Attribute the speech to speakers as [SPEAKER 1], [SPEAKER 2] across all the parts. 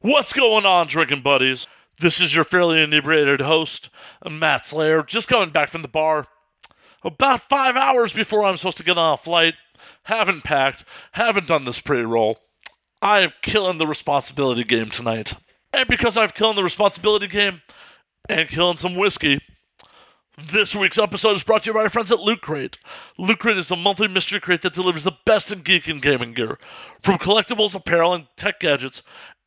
[SPEAKER 1] What's going on, drinking buddies? This is your fairly inebriated host, Matt Slayer, just coming back from the bar. About five hours before I'm supposed to get on a flight, haven't packed, haven't done this pre roll. I am killing the responsibility game tonight. And because I've killing the responsibility game and killing some whiskey, this week's episode is brought to you by our friends at Loot Crate. Loot Crate is a monthly mystery crate that delivers the best in geek and gaming gear, from collectibles, apparel, and tech gadgets,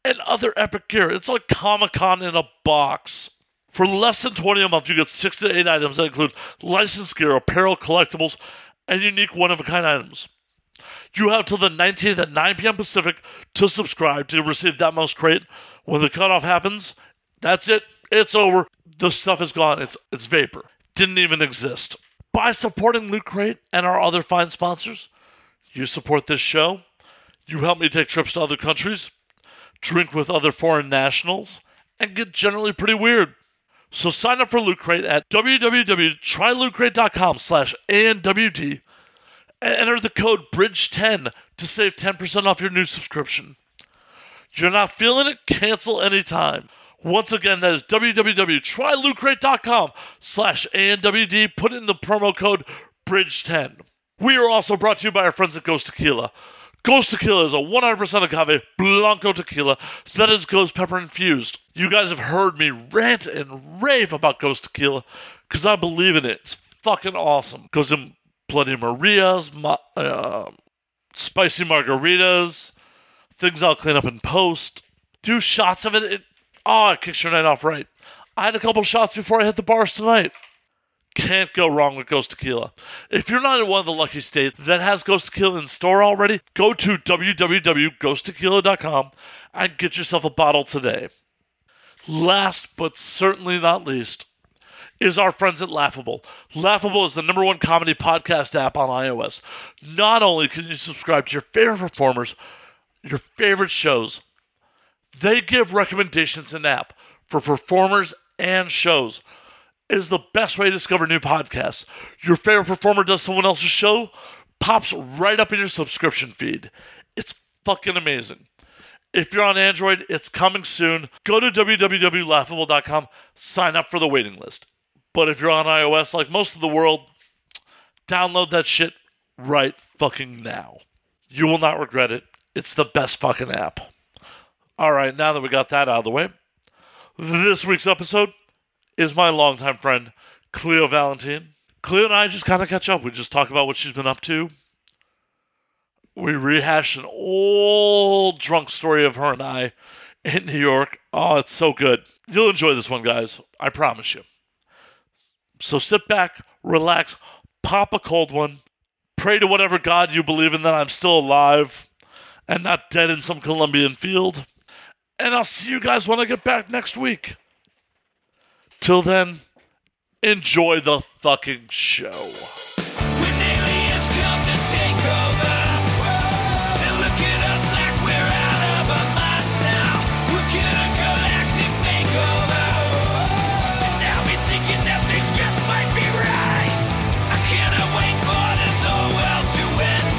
[SPEAKER 1] and other epic gear. It's like Comic Con in a box. For less than 20 a month, you get six to eight items that include licensed gear, apparel, collectibles, and unique one of a kind items. You have till the 19th at 9 p.m. Pacific to subscribe to receive that most crate. When the cutoff happens, that's it. It's over. The stuff is gone. It's it's vapor. Didn't even exist. By supporting Loot Crate and our other fine sponsors, you support this show. You help me take trips to other countries, drink with other foreign nationals, and get generally pretty weird. So sign up for Loot Crate at www.trylootcrate.com slash ANWD and enter the code BRIDGE10 to save 10% off your new subscription. You're not feeling it? Cancel anytime. Once again, that is www.trylootcrate.com slash ANWD. Put in the promo code BRIDGE10. We are also brought to you by our friends at Ghost Tequila. Ghost Tequila is a 100% agave Blanco tequila that is ghost pepper infused. You guys have heard me rant and rave about Ghost Tequila because I believe in it. It's fucking awesome. Goes in Bloody Marias, ma- uh, spicy margaritas, things I'll clean up in post. Do shots of it. it oh, it kicks your night off right. I had a couple shots before I hit the bars tonight. Can't go wrong with Ghost Tequila. If you're not in one of the lucky states that has Ghost Tequila in store already, go to www.ghosttequila.com and get yourself a bottle today. Last but certainly not least, is our friends at Laughable. Laughable is the number one comedy podcast app on iOS. Not only can you subscribe to your favorite performers, your favorite shows, they give recommendations in app for performers and shows. It is the best way to discover new podcasts. Your favorite performer does someone else's show, pops right up in your subscription feed. It's fucking amazing. If you're on Android, it's coming soon. Go to www.laughable.com, sign up for the waiting list. But if you're on iOS, like most of the world, download that shit right fucking now. You will not regret it. It's the best fucking app. All right, now that we got that out of the way, this week's episode is my longtime friend, Cleo Valentine. Cleo and I just kind of catch up. We just talk about what she's been up to. We rehash an old drunk story of her and I in New York. Oh, it's so good. You'll enjoy this one, guys. I promise you. So sit back, relax, pop a cold one, pray to whatever God you believe in that I'm still alive and not dead in some Colombian field. And I'll see you guys when I get back next week. Till then, enjoy the fucking show.
[SPEAKER 2] When aliens come to take over, they look at us like we're out of our minds now. We're gonna go active makeover. And now we're thinking that they just might be right. I cannot wait for this whole world to end.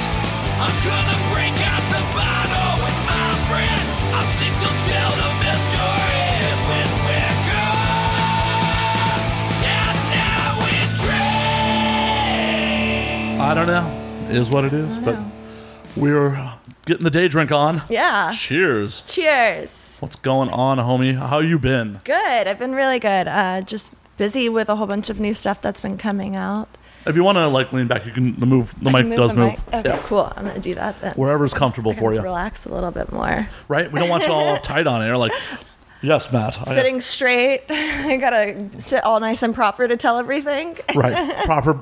[SPEAKER 2] I'm gonna break out the bottle with my friends. I think they'll tell the best stories when we're gone. And now we drink.
[SPEAKER 1] I don't know. It is what it is, but we're getting the day drink on.
[SPEAKER 3] Yeah.
[SPEAKER 1] Cheers.
[SPEAKER 3] Cheers.
[SPEAKER 1] What's going on, homie? How you been?
[SPEAKER 3] Good. I've been really good. Uh, just busy with a whole bunch of new stuff that's been coming out.
[SPEAKER 1] If you want to like lean back, you can the move. The mic
[SPEAKER 3] Move
[SPEAKER 1] does
[SPEAKER 3] the
[SPEAKER 1] move.
[SPEAKER 3] mic. Okay, cool. I'm gonna do that then.
[SPEAKER 1] Wherever's comfortable for Oh, you,
[SPEAKER 3] Relax a little bit more.
[SPEAKER 1] right? We don't want you all uptight on air. Like, yes, Matt. I-
[SPEAKER 3] Sitting straight. I gotta sit all nice and proper to tell everything
[SPEAKER 1] right, proper,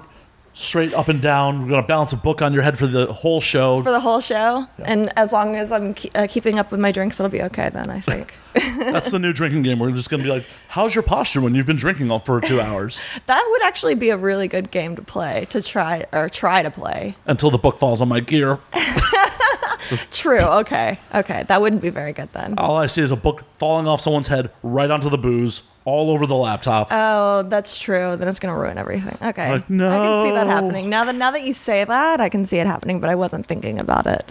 [SPEAKER 1] straight up and down. We're gonna balance a book on your head for the whole show.
[SPEAKER 3] for the whole show. And as long as I'm ke- uh, keeping up with my drinks, it'll be okay then. I think
[SPEAKER 1] That's the new drinking game. We're just gonna be like, how's your posture when you've been drinking all for two hours
[SPEAKER 3] that would actually be a really good game to play to try or try to play.
[SPEAKER 1] until the book falls on my gear?
[SPEAKER 3] True. Okay. Okay. That wouldn't be very good then.
[SPEAKER 1] All I see is a book falling off someone's head right onto the booze, all over the laptop.
[SPEAKER 3] Oh, that's true. Then it's gonna ruin everything. Okay.
[SPEAKER 1] Like,
[SPEAKER 3] I can see
[SPEAKER 1] no.
[SPEAKER 3] that happening. Now that now that you say that, I can see it happening, but I wasn't thinking about it.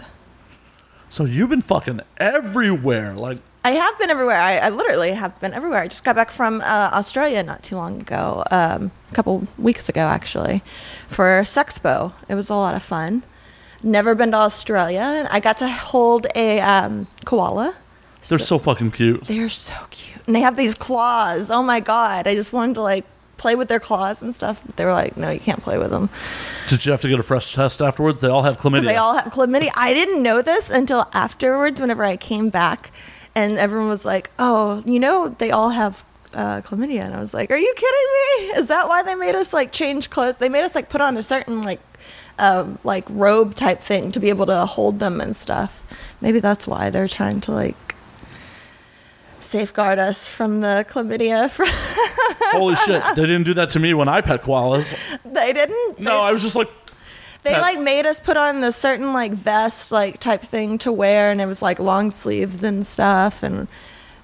[SPEAKER 1] so you've been fucking everywhere. Like,
[SPEAKER 3] I have been everywhere. I, I literally have been everywhere. I just got back from uh, Australia not too long ago, um, a couple weeks ago actually, for Sexpo. It was a lot of fun. Never been to Australia, and I got to hold a um, koala.
[SPEAKER 1] They're so fucking cute.
[SPEAKER 3] They are so cute, and they have these claws. Oh my god! I just wanted to like play with their claws and stuff, but they were like, "No, you can't play with them."
[SPEAKER 1] Did you have to get a fresh test afterwards? They all have chlamydia.
[SPEAKER 3] They all have chlamydia. I didn't know this until afterwards, whenever I came back, and everyone was like, "Oh, you know, they all have uh, chlamydia," and I was like, "Are you kidding me? Is that why they made us like change clothes? They made us like put on a certain like, um, like robe type thing to be able to hold them and stuff. Maybe that's why they're trying to like." Safeguard us from the chlamydia. From
[SPEAKER 1] Holy shit! They didn't do that to me when I pet koalas.
[SPEAKER 3] they didn't.
[SPEAKER 1] No, I was just like,
[SPEAKER 3] They
[SPEAKER 1] That-
[SPEAKER 3] like made us put on this certain like vest like type thing to wear, and it was like long sleeves and stuff, and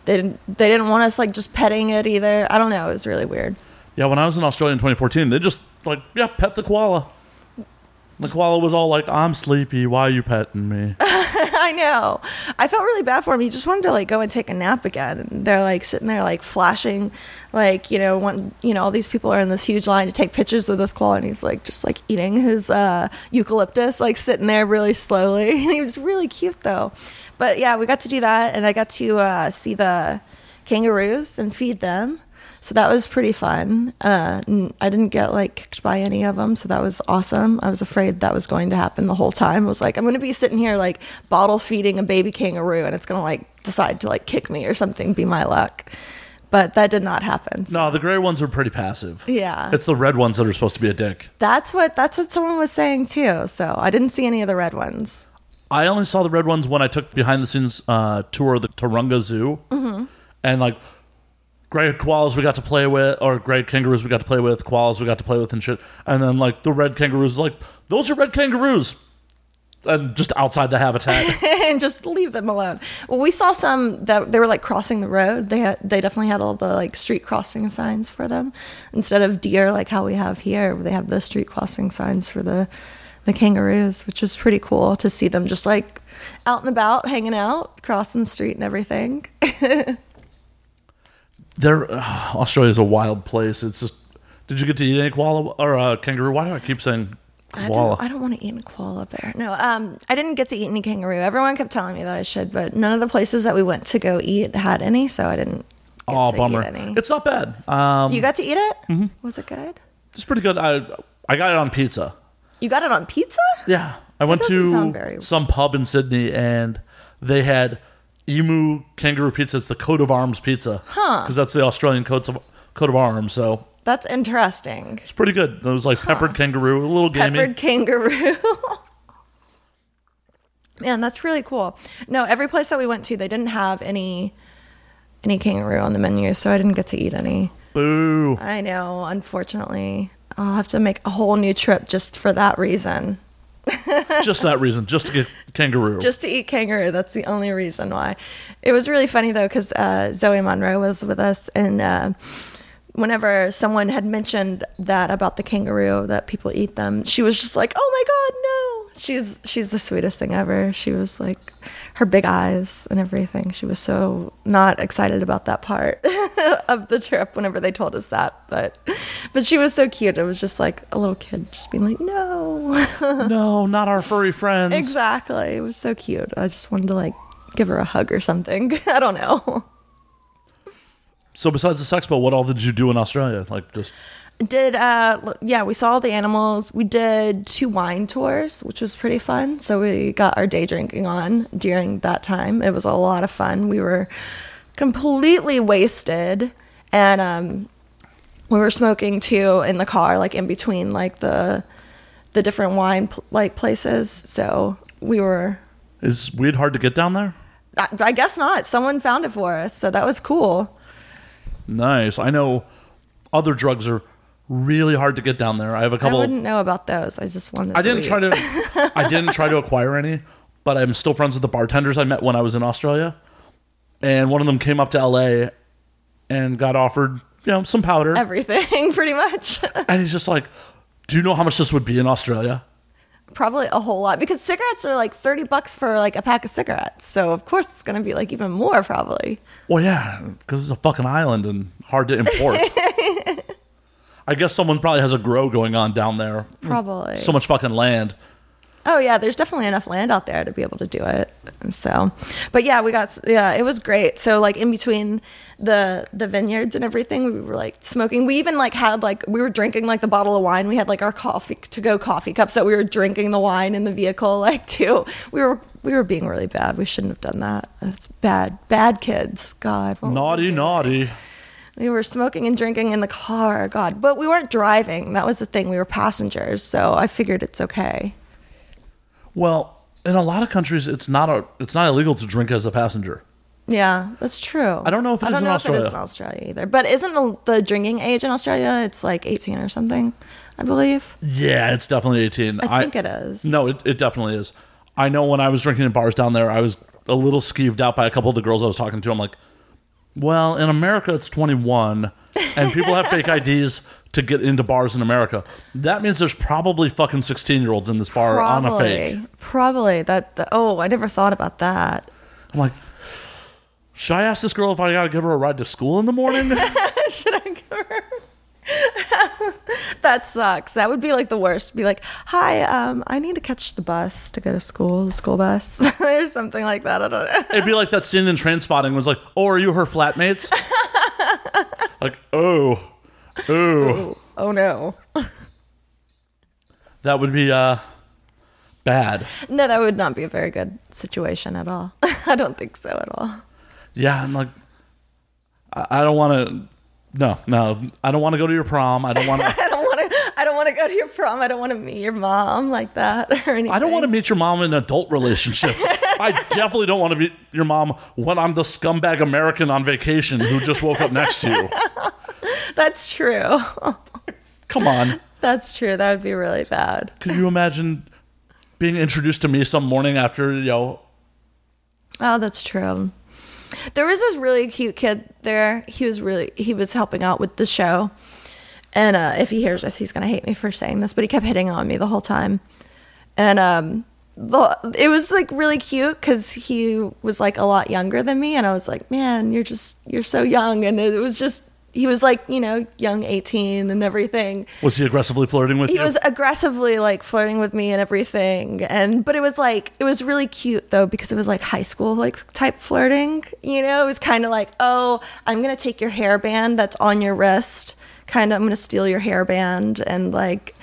[SPEAKER 3] they didn't they didn't want us like just petting it either. I don't know. It was really weird.
[SPEAKER 1] yeah. When I was in Australia in 2014, they just like, yeah, pet the koala. The koala was all like, "I'm sleepy. Why are you petting me?"
[SPEAKER 3] I know. I felt really bad for him. He just wanted to like go and take a nap again. And they're like sitting there like flashing, like you know, one you know, all these people are in this huge line to take pictures of this koala, and he's like just like eating his uh, eucalyptus, like sitting there really slowly. And he was really cute though. But yeah, we got to do that, and I got to uh, see the kangaroos and feed them. So that was pretty fun. Uh, n- I didn't get like kicked by any of them, so that was awesome. I was afraid that was going to happen the whole time. I was like, I'm going to be sitting here like bottle feeding a baby kangaroo, and it's going to like decide to like kick me or something. Be my luck, but that did not happen.
[SPEAKER 1] No, the gray ones are pretty passive.
[SPEAKER 3] Yeah.
[SPEAKER 1] It's the red ones that are supposed to be a dick.
[SPEAKER 3] That's what that's what someone was saying too. So I didn't see any of the red ones.
[SPEAKER 1] I only saw the red ones when I took the behind the scenes uh, tour of the Taronga Zoo. Mm-hmm. And like gray koalas we got to play with, or gray kangaroos we got to play with, koalas we got to play with and shit. And then like the red kangaroos, like, those are red kangaroos. And just outside the habitat.
[SPEAKER 3] and just leave them alone. Well, we saw some that they were like crossing the road. They had, they definitely had all the like street crossing signs for them instead of deer like how we have here. They have the street crossing signs for the the kangaroos, which was pretty cool to see them just like out and about, hanging out, crossing the street and everything.
[SPEAKER 1] They're, uh, Australia's a wild place. It's just. Did you get to eat any koala or uh, kangaroo? Why do I keep saying
[SPEAKER 3] I
[SPEAKER 1] koala?
[SPEAKER 3] don't, I don't want to eat a koala bear. No, um, I didn't get to eat any kangaroo. Everyone kept telling me that I should, but none of the places that we went to go eat had any, so I didn't. Get
[SPEAKER 1] oh,
[SPEAKER 3] to
[SPEAKER 1] bummer.
[SPEAKER 3] Eat any.
[SPEAKER 1] It's not bad. Um,
[SPEAKER 3] you got to eat it. Was it good?
[SPEAKER 1] it's pretty good. I I got it on pizza.
[SPEAKER 3] You got it on pizza?
[SPEAKER 1] Yeah, I went
[SPEAKER 3] doesn't sound
[SPEAKER 1] to
[SPEAKER 3] very-
[SPEAKER 1] some pub in Sydney and they had emu kangaroo pizza. It's the coat of arms pizza, huh? Because that's the Australian coats of coat of arms. So
[SPEAKER 3] That's interesting.
[SPEAKER 1] it's pretty good. It was like peppered kangaroo, a little gamey.
[SPEAKER 3] Peppered kangaroo. Man, that's really cool. No, every place that we went to, they didn't have any any kangaroo on the menu, so I didn't get to eat any.
[SPEAKER 1] Boo!
[SPEAKER 3] I know, unfortunately. I'll have to make a whole new trip just for that reason.
[SPEAKER 1] just that reason, just to get kangaroo.
[SPEAKER 3] just to eat kangaroo. That's the only reason why. It was really funny though, because uh, Zoe Monroe was with us, and uh, whenever someone had mentioned that about the kangaroo that people eat them, she was just like, "Oh my god, no!" She's she's the sweetest thing ever. She was like, her big eyes and everything. She was so not excited about that part of the trip. Whenever they told us that, but but she was so cute. It was just like a little kid just being like, "No."
[SPEAKER 1] no, not our furry friends.
[SPEAKER 3] Exactly. It was so cute. I just wanted to like give her a hug or something. I don't know.
[SPEAKER 1] So besides the sex ball, what all did you do in Australia? Like just
[SPEAKER 3] Did uh l- yeah, we saw all the animals. We did two wine tours, which was pretty fun. So we got our day drinking on during that time. It was a lot of fun. We were completely wasted and um we were smoking too in the car like in between like the the different wine pl- like places. So we were
[SPEAKER 1] is weed hard to get down there?
[SPEAKER 3] I, I guess not. Someone found it for us, so that was cool.
[SPEAKER 1] Nice. I know other drugs are really hard to get down there. I have a
[SPEAKER 3] I
[SPEAKER 1] couple.
[SPEAKER 3] wouldn't know about those. I just wanted.
[SPEAKER 1] I didn't
[SPEAKER 3] to
[SPEAKER 1] try
[SPEAKER 3] leave.
[SPEAKER 1] to. I didn't try to acquire any, but I'm still friends with the bartenders I met when I was in Australia, and one of them came up to L.A. and got offered you know some powder,
[SPEAKER 3] everything pretty much.
[SPEAKER 1] and he's just like, "Do you know how much this would be in Australia?"
[SPEAKER 3] probably a whole lot because cigarettes are like 30 bucks for like a pack of cigarettes. So of course it's going to be like even more probably.
[SPEAKER 1] Well, yeah, because it's a fucking island and hard to import. I guess someone probably has a grow going on down there.
[SPEAKER 3] Probably.
[SPEAKER 1] So much fucking land.
[SPEAKER 3] Oh yeah, there's definitely enough land out there to be able to do it. And So, but yeah, we got yeah, it was great. So like in between the the vineyards and everything, we were like smoking. We even like had like we were drinking like the bottle of wine. We had like our coffee to go coffee cups that we were drinking the wine in the vehicle like too. We were we were being really bad. We shouldn't have done that. That's bad. Bad kids. God. what were we
[SPEAKER 1] Naughty,
[SPEAKER 3] doing?
[SPEAKER 1] naughty.
[SPEAKER 3] We were smoking and drinking in the car. God. But we weren't driving. That was the thing. We were passengers. So I figured it's okay.
[SPEAKER 1] Well, in a lot of countries, it's not a it's not illegal to drink as a passenger.
[SPEAKER 3] Yeah, that's true.
[SPEAKER 1] I don't know if it
[SPEAKER 3] I
[SPEAKER 1] is
[SPEAKER 3] don't
[SPEAKER 1] in
[SPEAKER 3] know
[SPEAKER 1] Australia.
[SPEAKER 3] if it is in Australia either. But isn't the, the drinking age in Australia? It's like eighteen or something, I believe.
[SPEAKER 1] Yeah, it's definitely eighteen.
[SPEAKER 3] I think it is.
[SPEAKER 1] No, it, it definitely is. I know when I was drinking in bars down there, I was a little skeeved out by a couple of the girls I was talking to. I'm like, well, in America, it's 21, and people have fake IDs to get into bars in America. That means there's probably fucking 16 year olds in this bar
[SPEAKER 3] probably,
[SPEAKER 1] on a fake.
[SPEAKER 3] probably that. The, oh, I never thought about that.
[SPEAKER 1] I'm like, should I ask this girl if I gotta give her a ride to school in the morning?
[SPEAKER 3] Should I go? that sucks. That would be like the worst. Be like, hi, um, I need to catch the bus to go to school, the school bus, or something like that. I don't know.
[SPEAKER 1] It'd be like that scene in Train Spotting was like, oh, are you her flatmates? like, oh, oh.
[SPEAKER 3] Oh no.
[SPEAKER 1] That would be uh, bad.
[SPEAKER 3] No, that would not be a very good situation at all. I don't think so at all.
[SPEAKER 1] yeah, I'm like, I, I don't want to. No, no, I don't want to go to your prom. I don't want to.
[SPEAKER 3] I don't want to. I don't want to go to your prom. I don't want to meet your mom like that or anything.
[SPEAKER 1] I don't want to meet your mom in adult relationships. I definitely don't want to meet your mom when I'm the scumbag American on vacation who just woke up next to you.
[SPEAKER 3] That's true.
[SPEAKER 1] Come on,
[SPEAKER 3] That's true. That would be really bad.
[SPEAKER 1] could you imagine being introduced to me some morning after you know?
[SPEAKER 3] Oh, that's true. There was this really cute kid there. He was really he was helping out with the show, and uh, if he hears this, he's gonna hate me for saying this, but he kept hitting on me the whole time, and um, the, it was like really cute because he was like a lot younger than me, and I was like, man, you're just you're so young, and it was just he was like you know young 18 and everything
[SPEAKER 1] Was he aggressively flirting with
[SPEAKER 3] he
[SPEAKER 1] you?
[SPEAKER 3] was aggressively like flirting with me and everything and but it was like it was really cute though because it was like high school like type flirting you know it was kind of like oh i'm gonna take your hairband that's on your wrist kind of i'm gonna steal your hairband and like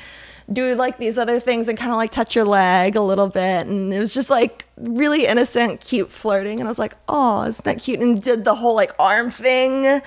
[SPEAKER 3] do like these other things and kind of like touch your leg a little bit and it was just like really innocent cute flirting and i was like oh isn't that cute and did the whole like arm thing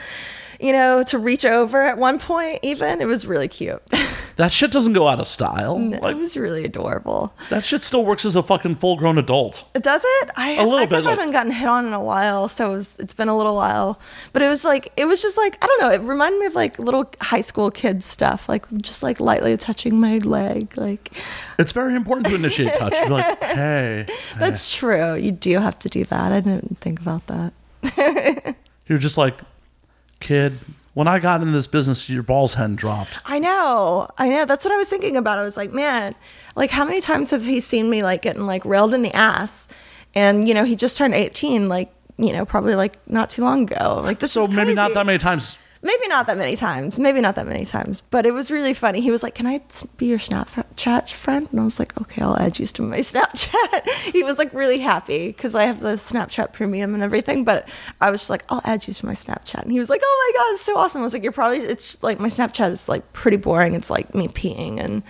[SPEAKER 3] you know to reach over at one point even it was really cute
[SPEAKER 1] that shit doesn't go out of style.
[SPEAKER 3] it
[SPEAKER 1] Like
[SPEAKER 3] was really adorable.
[SPEAKER 1] that shit still works as a fucking full-grown adult.
[SPEAKER 3] Does it? I, a
[SPEAKER 1] little
[SPEAKER 3] I guess
[SPEAKER 1] bit,
[SPEAKER 3] I
[SPEAKER 1] like-
[SPEAKER 3] haven't gotten hit on in a while, so it was, it's been a little while. But it was like it was just like I don't know. It reminded me of like little high school kid stuff, like just like lightly touching my leg. Like
[SPEAKER 1] It's very important to initiate touch. You're like, hey.
[SPEAKER 3] that's true. You do have to do that. I didn't think about that.
[SPEAKER 1] You're just like, kid, when I got into this business, your balls hadn't dropped.
[SPEAKER 3] I know. I know. That's what I was thinking about. I was like, man, like how many times have he seen me like getting like railed in the ass? And you know, he just turned 18 like, you know, probably like not too long ago. Like this
[SPEAKER 1] So
[SPEAKER 3] is
[SPEAKER 1] maybe not
[SPEAKER 3] crazy.
[SPEAKER 1] that many times.
[SPEAKER 3] Maybe not that many times. Maybe not that many times. But it was really funny. He was like, "Can I s- be your Snapchat friend?" And I was like, "Okay, I'll add you to my Snapchat." he was like really happy because I have the Snapchat Premium and everything. But I was just like, "I'll add you to my Snapchat," and he was like, "Oh my god, it's so awesome!" I was like, "You're probably it's just, like my Snapchat is like pretty boring. It's like me peeing and."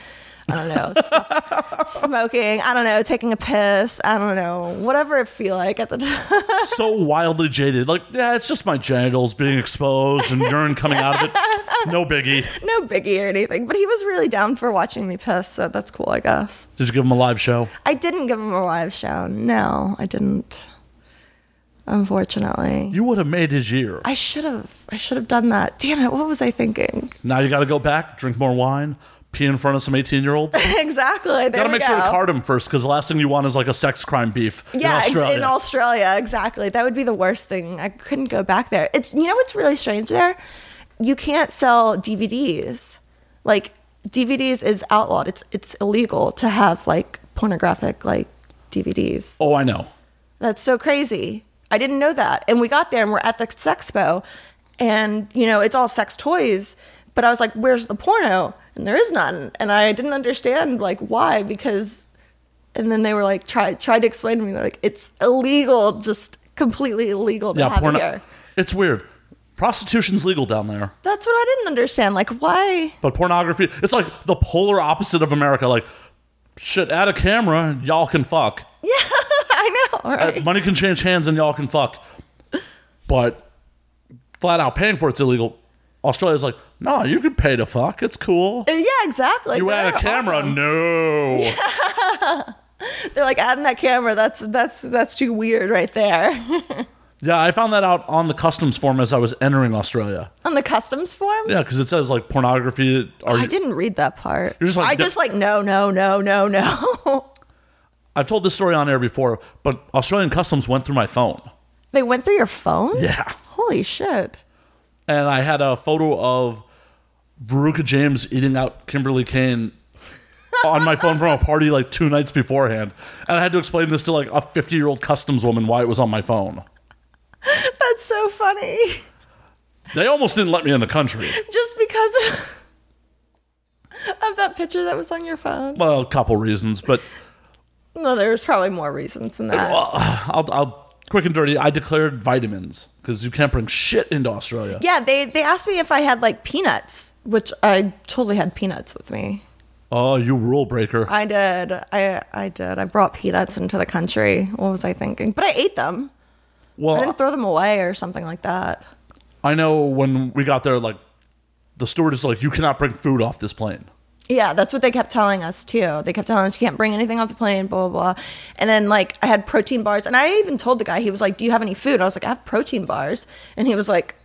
[SPEAKER 3] I don't know, stuff- smoking. I don't know, taking a piss. I don't know, whatever it feel like at the time.
[SPEAKER 1] So wildly jaded. Like, yeah, it's just my genitals being exposed and urine coming out of it. No biggie.
[SPEAKER 3] no biggie or anything. But he was really down for watching me piss, so that's cool, I guess.
[SPEAKER 1] Did you give him a live show?
[SPEAKER 3] I didn't give him a live show. No, I didn't. Unfortunately.
[SPEAKER 1] You would have made his year.
[SPEAKER 3] I should have I should have done that. Damn it, what was I thinking?
[SPEAKER 1] Now you got to go back, drink more wine, pee in front of some 18 year olds.
[SPEAKER 3] exactly. There
[SPEAKER 1] Got to
[SPEAKER 3] we
[SPEAKER 1] make
[SPEAKER 3] go.
[SPEAKER 1] sure to card him first because the last thing you want is like a sex crime beef
[SPEAKER 3] yeah,
[SPEAKER 1] in
[SPEAKER 3] ex-
[SPEAKER 1] Australia.
[SPEAKER 3] in Australia, exactly. That would be the worst thing. I couldn't go back there. It's you know what's really strange there? You can't sell DVDs. Like DVDs is outlawed. It's it's illegal to have like pornographic like DVDs.
[SPEAKER 1] Oh, I know.
[SPEAKER 3] That's so crazy. I didn't know that. And we got there and we're at the sexpo and you know, it's all sex toys, but I was like, where's the porno? And there is none. And I didn't understand like why because and then they were like try tried to explain to me like it's illegal, just completely illegal to
[SPEAKER 1] Yeah,
[SPEAKER 3] have
[SPEAKER 1] porno.
[SPEAKER 3] it here.
[SPEAKER 1] It's weird. Prostitution's legal down there,
[SPEAKER 3] That's what I didn't understand. Like why
[SPEAKER 1] but pornography, it's like the polar opposite of America. Like, shit, add a camera, y'all can fuck.
[SPEAKER 3] I know,
[SPEAKER 1] Uh,
[SPEAKER 3] right?
[SPEAKER 1] Money can change hands and y'all can fuck. But flat out paying for it's illegal. Australia's like, no, you can pay to fuck. It's cool.
[SPEAKER 3] yeah, exactly.
[SPEAKER 1] you
[SPEAKER 3] They
[SPEAKER 1] add
[SPEAKER 3] are
[SPEAKER 1] a camera,
[SPEAKER 3] awesome.
[SPEAKER 1] no.
[SPEAKER 3] They're like adding that camera. That's that's that's too weird right there.
[SPEAKER 1] Yeah, I found that out on the customs form as I was entering Australia.
[SPEAKER 3] On the customs form.
[SPEAKER 1] Yeah, because it says like pornography. Are
[SPEAKER 3] I
[SPEAKER 1] you,
[SPEAKER 3] didn't read that part.
[SPEAKER 1] You're just like,
[SPEAKER 3] I
[SPEAKER 1] "No."
[SPEAKER 3] just like no, no, no, no, no.
[SPEAKER 1] I've told this story on air before, but Australian customs went through my phone.
[SPEAKER 3] they went through your phone.
[SPEAKER 1] Yeah,
[SPEAKER 3] Holy shit.
[SPEAKER 1] and I had a photo of Veruca James eating out Kimberly Kane on my phone from a party like two nights beforehand, and I had to explain this to like a fifty-year-old customs woman why it was on my phone.
[SPEAKER 3] That's so funny.
[SPEAKER 1] They almost didn't let me in the country.
[SPEAKER 3] Just because of that picture that was on your phone.
[SPEAKER 1] Well, a couple reasons, but
[SPEAKER 3] No, there was probably more reasons than that.
[SPEAKER 1] I'll, I'll quick and dirty. I declared vitamins because you can't bring shit into Australia.
[SPEAKER 3] Yeah, they they asked me if I had like peanuts, which I totally had peanuts with me.
[SPEAKER 1] Oh, you rule breaker.
[SPEAKER 3] I did. I I did. I brought peanuts into the country. What was I thinking? But I ate them. I
[SPEAKER 1] well,
[SPEAKER 3] didn't throw them away or something like that.
[SPEAKER 1] I know when we got there, like the steward is like, "You cannot bring food off this plane."
[SPEAKER 3] Yeah, that's what they kept telling us too. They kept telling us you can't bring anything off the plane, blah blah blah. And then like I had protein bars, and I even told the guy he was like, "Do you have any food?" I was like, "I have protein bars," and he was like,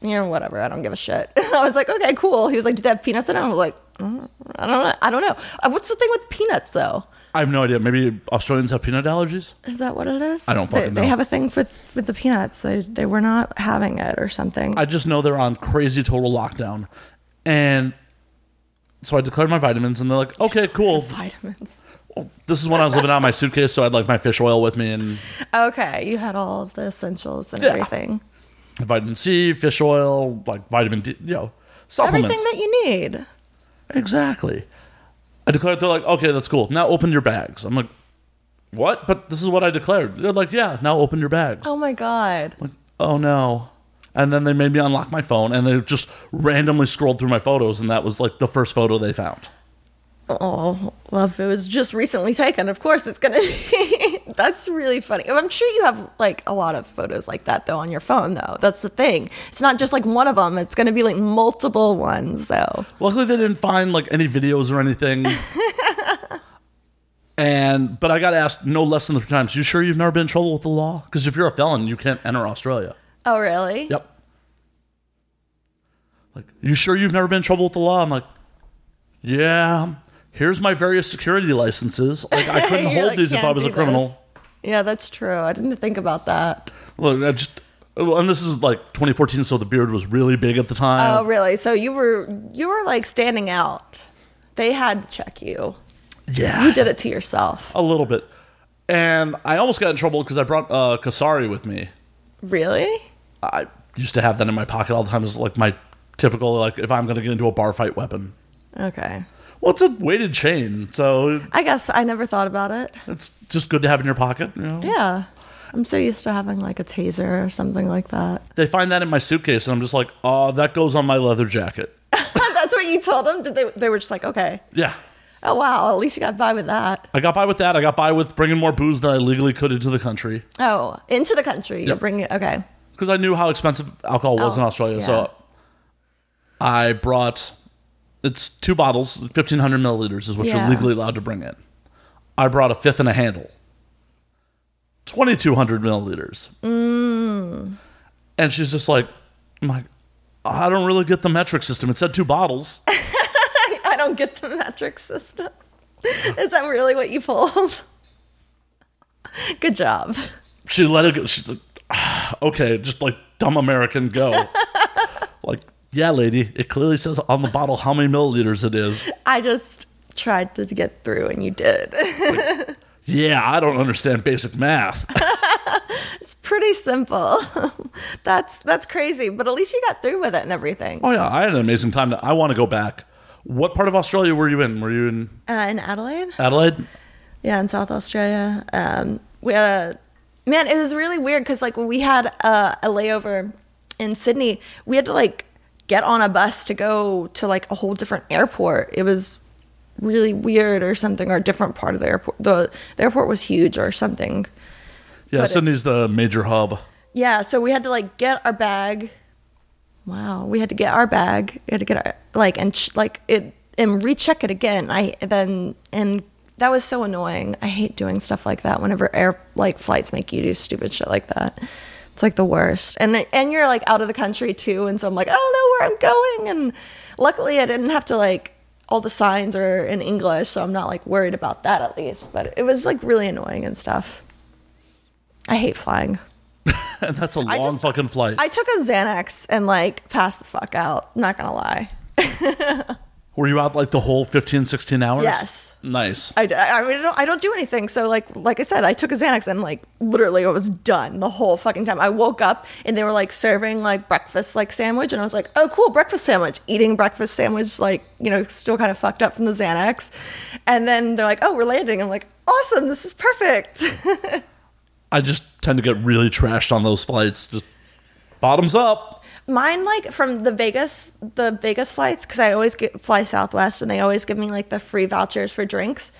[SPEAKER 3] "Yeah, whatever. I don't give a shit." And I was like, "Okay, cool." He was like, "Do they have peanuts?" in it?" I was like, "Mm, "I don't know. I don't know. Uh, What's the thing with peanuts though?
[SPEAKER 1] I have no idea. Maybe Australians have peanut allergies.
[SPEAKER 3] Is that what it is?
[SPEAKER 1] I don't
[SPEAKER 3] they,
[SPEAKER 1] fucking
[SPEAKER 3] They
[SPEAKER 1] know.
[SPEAKER 3] have a thing for for the peanuts. They they were not having it or something.
[SPEAKER 1] I just know they're on crazy total lockdown, and so I declared my vitamins, and they're like, "Okay, cool."
[SPEAKER 3] Vitamins.
[SPEAKER 1] This is when I was living out of my suitcase, so I had like my fish oil with me and
[SPEAKER 3] Okay, you had all of the essentials and
[SPEAKER 1] Yeah.
[SPEAKER 3] everything.
[SPEAKER 1] vitamin C, fish oil, like vitamin D, you know, supplements.
[SPEAKER 3] Everything that you need.
[SPEAKER 1] Exactly. I declared, they're like, okay, that's cool. Now open your bags. I'm like, what? But this is what I declared. They're like, yeah, now open your bags.
[SPEAKER 3] Oh my god.
[SPEAKER 1] I'm like, oh no. And then they made me unlock my phone and they just randomly scrolled through my photos and that was like the first photo they found.
[SPEAKER 3] Oh, well, if it was just recently taken, of course it's gonna be. That's really funny. I'm sure you have like a lot of photos like that though on your phone though. That's the thing. It's not just like one of them. It's gonna be like multiple ones though.
[SPEAKER 1] Luckily they didn't find like any videos or anything. and but I got asked no less than three times, you sure you've never been in trouble with the law? Because if you're a felon, you can't enter Australia.
[SPEAKER 3] Oh really?
[SPEAKER 1] Yep. Like, you sure you've never been in trouble with the law? I'm like, yeah. Here's my various security licenses. Like, I couldn't
[SPEAKER 3] You're
[SPEAKER 1] hold
[SPEAKER 3] like,
[SPEAKER 1] these if I
[SPEAKER 3] "Can't
[SPEAKER 1] was a
[SPEAKER 3] do
[SPEAKER 1] criminal.
[SPEAKER 3] Yeah, that's true. I didn't think about that.
[SPEAKER 1] Look, I just, well, and this is like 2014, so the beard was really big at the time.
[SPEAKER 3] Oh really? So you were you were like standing out. They had to check you.
[SPEAKER 1] yeah,
[SPEAKER 3] You did it to yourself.
[SPEAKER 1] a little bit. And I almost got in trouble because I brought uh, Kasari with me.
[SPEAKER 3] Really?
[SPEAKER 1] I used to have that in my pocket all the time. It's like my typical, like if I'm going to get into a bar fight weapon.
[SPEAKER 3] Okay.
[SPEAKER 1] Well, it's a weighted chain, so
[SPEAKER 3] I guess I never thought about it.
[SPEAKER 1] it's just good to have in your pocket. You know?
[SPEAKER 3] Yeah. I'm so used to having like a taser or something like that.
[SPEAKER 1] they find that in my suitcase, and I'm just like, oh, that goes on my leather jacket.
[SPEAKER 3] That's what you told them? Did they they were just like, "Okay.
[SPEAKER 1] Yeah.
[SPEAKER 3] Oh wow, at least you got by with that."
[SPEAKER 1] I got by with that. I got by with bringing more booze than I legally could into the country
[SPEAKER 3] Oh, into the country. You
[SPEAKER 1] Yep.
[SPEAKER 3] bring it. Okay.
[SPEAKER 1] because I knew how expensive alcohol was
[SPEAKER 3] Oh,
[SPEAKER 1] in Australia.
[SPEAKER 3] yeah.
[SPEAKER 1] So I brought it's two bottles, 1500 milliliters is what
[SPEAKER 3] Yeah.
[SPEAKER 1] you're legally allowed to bring in. I brought a fifth and a handle, 2200 milliliters. Mm. And she's just like, I'm like, I don't really get the metric system. It said two bottles.
[SPEAKER 3] I don't get the metric system. Is that really what you pulled? Good job.
[SPEAKER 1] she let it go. She's like, "Ah, okay, just like dumb American go. like, Yeah, lady, it clearly says on the bottle how many milliliters it is.
[SPEAKER 3] I just tried to get through and you did.
[SPEAKER 1] Yeah, I don't understand basic math.
[SPEAKER 3] it's pretty simple. that's that's crazy, but at least you got through with it and everything.
[SPEAKER 1] oh, yeah, I had an amazing time. I want to go back. What part of Australia were you in? Were you in
[SPEAKER 3] Uh, in Adelaide?
[SPEAKER 1] Adelaide?
[SPEAKER 3] Yeah, in South Australia. Um, we had a, man, it was really weird because like when we had uh, a, a layover in Sydney, we had to like get on a bus to go to like a whole different airport. It was really weird or something or a different part of the airport. The, the airport was huge or something.
[SPEAKER 1] Yeah,
[SPEAKER 3] But it-
[SPEAKER 1] Sydney's the major hub.
[SPEAKER 3] Yeah, so we had to like get our bag. Wow, we had to get our bag. We had to get our like and ch- like it and recheck it again. I then and that was so annoying. I hate doing stuff like that. Whenever air like flights make you do stupid shit like that, it's like the worst. And and you're like out of the country too, and so I'm like I don't know where I'm going. And luckily, I didn't have to like all the signs are in English, so I'm not like worried about that at least. But it was like really annoying and stuff. I hate flying.
[SPEAKER 1] And that's a
[SPEAKER 3] I
[SPEAKER 1] long
[SPEAKER 3] just-
[SPEAKER 1] fucking flight.
[SPEAKER 3] I took a Xanax and like passed the fuck out. Not gonna lie.
[SPEAKER 1] were you out like the whole 15, 16 hours?
[SPEAKER 3] Yes.
[SPEAKER 1] Nice.
[SPEAKER 3] I, d- I mean, I don't, I don't do anything. So like, like I said, I took a Xanax and like literally I was done the whole fucking time. I woke up and they were like serving like breakfast like sandwich and I was like, oh cool, breakfast sandwich. Eating breakfast sandwich like you know still kind of fucked up from the Xanax, and then they're like, oh we're landing. I'm like, awesome, this is perfect.
[SPEAKER 1] I just tend to get really trashed on those flights. Just bottoms up.
[SPEAKER 3] Mine like from the Vegas, the Vegas flights because I always get, fly Southwest and they always give me like the free vouchers for drinks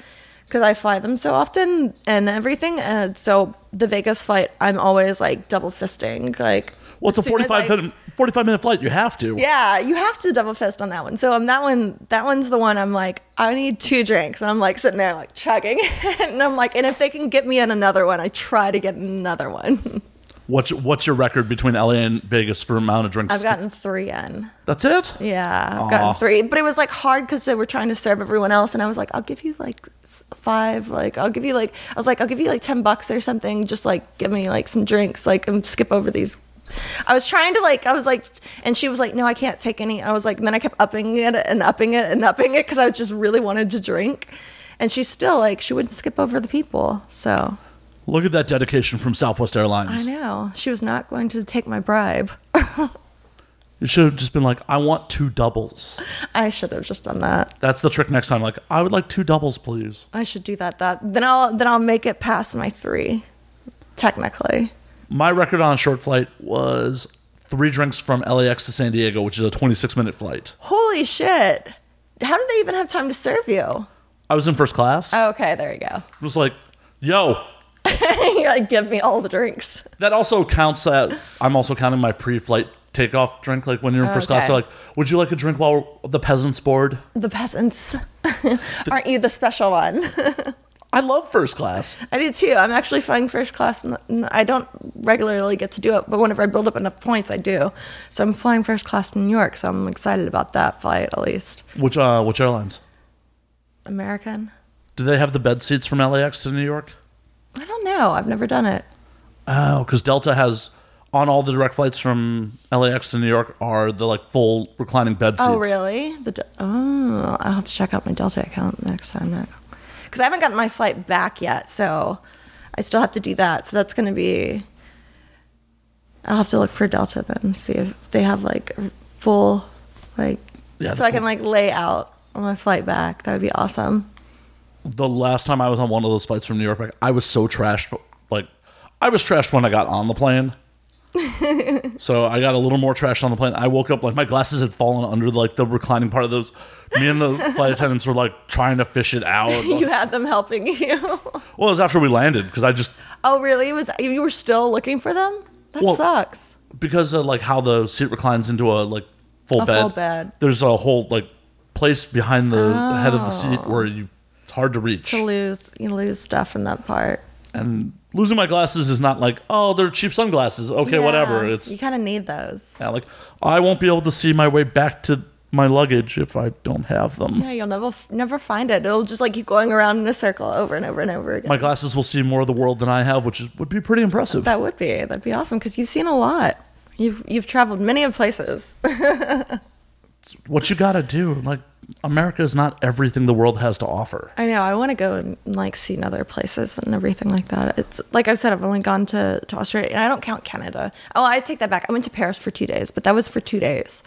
[SPEAKER 3] because I fly them so often and everything. And so the Vegas flight, I'm always like double fisting. Like,
[SPEAKER 1] Well, it's a
[SPEAKER 3] as soon as
[SPEAKER 1] 45
[SPEAKER 3] I-
[SPEAKER 1] minute, 45 minute flight. You have to.
[SPEAKER 3] Yeah, you have to double fist on that one. So on that one, that one's the one I'm like, I need two drinks, and I'm like sitting there like chugging, and I'm like, and if they can get me in another one, I try to get another one.
[SPEAKER 1] What's, what's your record between LA and Vegas for amount of drinks?
[SPEAKER 3] I've gotten three in.
[SPEAKER 1] That's it?
[SPEAKER 3] Yeah, I've
[SPEAKER 1] Aw.
[SPEAKER 3] gotten three, but it was like hard because they were trying to serve everyone else, and I was like, I'll give you like s- five, like I'll give you like I was like I'll give you like ten bucks or something, just like give me like some drinks, like and skip over these. I was trying to like I was like, and she was like, no, I can't take any. I was like, and then I kept upping it and upping it and upping it because I just really wanted to drink, and she still like she wouldn't skip over the people, so
[SPEAKER 1] Look at that dedication from Southwest
[SPEAKER 3] I
[SPEAKER 1] Airlines.
[SPEAKER 3] know she was not going to take my bribe.
[SPEAKER 1] You should have just been like, I want two doubles.
[SPEAKER 3] I should have just done that.
[SPEAKER 1] That's the trick next time. Like, I would like two doubles, please.
[SPEAKER 3] I should do that. That then I'll then I'll make it past my three, technically.
[SPEAKER 1] My record on a short flight was three drinks from LAX to San Diego, which is a 26 minute flight.
[SPEAKER 3] Holy shit! How did they even have time to serve you?
[SPEAKER 1] I was in first class. I
[SPEAKER 3] Oh, Okay, there you go.
[SPEAKER 1] was like, yo,
[SPEAKER 3] You're like, give me all the drinks.
[SPEAKER 1] that also counts that I'm also counting my pre flight takeoff drink. Like, when you're in first class,
[SPEAKER 3] Okay.
[SPEAKER 1] they're like, would you like a drink while the peasants board?
[SPEAKER 3] The peasants, aren't you the special one?
[SPEAKER 1] I love first class.
[SPEAKER 3] I do too. I'm actually flying first class, and and I don't regularly get to do it, but whenever I build up enough points, I do. So I'm flying first class to New York, so I'm excited about that flight at least.
[SPEAKER 1] Which, uh, which airlines?
[SPEAKER 3] American.
[SPEAKER 1] Do they have the bed seats from LAX to New York?
[SPEAKER 3] I don't know. I've never done it.
[SPEAKER 1] Oh, because Delta has on all the direct flights from LAX to New York are the like full reclining bed seats.
[SPEAKER 3] Oh, really? The Del- oh, I'll have to check out my Delta account next time. Because I haven't gotten my flight back yet, so I still have to do that. So that's going to be. I'll have to look for Delta then, see if they have like a full, like,
[SPEAKER 1] Yeah,
[SPEAKER 3] so
[SPEAKER 1] the
[SPEAKER 3] I can
[SPEAKER 1] full-
[SPEAKER 3] like lay out on my flight back. That would be awesome.
[SPEAKER 1] The last time I was on one of those flights from New York, back, I was so trashed. but, Like, I was trashed when I got on the plane. so I got a little more trashed on the plane. I woke up like my glasses had fallen under like the reclining part of those. Me and the flight attendants were like trying to fish it out.
[SPEAKER 3] You had them helping you.
[SPEAKER 1] well, it was after we landed because I just
[SPEAKER 3] oh, really? Was you were still looking for them? That
[SPEAKER 1] Well,
[SPEAKER 3] sucks.
[SPEAKER 1] because of like how the seat reclines into a like full
[SPEAKER 3] A
[SPEAKER 1] bed.
[SPEAKER 3] full bed.
[SPEAKER 1] There's a whole like place behind the head of the seat
[SPEAKER 3] Oh.
[SPEAKER 1] where you it's hard to reach.
[SPEAKER 3] To lose, you lose stuff in that part.
[SPEAKER 1] and losing my glasses is not like oh they're cheap sunglasses. Okay,
[SPEAKER 3] Yeah,
[SPEAKER 1] whatever. It's
[SPEAKER 3] you kind of need those.
[SPEAKER 1] yeah, like I won't be able to see my way back to my luggage if I don't have them.
[SPEAKER 3] Yeah, you'll never never find it. It'll just like keep going around in a circle over and over and over again.
[SPEAKER 1] My glasses will see more of the world than I have, which is, would be pretty impressive.
[SPEAKER 3] that would be that'd be awesome because you've seen a lot. You've you've traveled many of places.
[SPEAKER 1] What you gotta do? Like, America is not everything the world has to offer.
[SPEAKER 3] I know. I want to go and like see other places and everything like that. It's like I've said, I've only gone to, to Australia, and I don't count Canada. Oh, I take that back. I went to Paris for two days, but that was for two days,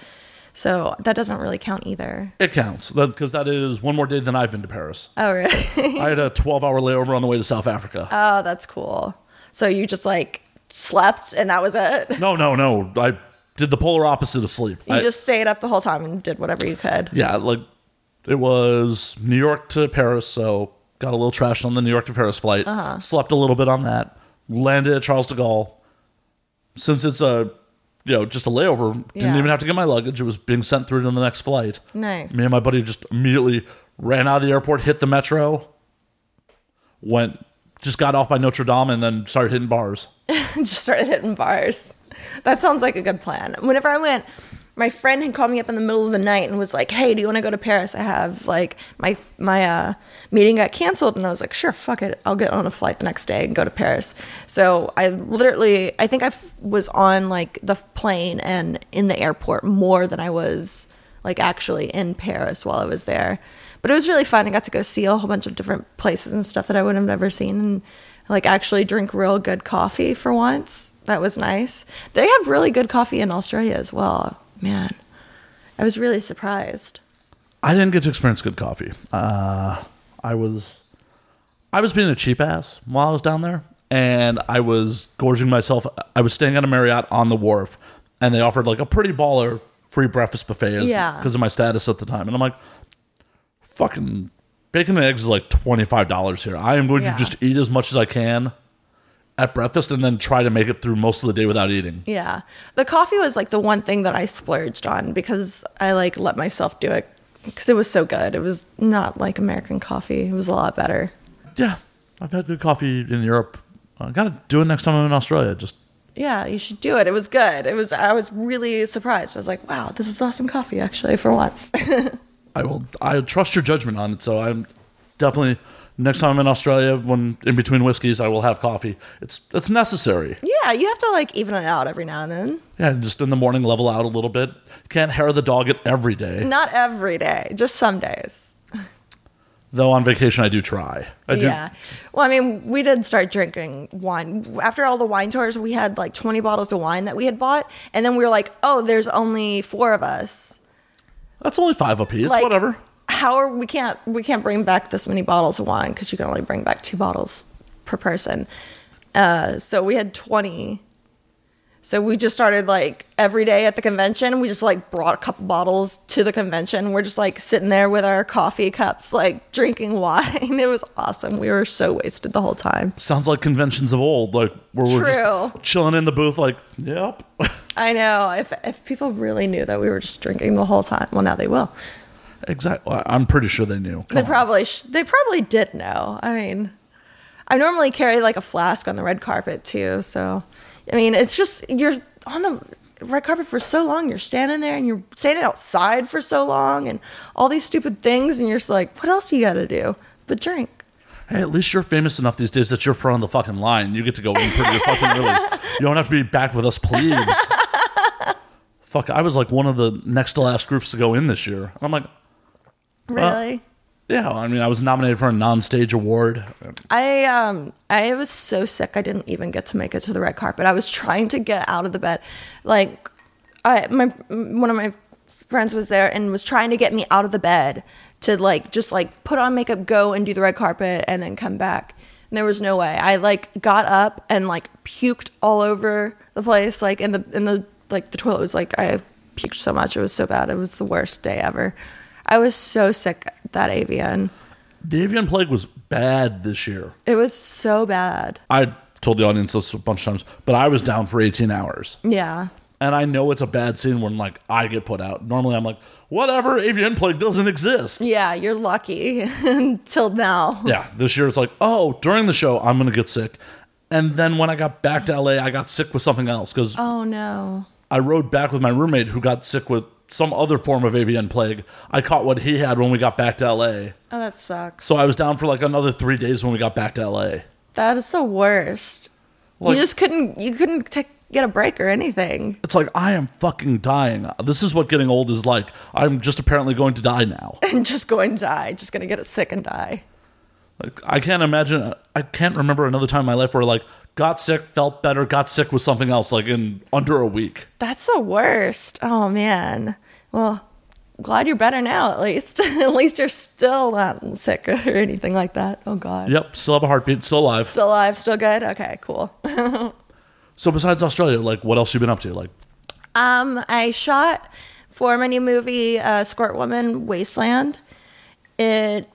[SPEAKER 3] so that doesn't really count either.
[SPEAKER 1] It counts because that is one more day than I've been to Paris.
[SPEAKER 3] Oh, really?
[SPEAKER 1] I had a 12 hour layover on the way to South Africa.
[SPEAKER 3] oh, that's cool. So you just like slept, and that was it. You
[SPEAKER 1] no, no, no. I did the polar opposite of sleep. I-
[SPEAKER 3] just stayed up the whole time and did whatever you could.
[SPEAKER 1] yeah, like it was New York to Paris, so got a little trashed on the New York to Paris flight.
[SPEAKER 3] Uh-huh.
[SPEAKER 1] Slept a little bit on that. Landed at Charles de Gaulle. Since it's a you know just a layover, didn't
[SPEAKER 3] Yeah.
[SPEAKER 1] even have to get my luggage. It was being sent through to the next flight.
[SPEAKER 3] Nice.
[SPEAKER 1] Me and my buddy just immediately ran out of the airport, hit the metro, went just got off by Notre Dame, and then started hitting bars.
[SPEAKER 3] just started hitting bars. That sounds like a good plan. Whenever I went, my friend had called me up in the middle of the night and was like, "Hey, do you want to go to Paris? I have like my my uh, meeting got canceled." And I was like, "Sure, fuck it, I'll get on a flight the next day and go to Paris." So I literally, I think I f- was on like the plane and in the airport more than I was like actually in Paris while I was there. But it was really fun. I got to go see a whole bunch of different places and stuff that I would have never seen and like actually drink real good coffee for once. That was nice. They have really good coffee in Australia as well. Man, I was really surprised.
[SPEAKER 1] I didn't get to experience good coffee. Uh, I was, I was being a cheap ass while I was down there, and I was gorging myself. I was staying at a Marriott on the wharf, and they offered like a pretty baller free breakfast buffet because
[SPEAKER 3] Yeah.
[SPEAKER 1] of my status at the time, and I'm like, fucking bacon and eggs is like twenty five dollars here. I am going
[SPEAKER 3] Yeah.
[SPEAKER 1] to just eat as much as I can at breakfast, and then try to make it through most of the day without eating.
[SPEAKER 3] Yeah. The coffee was like the one thing that I splurged on because I like let myself do it because it was so good. It was not like American coffee. It was a lot better.
[SPEAKER 1] Yeah, I've had good coffee in Europe. I gotta do it next time I'm in Australia. Just
[SPEAKER 3] yeah, you should do it. It was good. It was. I was really surprised. I was like, wow, this is awesome coffee actually for once.
[SPEAKER 1] I will. I trust your judgment on it. So I'm definitely next time I'm in Australia, when in between whiskeys, I will have coffee. It's it's necessary.
[SPEAKER 3] yeah, you have to like even it out every now and then.
[SPEAKER 1] Yeah, just in the morning, level out a little bit. Can't hair the dog it every day.
[SPEAKER 3] Not every day, just some days.
[SPEAKER 1] Though on vacation, I do try. I do.
[SPEAKER 3] Yeah. Well, I mean, we did start drinking wine. After all the wine tours, we had like 20 bottles of wine that we had bought. And then we were like, oh, there's only four of us.
[SPEAKER 1] That's only five apiece.
[SPEAKER 3] Like-
[SPEAKER 1] whatever.
[SPEAKER 3] How are we can't we can't bring back this many bottles of wine because you can only bring back two bottles per person. Uh, so we had 20 So we just started like every day at the convention, we just like brought a couple bottles to the convention. We're just like sitting there with our coffee cups, like drinking wine. It was awesome. We were so wasted the whole time.
[SPEAKER 1] Sounds like conventions of old, like where we're
[SPEAKER 3] True.
[SPEAKER 1] just chilling in the booth. Like, yep.
[SPEAKER 3] I know. If if people really knew that we were just drinking the whole time, well, now they will.
[SPEAKER 1] exactly. I'm pretty sure they knew.
[SPEAKER 3] They
[SPEAKER 1] Come on.
[SPEAKER 3] probably sh- they probably did know. I mean, I normally carry like a flask on the red carpet too. So, I mean, it's just you're on the red carpet for so long. You're standing there and you're standing outside for so long, and all these stupid things, and you're just like, what else you got to do but drink?
[SPEAKER 1] Hey, at least you're famous enough these days that you're front of the fucking line. You get to go in pretty you're fucking early. You don't have to be back with us, please. Fuck, I was like one of the next to last groups to go in this year. And I'm like,
[SPEAKER 3] Really.
[SPEAKER 1] yeah, I mean, I was nominated for a non stage award.
[SPEAKER 3] I um I was so sick I didn't even get to make it to the red carpet. I was trying to get out of the bed, like I my one of my friends was there and was trying to get me out of the bed to like just like put on makeup, go and do the red carpet, and then come back. And there was no way. I like got up and like puked all over the place, like in the in the like the toilet was like I puked so much. It was so bad. It was the worst day ever. I was so sick that avian.
[SPEAKER 1] The avian plague was bad this year.
[SPEAKER 3] It was so bad.
[SPEAKER 1] I told the audience this a bunch of times, but I was down for 18 hours.
[SPEAKER 3] Yeah.
[SPEAKER 1] And I know it's a bad scene when, like, I get put out. Normally I'm like, whatever, avian plague doesn't exist.
[SPEAKER 3] Yeah, you're lucky until now.
[SPEAKER 1] Yeah, this year it's like, oh, during the show, I'm going to get sick. And then when I got back to LA, I got sick with something else because
[SPEAKER 3] Oh no.
[SPEAKER 1] I rode back with my roommate who got sick with some other form of avian plague. I caught what he had when we got back to LA.
[SPEAKER 3] Oh, that sucks.
[SPEAKER 1] So I was down for like another three days when we got back to LA.
[SPEAKER 3] That is the worst.
[SPEAKER 1] Like-
[SPEAKER 3] you just couldn't you couldn't take get a break or anything.
[SPEAKER 1] It's like I am fucking dying. This is what getting old is like. I'm just apparently going to die now.
[SPEAKER 3] And just going to die. Just going to get it sick and die.
[SPEAKER 1] Like I can't imagine. I can't remember another time in my life where like got sick, felt better, got sick with something else like in under a week.
[SPEAKER 3] That's the worst. Oh man. Well, glad you're better now at least. at least you're still not sick or anything like that. Oh god.
[SPEAKER 1] Yep, still have a heartbeat, still alive.
[SPEAKER 3] Still alive, still good? Okay, cool.
[SPEAKER 1] So besides Australia, like what else you been up to? Like
[SPEAKER 3] Um, I shot for my new movie, uh, Squirt Woman Wasteland. It,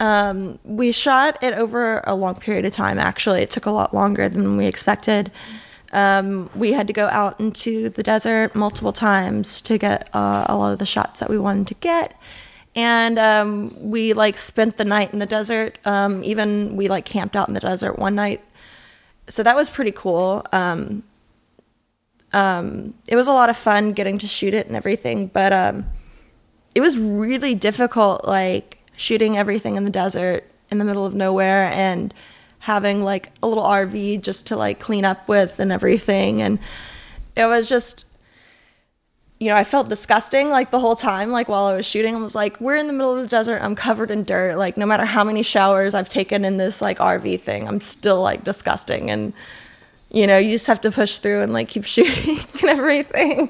[SPEAKER 3] um, we shot it over a long period of time. Actually, it took a lot longer than we expected. Um, we had to go out into the desert multiple times to get uh, a lot of the shots that we wanted to get. And um, we like spent the night in the desert. Um, even we like camped out in the desert one night. So that was pretty cool. Um, it was a lot of fun getting to shoot it and everything, but um, it was really difficult, like shooting everything in the desert in the middle of nowhere and having like a little RV just to like clean up with and everything. And it was just, you know, I felt disgusting like the whole time, like while I was shooting. I was like, we're in the middle of the desert. I'm covered in dirt. Like, no matter how many showers I've taken in this like RV thing, I'm still like disgusting. And, you know, you just have to push through and like keep shooting and everything.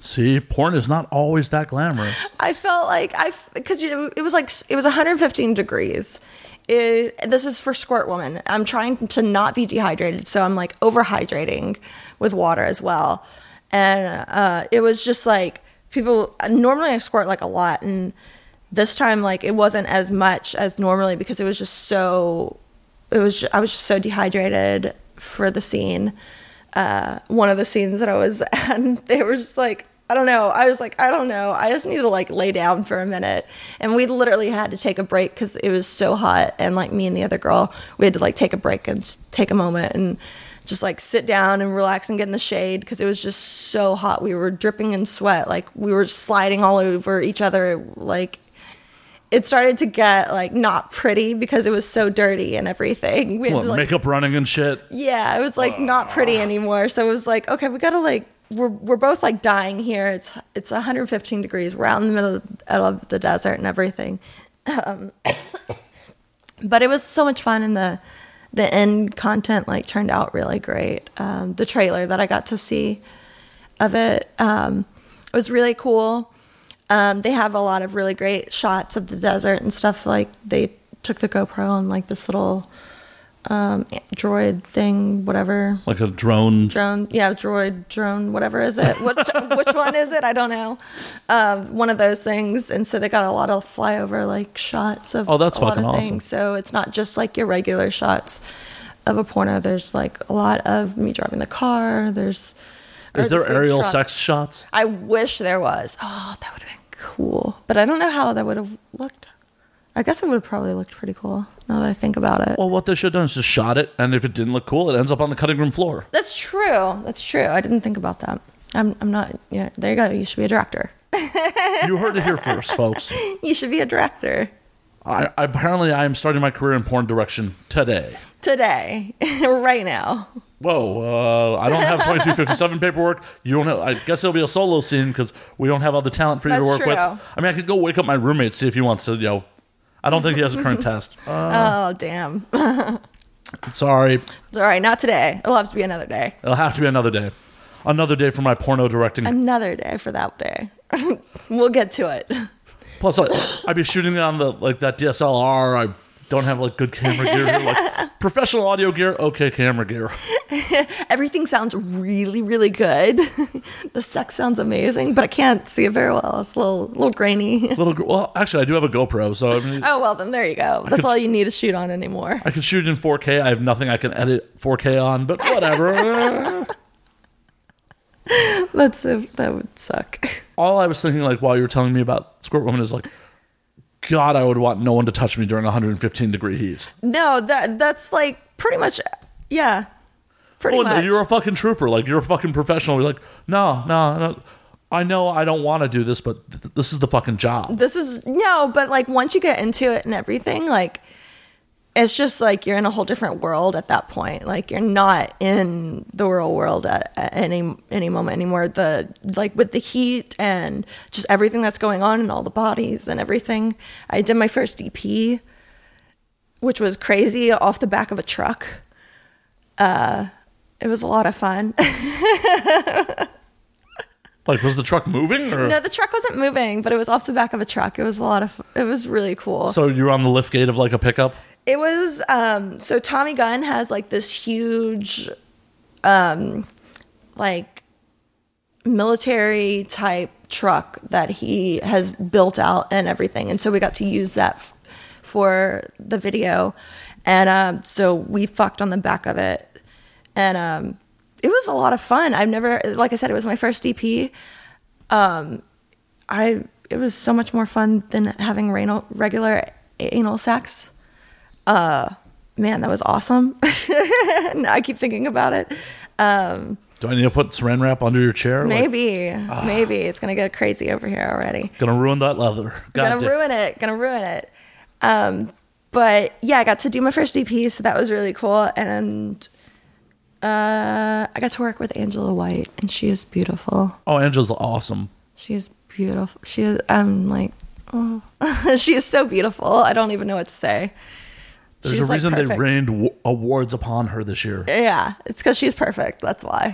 [SPEAKER 1] see, porn is not always that glamorous.
[SPEAKER 3] I felt like I because it was like it was 115 degrees. It, this is for squirt woman. I'm trying to not be dehydrated, so I'm like overhydrating with water as well. And uh, it was just like people uh, normally I squirt like a lot, and this time like it wasn't as much as normally because it was just so it was ju- I was just so dehydrated for the scene. Uh, one of the scenes that I was at, they were just like, I don't know. I was like, I don't know. I just need to like lay down for a minute. And we literally had to take a break because it was so hot. And like me and the other girl, we had to like take a break and s- take a moment and just like sit down and relax and get in the shade because it was just so hot. We were dripping in sweat. Like we were sliding all over each other. Like it started to get like not pretty because it was so dirty and everything. We had
[SPEAKER 1] What,
[SPEAKER 3] to, like,
[SPEAKER 1] makeup running and shit.
[SPEAKER 3] yeah, it was like not pretty anymore. So it was like, okay, we gotta like we're we're both like dying here. It's it's 115 degrees. We're out in the middle of, of the desert and everything. Um, but it was so much fun, and the the end content like turned out really great. Um, the trailer that I got to see of it um, was really cool. Um, they have a lot of really great shots of the desert and stuff. Like they took the GoPro on like this little droid thing, whatever
[SPEAKER 1] Like a drone.
[SPEAKER 3] drone. Yeah, droid drone, whatever is it? Which which one is it? I don't know. Um, one of those things. And so they got a lot of flyover like shots of
[SPEAKER 1] Oh, that's
[SPEAKER 3] a lot
[SPEAKER 1] fucking
[SPEAKER 3] of
[SPEAKER 1] awesome.
[SPEAKER 3] things. So it's not just like your regular shots of a porno. There's like a lot of me driving the car. There's or
[SPEAKER 1] Is there
[SPEAKER 3] this big
[SPEAKER 1] aerial
[SPEAKER 3] truck.
[SPEAKER 1] sex shots?
[SPEAKER 3] I wish there was. Oh, that would have been cool. But I don't know how that would have looked. I guess it would have probably looked pretty cool now that I think about it.
[SPEAKER 1] Well, what they should have done is just shot it, and if it didn't look cool, it ends up on the cutting room floor.
[SPEAKER 3] That's true. That's true. I didn't think about that. I'm, I'm not, yeah, there you go. You should be a director.
[SPEAKER 1] You heard it here first, folks.
[SPEAKER 3] You should be a director
[SPEAKER 1] I, apparently, I am starting my career in porn direction today.
[SPEAKER 3] today, right now.
[SPEAKER 1] Whoa, uh, I don't have 2257 paperwork. You don't have, I guess it'll be a solo scene because we don't have all the talent for you to
[SPEAKER 3] That's
[SPEAKER 1] work with.
[SPEAKER 3] true.
[SPEAKER 1] I mean, I could go wake up my roommate, see if he wants to, you know. I don't think he has a current test. Uh,
[SPEAKER 3] oh, damn.
[SPEAKER 1] sorry.
[SPEAKER 3] It's all right. Not today. It'll have to be another day.
[SPEAKER 1] It'll have to be another day. Another day for my porno directing.
[SPEAKER 3] Another day for that day. we'll get to it.
[SPEAKER 1] Plus, I, I'd be shooting on the like that DSLR. I don't have like good camera gear. Here. Like professional audio gear, okay camera gear.
[SPEAKER 3] Everything sounds really, really good. the sex sounds amazing, but I can't see it very well. It's a little, little grainy.
[SPEAKER 1] Little gr- well, actually, I do have a GoPro, so I mean,
[SPEAKER 3] Oh, well, then there you go. That's
[SPEAKER 1] could-
[SPEAKER 3] all you need to shoot on anymore.
[SPEAKER 1] I can shoot in 4K. I have nothing I can edit 4K on, but whatever.
[SPEAKER 3] That's, a, that would suck.
[SPEAKER 1] All I was thinking, like while you were telling me about Squirt Woman, is like, God, I would want no one to touch me during 115 degree heat.
[SPEAKER 3] No, that that's like pretty much, yeah, pretty
[SPEAKER 1] Oh, no,
[SPEAKER 3] much.
[SPEAKER 1] you're a fucking trooper. Like you're a fucking professional. You're like, no, no, no. I know I don't want to do this, but th- th- this is the fucking job.
[SPEAKER 3] this is no, but like once you get into it and everything, like it's just like you're in a whole different world at that point. Like you're not in the real world at, at any any moment anymore. The like with the heat and just everything that's going on and all the bodies and everything. I did my first EP, which was crazy off the back of a truck. Uh, it was a lot of fun.
[SPEAKER 1] Like, was the truck moving? Or?
[SPEAKER 3] no, the truck wasn't moving, but it was off the back of a truck. It was a lot of. It was really cool.
[SPEAKER 1] so you were on the lift gate of like a pickup?
[SPEAKER 3] It was um so Tommy Gunn has like this huge um like military type truck that he has built out and everything. And so we got to use that f- for the video. And um so we fucked on the back of it. And um it was a lot of fun. I've never like I said it was my first EP. I it was so much more fun than having renal, regular anal sex. Uh, man, that was awesome. And I keep thinking about it.
[SPEAKER 1] Do I need to put saran wrap under your chair? Like,
[SPEAKER 3] Maybe,
[SPEAKER 1] Ah.
[SPEAKER 3] maybe it's gonna get crazy over here already.
[SPEAKER 1] gonna ruin that leather. God
[SPEAKER 3] gonna
[SPEAKER 1] damn.
[SPEAKER 3] ruin it. Gonna ruin it. Um, but yeah, I got to do my first EP, so that was really cool. And uh, I got to work with Angela White, and she is beautiful.
[SPEAKER 1] Oh, Angela's awesome.
[SPEAKER 3] She is beautiful. She is. I'm like, oh, she is so beautiful. I don't even know what to say.
[SPEAKER 1] There's
[SPEAKER 3] She's,
[SPEAKER 1] a
[SPEAKER 3] like,
[SPEAKER 1] reason they
[SPEAKER 3] perfect.
[SPEAKER 1] rained w- awards upon her this year.
[SPEAKER 3] Yeah, it's because she's perfect. That's why.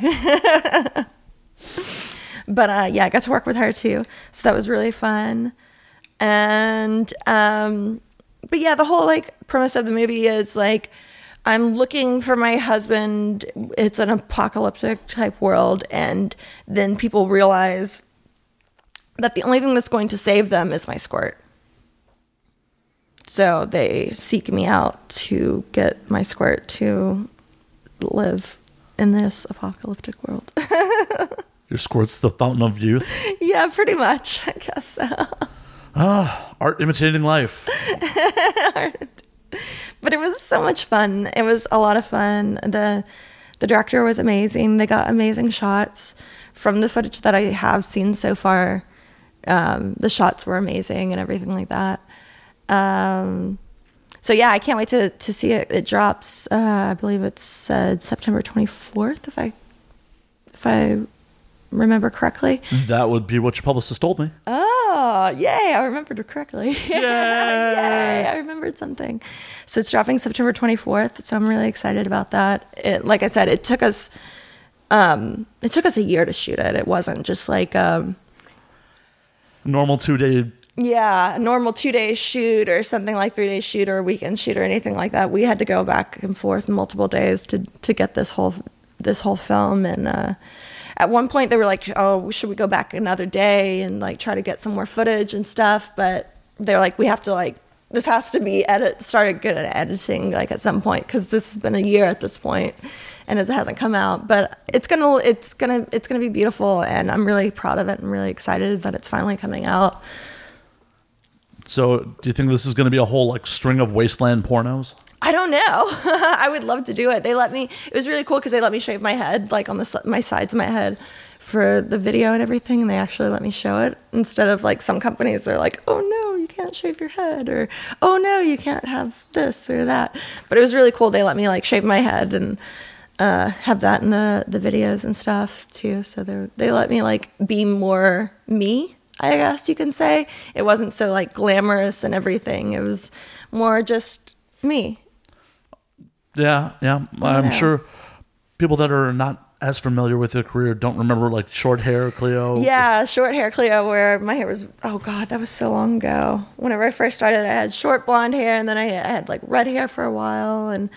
[SPEAKER 3] but uh, yeah, I got to work with her too, so that was really fun. And um, but yeah, the whole like premise of the movie is like I'm looking for my husband. It's an apocalyptic type world, and then people realize that the only thing that's going to save them is my squirt. So they seek me out to get my squirt to live in this apocalyptic world.
[SPEAKER 1] Your squirt's the fountain of youth.
[SPEAKER 3] yeah, pretty much. I guess so.
[SPEAKER 1] Art imitating life.
[SPEAKER 3] But it was so much fun. It was a lot of fun. The the director was amazing. They got amazing shots from the footage that I have seen so far. Um, the shots were amazing and everything like that. Um, so yeah, I can't wait to to see it. It drops. Uh, I believe it's uh, September twenty fourth, if I if I remember correctly.
[SPEAKER 1] That would be what your publicist told me.
[SPEAKER 3] Oh, yay! I remembered it correctly. Yay! I remembered something. So it's dropping September 24th. So I'm really excited about that. It, like I said, it took us, um, it took us a year to shoot it. It wasn't just like, um,
[SPEAKER 1] Normal two day.
[SPEAKER 3] yeah, a normal two day shoot or something like three day shoot or a weekend shoot or anything like that. We had to go back and forth multiple days to to get this whole this whole film. And uh, at one point, they were like, "Oh, should we go back another day and like try to get some more footage and stuff?" But they're like, "We have to like this has to be edit started good at editing like at some point because this has been a year at this point and it hasn't come out but it's gonna it's gonna it's gonna be beautiful and i'm really proud of it and really excited that it's finally coming out
[SPEAKER 1] So, do you think this is going to be a whole like string of wasteland pornos?
[SPEAKER 3] I don't know. I would love to do it. They let me. It was really cool because they let me shave my head, like on the si- my sides of my head, for the video and everything. And they actually let me show it instead of like some companies. They're like, "Oh no, you can't shave your head," or "Oh no, you can't have this or that." But it was really cool. They let me like shave my head and uh, have that in the the videos and stuff too. So they they let me like be more me. I guess you can say it wasn't so like glamorous and everything. It was more just me
[SPEAKER 1] Yeah, yeah. I'm
[SPEAKER 3] know.
[SPEAKER 1] sure people that are not as familiar with your career don't remember like short hair, Cleo.
[SPEAKER 3] Yeah, short hair Cleo, where my hair was, oh God, that was so long ago. Whenever I first started, I had short blonde hair and then I I had like red hair for a while. And,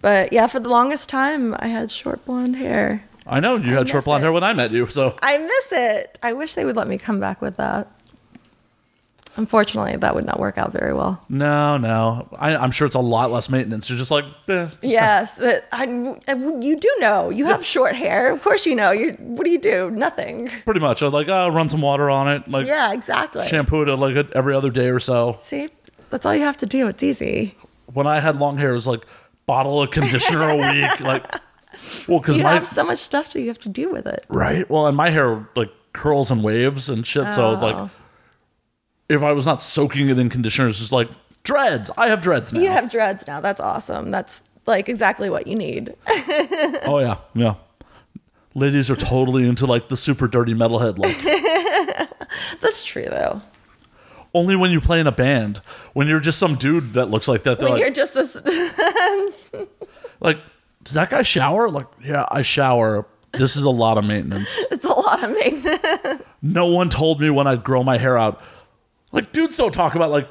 [SPEAKER 3] but yeah, for the longest time, I had short blonde hair.
[SPEAKER 1] I know you had short
[SPEAKER 3] miss
[SPEAKER 1] blonde
[SPEAKER 3] it.
[SPEAKER 1] hair when I met you. So,
[SPEAKER 3] I miss it. I wish they would let me come back with that. Unfortunately, that would not work out very well.
[SPEAKER 1] no, no. I, I'm sure it's a lot less maintenance. You're just like, eh,
[SPEAKER 3] Yes, it- I, I- you do know. You have short hair. Of course you know. You What do you do? Nothing.
[SPEAKER 1] pretty much. I was like, oh, run some water on it. Like,
[SPEAKER 3] Yeah, exactly.
[SPEAKER 1] shampoo it like every other day or so.
[SPEAKER 3] See, that's all you have to do. It's easy.
[SPEAKER 1] When I had long hair, it was like bottle of conditioner a week. Like, well, because
[SPEAKER 3] You
[SPEAKER 1] my
[SPEAKER 3] have so much stuff that you have to do with it.
[SPEAKER 1] right. Well, and my hair like curls
[SPEAKER 3] Oh.
[SPEAKER 1] and waves and shit. So like, if I was not soaking it in conditioner, it's just like Dreads. I have dreads now.
[SPEAKER 3] You have dreads now. That's awesome. That's like exactly what you need.
[SPEAKER 1] Oh yeah, yeah. Ladies are totally into like the super dirty metalhead look.
[SPEAKER 3] That's true though.
[SPEAKER 1] Only when you play in a band. When you're just some dude that looks like that, they're
[SPEAKER 3] When
[SPEAKER 1] like,
[SPEAKER 3] you're just as
[SPEAKER 1] like, does that guy shower? Like, yeah, I shower. This is a lot of maintenance.
[SPEAKER 3] it's a lot of maintenance.
[SPEAKER 1] No one told me when I'd grow my hair out. Like, dudes don't talk about like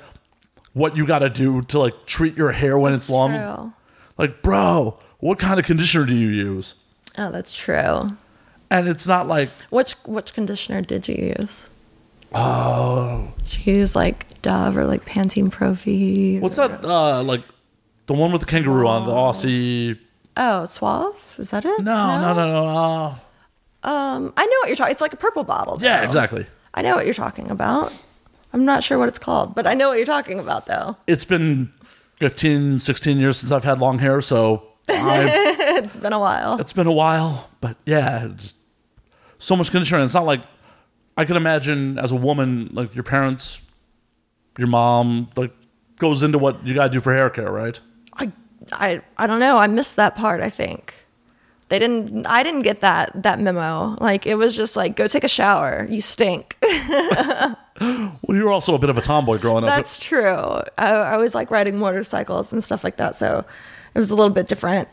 [SPEAKER 1] what you got to do to like treat your hair when it's long.
[SPEAKER 3] True.
[SPEAKER 1] Like, bro, what kind of conditioner do you use?
[SPEAKER 3] Oh, that's true.
[SPEAKER 1] And it's not like
[SPEAKER 3] Which which conditioner did you use? Oh. Did you use like Dove or like Pantene Pro-V?
[SPEAKER 1] what's that? Uh, like the one with the kangaroo on the Aussie.
[SPEAKER 3] Oh, Suave? Is that it?
[SPEAKER 1] No, no, no, no. Uh,
[SPEAKER 3] Um, I know what you're talking. It's like a purple bottle.
[SPEAKER 1] yeah,
[SPEAKER 3] though.
[SPEAKER 1] exactly.
[SPEAKER 3] I know what you're talking about. I'm not sure what it's called, but I know what you're talking about though.
[SPEAKER 1] It's been 15, 16 years since I've had long hair, so i
[SPEAKER 3] It's been a while.
[SPEAKER 1] it's been a while. But yeah, it's so much conditioner. It's not like I can imagine as a woman, like your parents, your mom, like goes into what you gotta do for hair care, right?
[SPEAKER 3] I, I, I don't know. I missed that part. I think they didn't. I didn't get that that memo. Like it was just like go take a shower. You stink.
[SPEAKER 1] Well, you were also a bit of a tomboy growing up.
[SPEAKER 3] That's true. I, I was like riding motorcycles and stuff like that, so it was a little bit different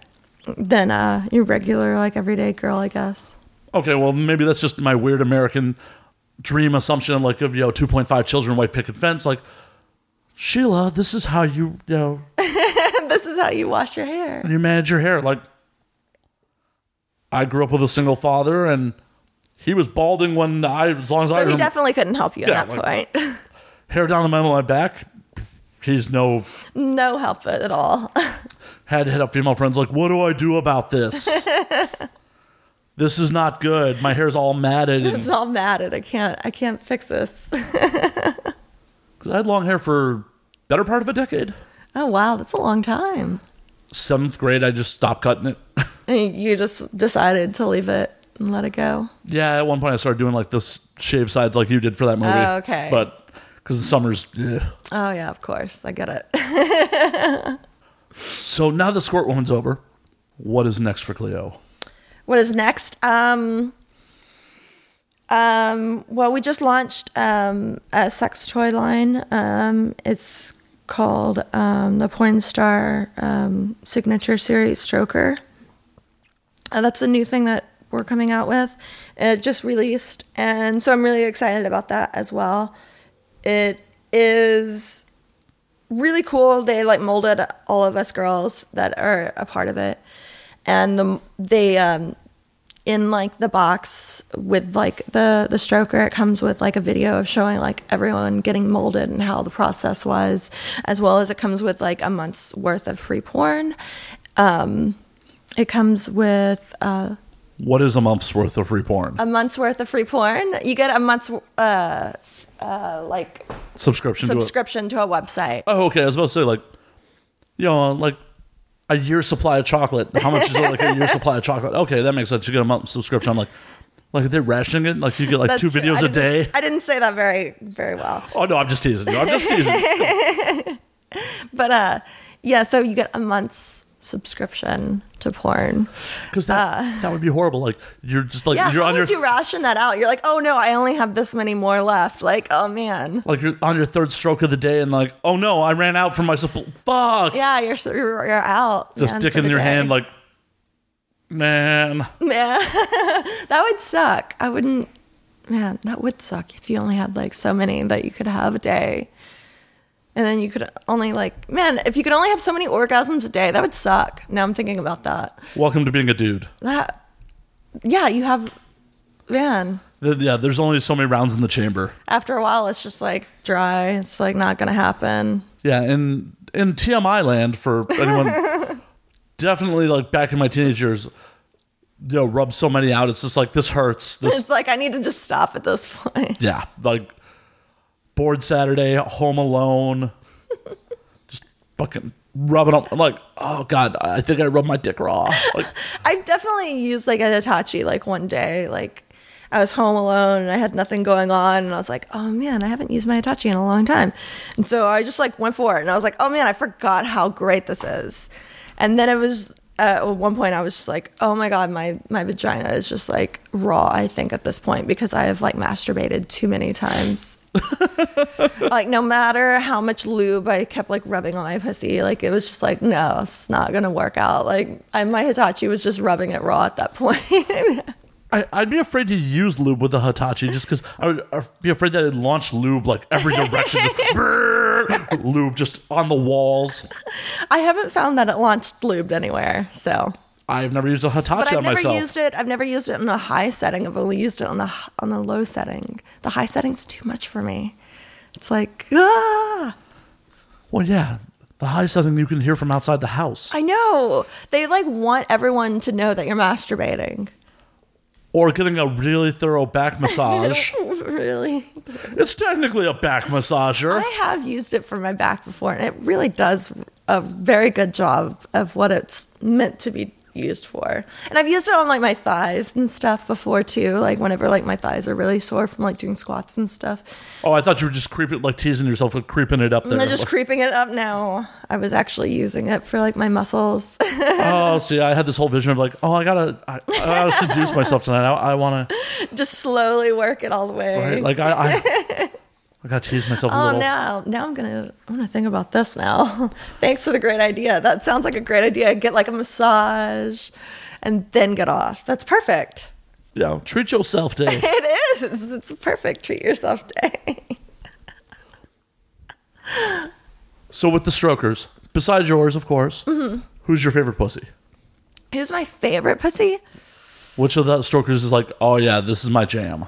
[SPEAKER 3] than uh, your regular like everyday girl, I guess.
[SPEAKER 1] Okay, well, maybe that's just my weird American dream assumption, like of you know, two point five children, white picket fence. Like Sheila, this is how you you know
[SPEAKER 3] this is how you wash your hair.
[SPEAKER 1] you manage your hair. Like I grew up with a single father, and he was balding when I, as long as I
[SPEAKER 3] So he
[SPEAKER 1] remember,
[SPEAKER 3] definitely couldn't help you at
[SPEAKER 1] Um, Yeah,
[SPEAKER 3] that
[SPEAKER 1] like-
[SPEAKER 3] point.
[SPEAKER 1] hair down the middle of my back. He's no
[SPEAKER 3] no help at all.
[SPEAKER 1] had to hit up female friends like, what do I do about this? this is not good. My hair's all matted. and-
[SPEAKER 3] it's all matted. I can't. I can't fix this.
[SPEAKER 1] 'cause I had long hair for better part of a decade.
[SPEAKER 3] Oh wow, that's a long time.
[SPEAKER 1] seventh grade, I just stopped cutting it.
[SPEAKER 3] And You just decided to leave it and let it go.
[SPEAKER 1] yeah, at one point I started doing like this shave sides like you did for that movie.
[SPEAKER 3] Oh, okay.
[SPEAKER 1] But because the summer's. ugh.
[SPEAKER 3] Oh yeah, of course, I get it.
[SPEAKER 1] So now the squirt woman's over. What is next for Cleo?
[SPEAKER 3] what is next? Um, um, well, we just launched um, a sex toy line. Um, it's called um, the Pornstar um, Signature Series Stroker. Uh, that's a new thing that we're coming out with. It just released, and so I'm really excited about that as well. It is really cool. They like molded all of us girls that are a part of it, and the, they um, in like the box with like the the stroker. It comes with like a video of showing like everyone getting molded and how the process was, as well as it comes with like a month's worth of free porn. Um, it comes with uh,
[SPEAKER 1] What is a month's worth of free porn?
[SPEAKER 3] a month's worth of free porn. You get a month's uh, s- uh, like
[SPEAKER 1] Subscription to it.
[SPEAKER 3] subscription to a website.
[SPEAKER 1] Oh, okay. I was about to say, like, you know, like a year's supply of chocolate. How much is it like a year's supply of chocolate? Okay, that makes sense. You get a month subscription. I'm like, like, are they rationing it? Like, you get like
[SPEAKER 3] That's
[SPEAKER 1] two
[SPEAKER 3] true.
[SPEAKER 1] videos
[SPEAKER 3] I
[SPEAKER 1] a
[SPEAKER 3] didn't-
[SPEAKER 1] day?
[SPEAKER 3] I didn't say that very very well.
[SPEAKER 1] Oh, no, I'm just teasing you. I'm just teasing you.
[SPEAKER 3] But uh yeah, so you get a month's subscription to porn.
[SPEAKER 1] Because that, that would be horrible. Like you're just like
[SPEAKER 3] Yeah,
[SPEAKER 1] you're
[SPEAKER 3] how
[SPEAKER 1] on your
[SPEAKER 3] would you ration that out? You're like, oh no, I only have this many more left. Like, oh man.
[SPEAKER 1] like you're on your third stroke of the day, and like, oh no, I ran out from my supply. Fuck.
[SPEAKER 3] Yeah, you're s- you're, you're out.
[SPEAKER 1] just
[SPEAKER 3] man,
[SPEAKER 1] dick
[SPEAKER 3] for
[SPEAKER 1] in
[SPEAKER 3] the
[SPEAKER 1] your
[SPEAKER 3] day.
[SPEAKER 1] hand, like, man.
[SPEAKER 3] man, that would suck. I wouldn't. Man, that would suck if you only had like so many that you could have a day, and then you could only like man, if you could only have so many orgasms a day, that would suck. Now I'm thinking about that.
[SPEAKER 1] Welcome to being a dude.
[SPEAKER 3] That, yeah, you have, man.
[SPEAKER 1] Th- Yeah, there's only so many rounds in the chamber.
[SPEAKER 3] after a while it's just like dry it's like not gonna happen
[SPEAKER 1] Yeah, in in TMI land for anyone, definitely like back in my teenage years, you know, rub so many out. It's just like this hurts. This
[SPEAKER 3] it's like i need to just stop at this point
[SPEAKER 1] yeah, like bored Saturday, home alone, just fucking rubbing up. I'm like, oh god, I think I rubbed my dick raw. Like,
[SPEAKER 3] i've definitely used like a hitachi like one day like I was home alone and I had nothing going on. And I was like, oh man, I haven't used my Hitachi in a long time. And so I just like went for it. And I was like, oh man, I forgot how great this is. And then it was at one point I was just like, oh my god, my my vagina is just like raw. I think at this point because I have like masturbated too many times. like no matter how much lube I kept like rubbing on my pussy, like it was just like no, it's not gonna work out. Like I, my Hitachi was just rubbing it raw at that point.
[SPEAKER 1] I, I'd be afraid to use lube with the Hitachi just because I would I'd be afraid that it'd launch lube like every direction. Just brrr, lube just on the walls.
[SPEAKER 3] I haven't found that it launched lubed anywhere, so.
[SPEAKER 1] I've never used a Hitachi
[SPEAKER 3] But I've
[SPEAKER 1] on
[SPEAKER 3] never
[SPEAKER 1] myself.
[SPEAKER 3] used it. I've never used it on a high setting. I've only used it on the h- on the low setting. The high setting's too much for me. It's like ah,
[SPEAKER 1] well, yeah. The high is something you can hear from outside the house.
[SPEAKER 3] I know they like want everyone to know that you're masturbating.
[SPEAKER 1] or getting a really thorough back massage.
[SPEAKER 3] really,
[SPEAKER 1] it's technically a back massager.
[SPEAKER 3] I have used it for my back before, and it really does a very good job of what it's meant to be used for. And I've used it on like my thighs and stuff before too. Like whenever like my thighs are really sore from like doing squats and stuff.
[SPEAKER 1] oh, I thought you were just creeping, like teasing yourself, like creeping it up there.
[SPEAKER 3] I'm just creeping it up now. I was actually using it for like my muscles.
[SPEAKER 1] oh, see, I had this whole vision of like, oh, I gotta, I, I gotta seduce myself tonight. I, I wanna,
[SPEAKER 3] just slowly work it all the way.
[SPEAKER 1] right? Like, I, I, I gotta tease myself a
[SPEAKER 3] oh,
[SPEAKER 1] little.
[SPEAKER 3] now now I'm gonna I'm gonna think about this now. Thanks for the great idea. That sounds like a great idea. Get like a massage, and then get off. That's perfect.
[SPEAKER 1] Yeah, treat yourself, Dave.
[SPEAKER 3] It is. It's a perfect treat yourself day.
[SPEAKER 1] so with the strokers, besides yours, of course, who's your favorite pussy?
[SPEAKER 3] Who's my favorite pussy?
[SPEAKER 1] Which of the strokers is like, oh yeah, this is my jam?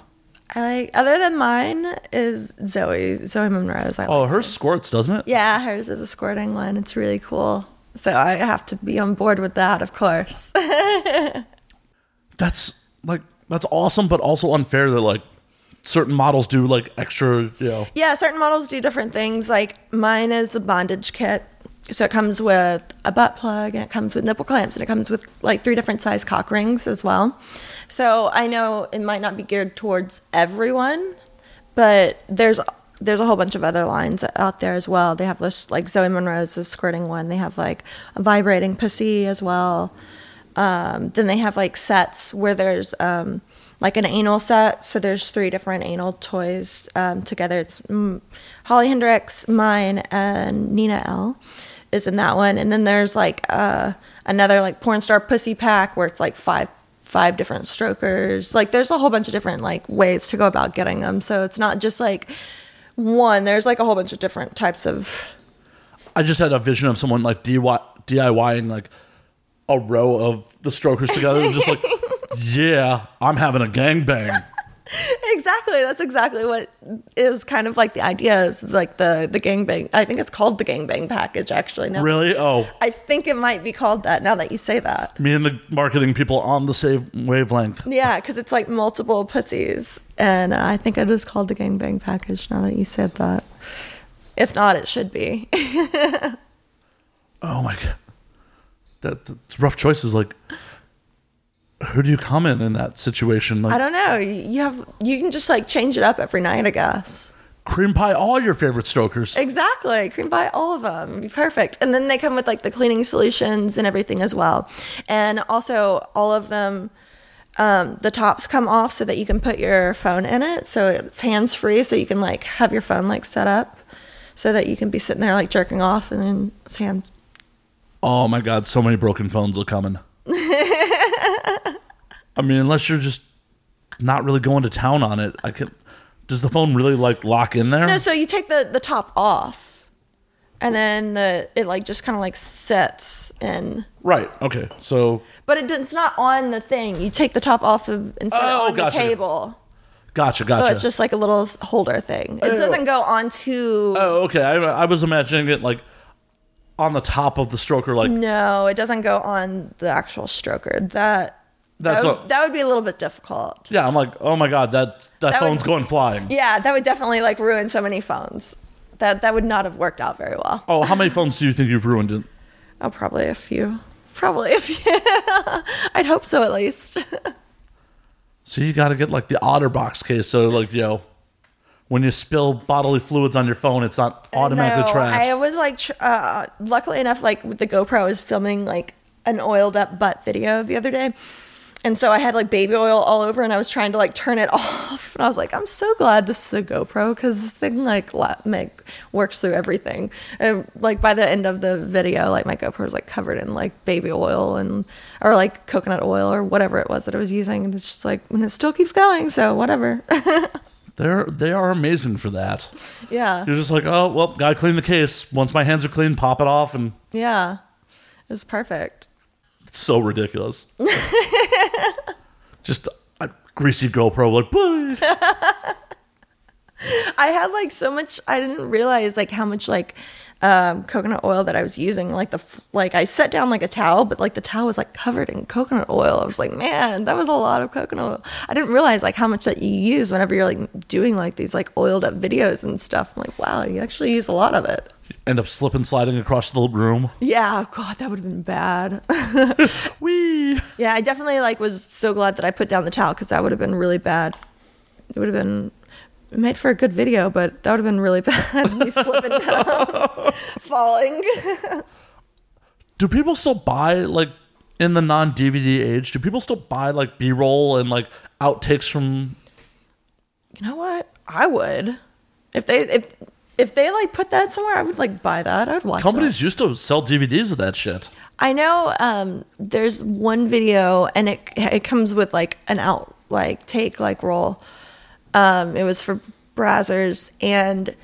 [SPEAKER 3] I like other than mine is Zoe Zoe Monroe's. I like.
[SPEAKER 1] Oh, hers squirts, doesn't it?
[SPEAKER 3] Yeah, hers is a squirting one. It's really cool. So I have to be on board with that, of course.
[SPEAKER 1] That's like that's awesome, but also unfair that like certain models do like extra, you know.
[SPEAKER 3] yeah, certain models do different things. Like mine is the bondage kit. So it comes with a butt plug and it comes with nipple clamps and it comes with like three different size cock rings as well. So I know it might not be geared towards everyone, but there's there's a whole bunch of other lines out there as well. They have this like Zoe Monroe's the squirting one. They have like a vibrating pussy as well. Um, then they have like sets where there's um, like an anal set. So there's three different anal toys um, together. It's mm, Holly Hendricks, mine, and Nina L is in that one. And then there's like uh, another like porn star pussy pack where it's like five five different strokers. Like there's a whole bunch of different like ways to go about getting them. So it's not just like one. There's like a whole bunch of different types of
[SPEAKER 1] I just had a vision of someone like DIY DIYing like a row of the strokers together and just like, yeah, I'm having a gangbang.
[SPEAKER 3] exactly that's exactly what is kind of like the idea is like the the gangbang i think it's called the gangbang package actually now
[SPEAKER 1] Really? Oh,
[SPEAKER 3] i think it might be called that now that you say that
[SPEAKER 1] me and the marketing people on the same wavelength.
[SPEAKER 3] yeah because it's like multiple pussies and i think it is called the gangbang package now that you said that if not it should be
[SPEAKER 1] Oh my god, that, that's rough choices. Like, who do you come in in that situation?
[SPEAKER 3] i
[SPEAKER 1] Like,
[SPEAKER 3] don't know you you have you can just like change it up every night i guess
[SPEAKER 1] cream pie all your favorite strokers.
[SPEAKER 3] Exactly. Cream pie, all of them. It'd Be perfect. And then they come with like the cleaning solutions and everything as well. And also, all of them, um, the tops come off so that you can put your phone in it. So it's hands free. So you can like have your phone like set up so that you can be sitting there like jerking off and then it's hand.
[SPEAKER 1] Oh my god, so many broken phones are coming. I mean, unless you're just not really going to town on it, I can. Does the phone really like lock in there?
[SPEAKER 3] No, so you take the, the top off and then the it like just kind of like sets in.
[SPEAKER 1] right. Okay. So
[SPEAKER 3] But it, it's not on the thing. You take the top off of and set it
[SPEAKER 1] Oh,
[SPEAKER 3] on
[SPEAKER 1] gotcha.
[SPEAKER 3] the table.
[SPEAKER 1] gotcha, gotcha.
[SPEAKER 3] So it's just like a little s- holder thing. It doesn't go onto.
[SPEAKER 1] oh, okay. I, I was imagining it like on the top of the stroker.
[SPEAKER 3] Mm.
[SPEAKER 1] Like
[SPEAKER 3] No, it doesn't go on the actual stroker. That
[SPEAKER 1] that's
[SPEAKER 3] that, would,
[SPEAKER 1] a,
[SPEAKER 3] that would be a little bit difficult.
[SPEAKER 1] yeah. I'm like, oh my god, that that,
[SPEAKER 3] That would-
[SPEAKER 1] phone's going flying.
[SPEAKER 3] Yeah, that would definitely like ruin so many phones. That that would not have worked out very well.
[SPEAKER 1] Oh, how many phones do you think you've ruined? In,
[SPEAKER 3] Oh, probably a few. Probably a few. I'd hope so at least.
[SPEAKER 1] So you got to get like the OtterBox case. So like you know, when you spill bodily fluids on your phone, it's not automatically
[SPEAKER 3] No,
[SPEAKER 1] trashed.
[SPEAKER 3] I was like, tr- uh, luckily enough, like with the GoPro, I was filming like an oiled up butt video the other day. And so I had like baby oil all over and I was trying to like turn it off. And I was like, I'm so glad this is a GoPro because this thing like la- make, works through everything. And like by the end of the video, like my GoPro was like covered in like baby oil and or like coconut oil or whatever it was that I was using. And it's just like, and it still keeps going. So whatever.
[SPEAKER 1] They're they are amazing for that.
[SPEAKER 3] yeah.
[SPEAKER 1] You're just like, oh well, gotta clean the case. Once my hands are clean, pop it off, and
[SPEAKER 3] Yeah. It was perfect.
[SPEAKER 1] it's so ridiculous. just a greasy GoPro, like, "Bwah."
[SPEAKER 3] I had like so much. I didn't realize like how much like um, coconut oil that I was using. Like the f- like I set down like a towel, but like the towel was like covered in coconut oil. I was like, man, that was a lot of coconut oil. I didn't realize like how much that you use whenever you're like doing like these like oiled up videos and stuff. I'm like, wow, you actually use a lot of it.
[SPEAKER 1] end up slip and sliding across the room.
[SPEAKER 3] Yeah, God, that would have been bad.
[SPEAKER 1] Wee.
[SPEAKER 3] yeah, I definitely like was so glad that I put down the towel because that would have been really bad. It would have been it made for a good video, but that would have been really bad. Me slipping down, falling.
[SPEAKER 1] Do people still buy like in the non DVD age? Do people still buy like B roll and like outtakes from?
[SPEAKER 3] You know what? I would if they if if they like put that somewhere, I would like buy that. I would watch. that.
[SPEAKER 1] Companies used to sell DVDs of that shit.
[SPEAKER 3] I know um, there's one video and it it comes with like an out like take like roll. Um, it was for Brazzers and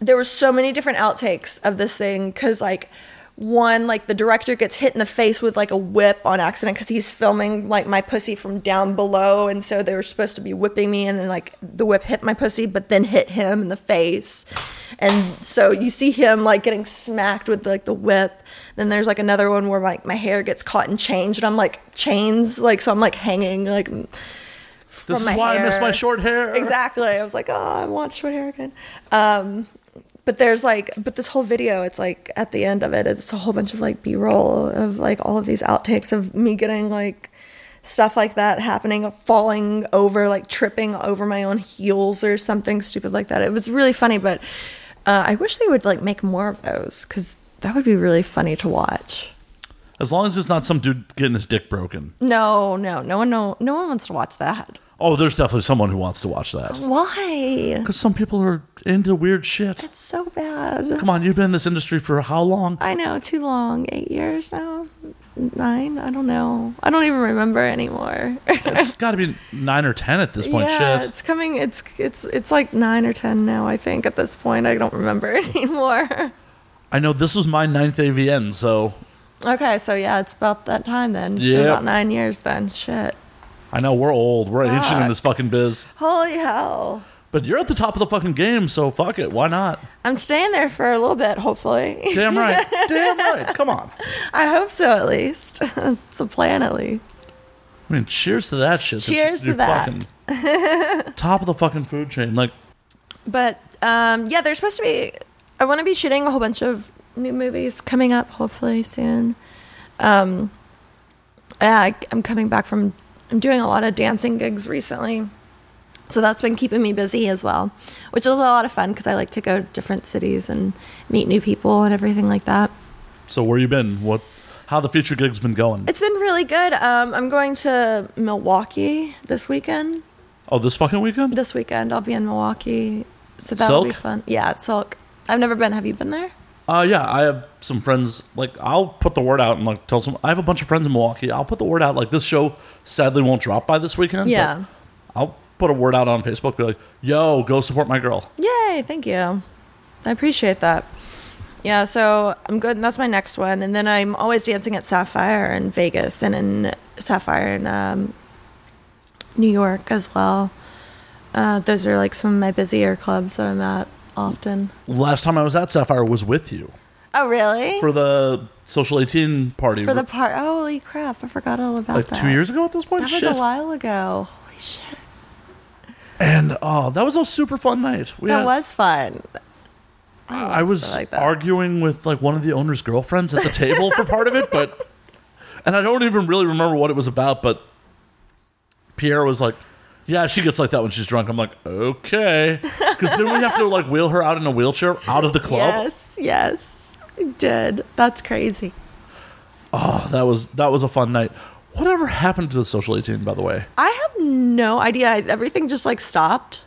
[SPEAKER 3] there were so many different outtakes of this thing because like one like the director gets hit in the face with like a whip on accident because he's filming like my pussy from down below and so they were supposed to be whipping me and then like the whip hit my pussy but then hit him in the face and so you see him like getting smacked with like the whip then there's like another one where like my hair gets caught in chains and i'm like chains like so i'm like hanging like this
[SPEAKER 1] This is why I miss my short hair.
[SPEAKER 3] Exactly. I was like, oh, I want short hair again. Um, but there's like, but this whole video, it's like at the end of it, it's a whole bunch of like B roll of like all of these outtakes of me getting like stuff like that happening, falling over, like tripping over my own heels or something stupid like that. It was really funny, but uh, I wish they would like make more of those because that would be really funny to watch.
[SPEAKER 1] As long as it's not some dude getting his dick broken.
[SPEAKER 3] No, no, no one, no, no one wants to watch that.
[SPEAKER 1] Oh, there's definitely someone who wants to watch that.
[SPEAKER 3] Why?
[SPEAKER 1] Because some people are into weird shit.
[SPEAKER 3] It's so bad.
[SPEAKER 1] Come on, you've been in this industry for how long?
[SPEAKER 3] I know, too long. Eight years now? Nine? I don't know. I don't even remember anymore.
[SPEAKER 1] It's got to be nine or ten at this point.
[SPEAKER 3] yeah,
[SPEAKER 1] shit.
[SPEAKER 3] it's coming. It's it's it's like nine or ten now. I think at this point, I don't remember anymore.
[SPEAKER 1] I know this was my ninth AVN, so
[SPEAKER 3] okay, so yeah, it's about that time then. It's been
[SPEAKER 1] Yep.
[SPEAKER 3] about nine years then. Shit.
[SPEAKER 1] I know we're old. We're ancient in
[SPEAKER 3] Fuck.
[SPEAKER 1] this fucking biz.
[SPEAKER 3] Holy hell!
[SPEAKER 1] But you're at the top of the fucking game, so fuck it. Why not?
[SPEAKER 3] I'm staying there for a little bit, hopefully.
[SPEAKER 1] Damn right. Damn right. Come on.
[SPEAKER 3] I hope so, at least. it's a plan, at least.
[SPEAKER 1] I mean, cheers to that shit. you-
[SPEAKER 3] Cheers to
[SPEAKER 1] you're
[SPEAKER 3] that.
[SPEAKER 1] fucking top of the fucking food chain. Like,
[SPEAKER 3] But um, yeah, they're supposed to be. I want to be shooting a whole bunch of new movies coming up, hopefully soon. Um, yeah, I, I'm coming back from. I'm doing a lot of dancing gigs recently, so that's been keeping me busy as well, which is a lot of fun because I like to go to different cities and meet new people and everything like that.
[SPEAKER 1] so where you been? What? How the feature gig's been going?
[SPEAKER 3] It's been really good. Um, I'm going to Milwaukee this weekend.
[SPEAKER 1] Oh, this fucking weekend?
[SPEAKER 3] This weekend I'll be in Milwaukee, so that'll be
[SPEAKER 1] Silk?
[SPEAKER 3] fun. Yeah, it's Silk. I've never been. Have you been there?
[SPEAKER 1] Uh, yeah, I have some friends. Like, I'll put the word out and like tell some. I have a bunch of friends in Milwaukee. I'll put the word out. Like, this show sadly won't drop by this weekend. but
[SPEAKER 3] Yeah.
[SPEAKER 1] I'll put a word out on Facebook. Be like, yo, go support my girl.
[SPEAKER 3] Yay, thank you. I appreciate that. Yeah, so I'm good. And that's my next one. And then I'm always dancing at Sapphire in Vegas and in Sapphire in um, New York as well. Uh, those are like some of my busier clubs that I'm at often.
[SPEAKER 1] Last time I was at Sapphire was with you
[SPEAKER 3] Oh, really? For,
[SPEAKER 1] for the social eighteen party.
[SPEAKER 3] the part. Holy crap, I forgot all about
[SPEAKER 1] like
[SPEAKER 3] that.
[SPEAKER 1] two years ago at this point.
[SPEAKER 3] That was
[SPEAKER 1] Shit.
[SPEAKER 3] a while ago. Holy shit.
[SPEAKER 1] And oh, that was a super fun night. We
[SPEAKER 3] That
[SPEAKER 1] had-
[SPEAKER 3] was fun.
[SPEAKER 1] I
[SPEAKER 3] love
[SPEAKER 1] was
[SPEAKER 3] stuff like that.
[SPEAKER 1] arguing with like one of the owner's girlfriends at the table for part of it, but and I don't even really remember what it was about, but Pierre was like, "Yeah, she gets like that when she's drunk." I'm like, "Okay," because then we have to like wheel her out in a wheelchair out of the club.
[SPEAKER 3] Yes, yes, I did. That's crazy.
[SPEAKER 1] Oh, that was that was a fun night. Whatever happened to the social 18, by the way?
[SPEAKER 3] I have no idea. I, everything just like stopped.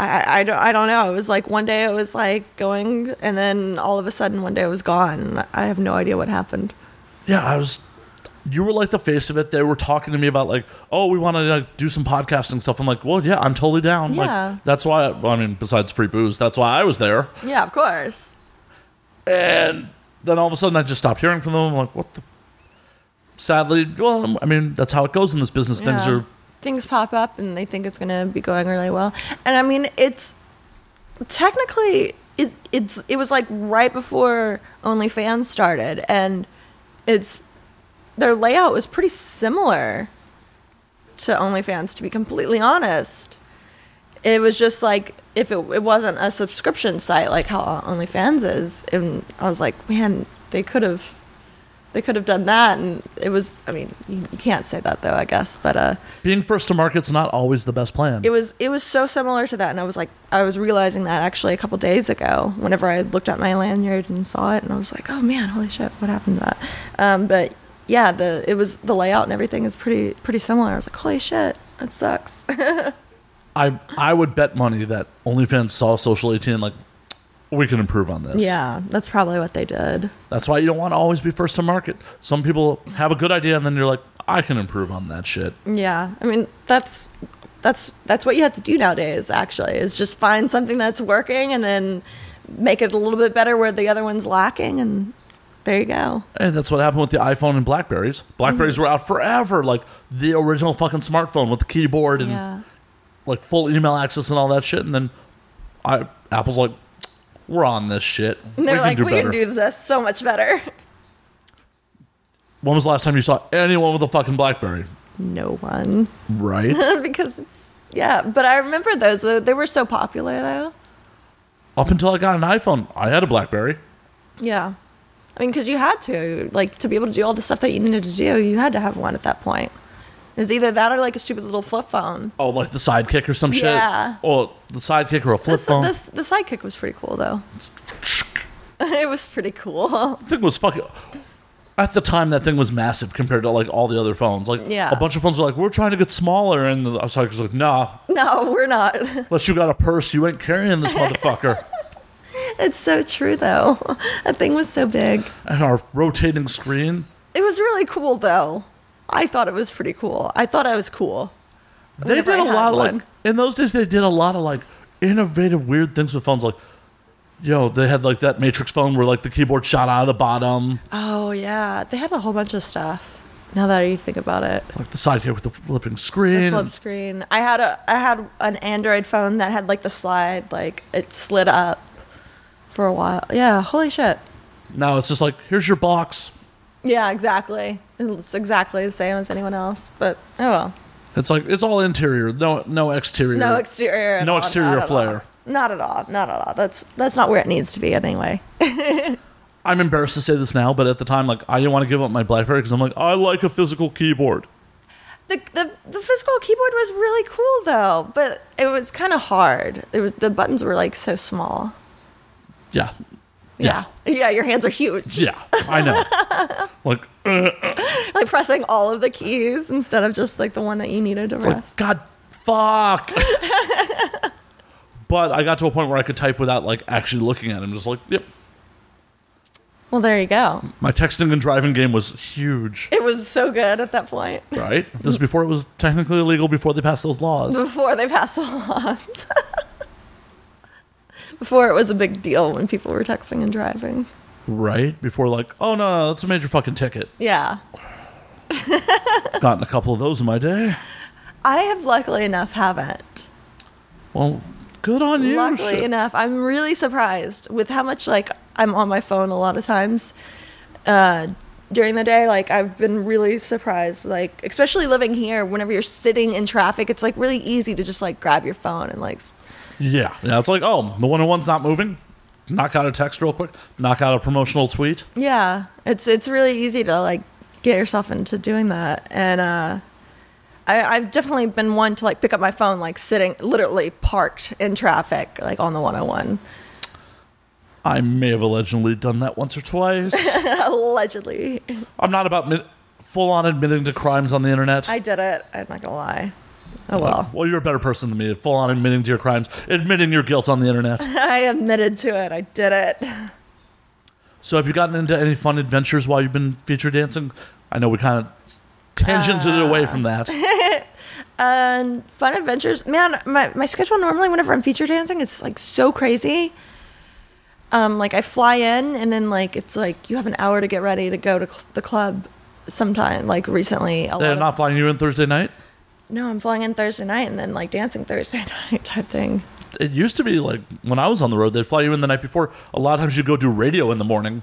[SPEAKER 3] I, I, I don't I don't know. It was like one day it was like going, and then all of a sudden one day it was gone. I have no idea what happened.
[SPEAKER 1] Yeah, I was. You were like the face of it. They were talking to me about like, oh, we want to like, do some podcasting stuff. I'm like, well, yeah, I'm totally down.
[SPEAKER 3] Yeah.
[SPEAKER 1] Like that's why. Well, I mean, besides free booze, that's why I was there.
[SPEAKER 3] Yeah, of course.
[SPEAKER 1] And then all of a sudden, I just stopped hearing from them. I'm like, what the? Sadly, well, I mean, that's how it goes in this business. Things
[SPEAKER 3] Yeah.
[SPEAKER 1] are
[SPEAKER 3] things pop up and they think it's going to be going really well and i mean it's technically it, it's it was like right before onlyfans started and it's their layout was pretty similar to onlyfans to be completely honest it was just like if it, it wasn't a subscription site like how onlyfans is and i was like man they could have they could have done that and it was i mean you, you can't say that though i guess but uh
[SPEAKER 1] being first to market's not always the best plan.
[SPEAKER 3] it was it was so similar to that and i was like i was realizing that actually a couple days ago whenever i looked at my lanyard and saw it and i was like oh man holy shit what happened to that um, but yeah the it was the layout and everything is pretty pretty similar i was like holy shit that sucks
[SPEAKER 1] I I would bet money that OnlyFans saw social 18 and like, we can improve on this.
[SPEAKER 3] yeah that's probably what they did
[SPEAKER 1] That's why you don't want to always be first to market. Some people have a good idea and then you're like, I can improve on that shit.
[SPEAKER 3] yeah i mean that's that's that's what you have to do nowadays actually is just find something that's working and then make it a little bit better where the other one's lacking and there you go
[SPEAKER 1] And that's what happened with the iPhone and Blackberries. Blackberries
[SPEAKER 3] Mm-hmm.
[SPEAKER 1] were out forever, like the original fucking smartphone with the keyboard and
[SPEAKER 3] yeah
[SPEAKER 1] like full email access and all that shit. And then I Apple's like, we're on this shit. we
[SPEAKER 3] And they're
[SPEAKER 1] can
[SPEAKER 3] like,
[SPEAKER 1] do
[SPEAKER 3] we
[SPEAKER 1] better.
[SPEAKER 3] can do this so much better.
[SPEAKER 1] when was the last time you saw anyone with a fucking Blackberry?
[SPEAKER 3] No one.
[SPEAKER 1] Right?
[SPEAKER 3] because it's, yeah. But I remember those. though. They were so popular, though.
[SPEAKER 1] Up until I got an iPhone, I had a Blackberry.
[SPEAKER 3] Yeah. I mean, because you had to, like, to be able to do all the stuff that you needed to do, you had to have one at that point. It was either that or, like, a stupid little flip phone.
[SPEAKER 1] Oh, like the sidekick or some shit.
[SPEAKER 3] Yeah.
[SPEAKER 1] Or the sidekick or a flip
[SPEAKER 3] This,
[SPEAKER 1] phone.
[SPEAKER 3] this, the sidekick was pretty cool, though. it was pretty cool.
[SPEAKER 1] thing was fucking. At the time, that thing was massive compared to like all the other phones. Like,
[SPEAKER 3] Yeah.
[SPEAKER 1] a bunch of phones were like, "We're trying to get smaller," and the sidekick was like, "Nah,
[SPEAKER 3] No, we're not.
[SPEAKER 1] unless you got a purse, you ain't carrying this motherfucker."
[SPEAKER 3] it's so true, though. that thing was so big.
[SPEAKER 1] and our rotating screen.
[SPEAKER 3] It was really cool, though. I thought it was pretty cool. I thought I was cool.
[SPEAKER 1] They
[SPEAKER 3] Whenever
[SPEAKER 1] did a
[SPEAKER 3] I had
[SPEAKER 1] lot of
[SPEAKER 3] one.
[SPEAKER 1] like in those days. They did a lot of like innovative, weird things with phones. Like, yo, they had like that Matrix phone where like the keyboard shot out of the bottom,
[SPEAKER 3] Oh yeah, they had a whole bunch of stuff. Now that you think about it,
[SPEAKER 1] like the sidekick with the flipping screen.
[SPEAKER 3] flip screen. I had a I had an Android phone that had like the slide, like it slid up for a while. Yeah, holy shit.
[SPEAKER 1] now it's just like, here's your box.
[SPEAKER 3] Yeah, exactly. It's exactly the same as anyone else, but oh well.
[SPEAKER 1] It's like it's all interior, no no exterior.
[SPEAKER 3] No exterior. at
[SPEAKER 1] No
[SPEAKER 3] all,
[SPEAKER 1] exterior
[SPEAKER 3] not at
[SPEAKER 1] flair.
[SPEAKER 3] all. Not at all. Not at all. That's that's not where it needs to be anyway.
[SPEAKER 1] I'm embarrassed to say this now, but at the time, like I didn't want to give up my BlackBerry because I'm like, I like a physical keyboard.
[SPEAKER 3] The, the, the physical keyboard was really cool though, but it was kind of hard. It was the buttons were like so small.
[SPEAKER 1] Yeah,
[SPEAKER 3] Yeah. Yeah, your hands are huge.
[SPEAKER 1] yeah, I know. like, uh,
[SPEAKER 3] Like pressing all of the keys instead of just like the one that you needed to press.
[SPEAKER 1] like, God, fuck. but I got to a point where I could type without like actually looking at him. Just like, yep.
[SPEAKER 3] well, there you go.
[SPEAKER 1] My texting and driving game was huge,
[SPEAKER 3] It was so good at that point
[SPEAKER 1] right? This is before it was technically illegal. Before they passed those laws.
[SPEAKER 3] before they passed the laws. before it was a big deal when people were texting and driving.
[SPEAKER 1] Right? Before, like, oh no, that's a major fucking ticket.
[SPEAKER 3] Yeah.
[SPEAKER 1] Gotten a couple of those in my day.
[SPEAKER 3] I have luckily enough haven't.
[SPEAKER 1] Well, good on you.
[SPEAKER 3] luckily
[SPEAKER 1] shit.
[SPEAKER 3] enough i'm really surprised with how much like i'm on my phone a lot of times uh, during the day like i've been really surprised like especially living here whenever you're sitting in traffic it's like really easy to just like grab your phone and like s-
[SPEAKER 1] Yeah. Yeah, it's like, oh, the one on one's not moving. Knock out a text real quick. Knock out a promotional tweet.
[SPEAKER 3] yeah it's it's really easy to like get yourself into doing that and uh I, I've definitely been one to like pick up my phone, like sitting literally parked in traffic, like on the 101.
[SPEAKER 1] I may have allegedly done that once or twice.
[SPEAKER 3] Allegedly,
[SPEAKER 1] I'm not about mi- full on admitting to crimes on the internet.
[SPEAKER 3] I did it. I'm not gonna lie. Oh well,
[SPEAKER 1] well, you're a better person than me. Full on admitting to your crimes, admitting your guilt on the internet.
[SPEAKER 3] I admitted to it. I did it.
[SPEAKER 1] So, have you gotten into any fun adventures while you've been feature dancing? I know we kind of tangented it
[SPEAKER 3] Uh.
[SPEAKER 1] away from that.
[SPEAKER 3] And fun adventures, man. My my schedule normally whenever I'm feature dancing, it's like so crazy. Um, like I fly in and then like it's like you have an hour to get ready to go to cl- the club. Sometime like recently, a lot
[SPEAKER 1] They're
[SPEAKER 3] of-
[SPEAKER 1] not flying you in Thursday night.
[SPEAKER 3] no, I'm flying in Thursday night and then like dancing Thursday night type thing.
[SPEAKER 1] It used to be like when I was on the road, they'd fly you in the night before. A lot of times you'd go do radio in the morning.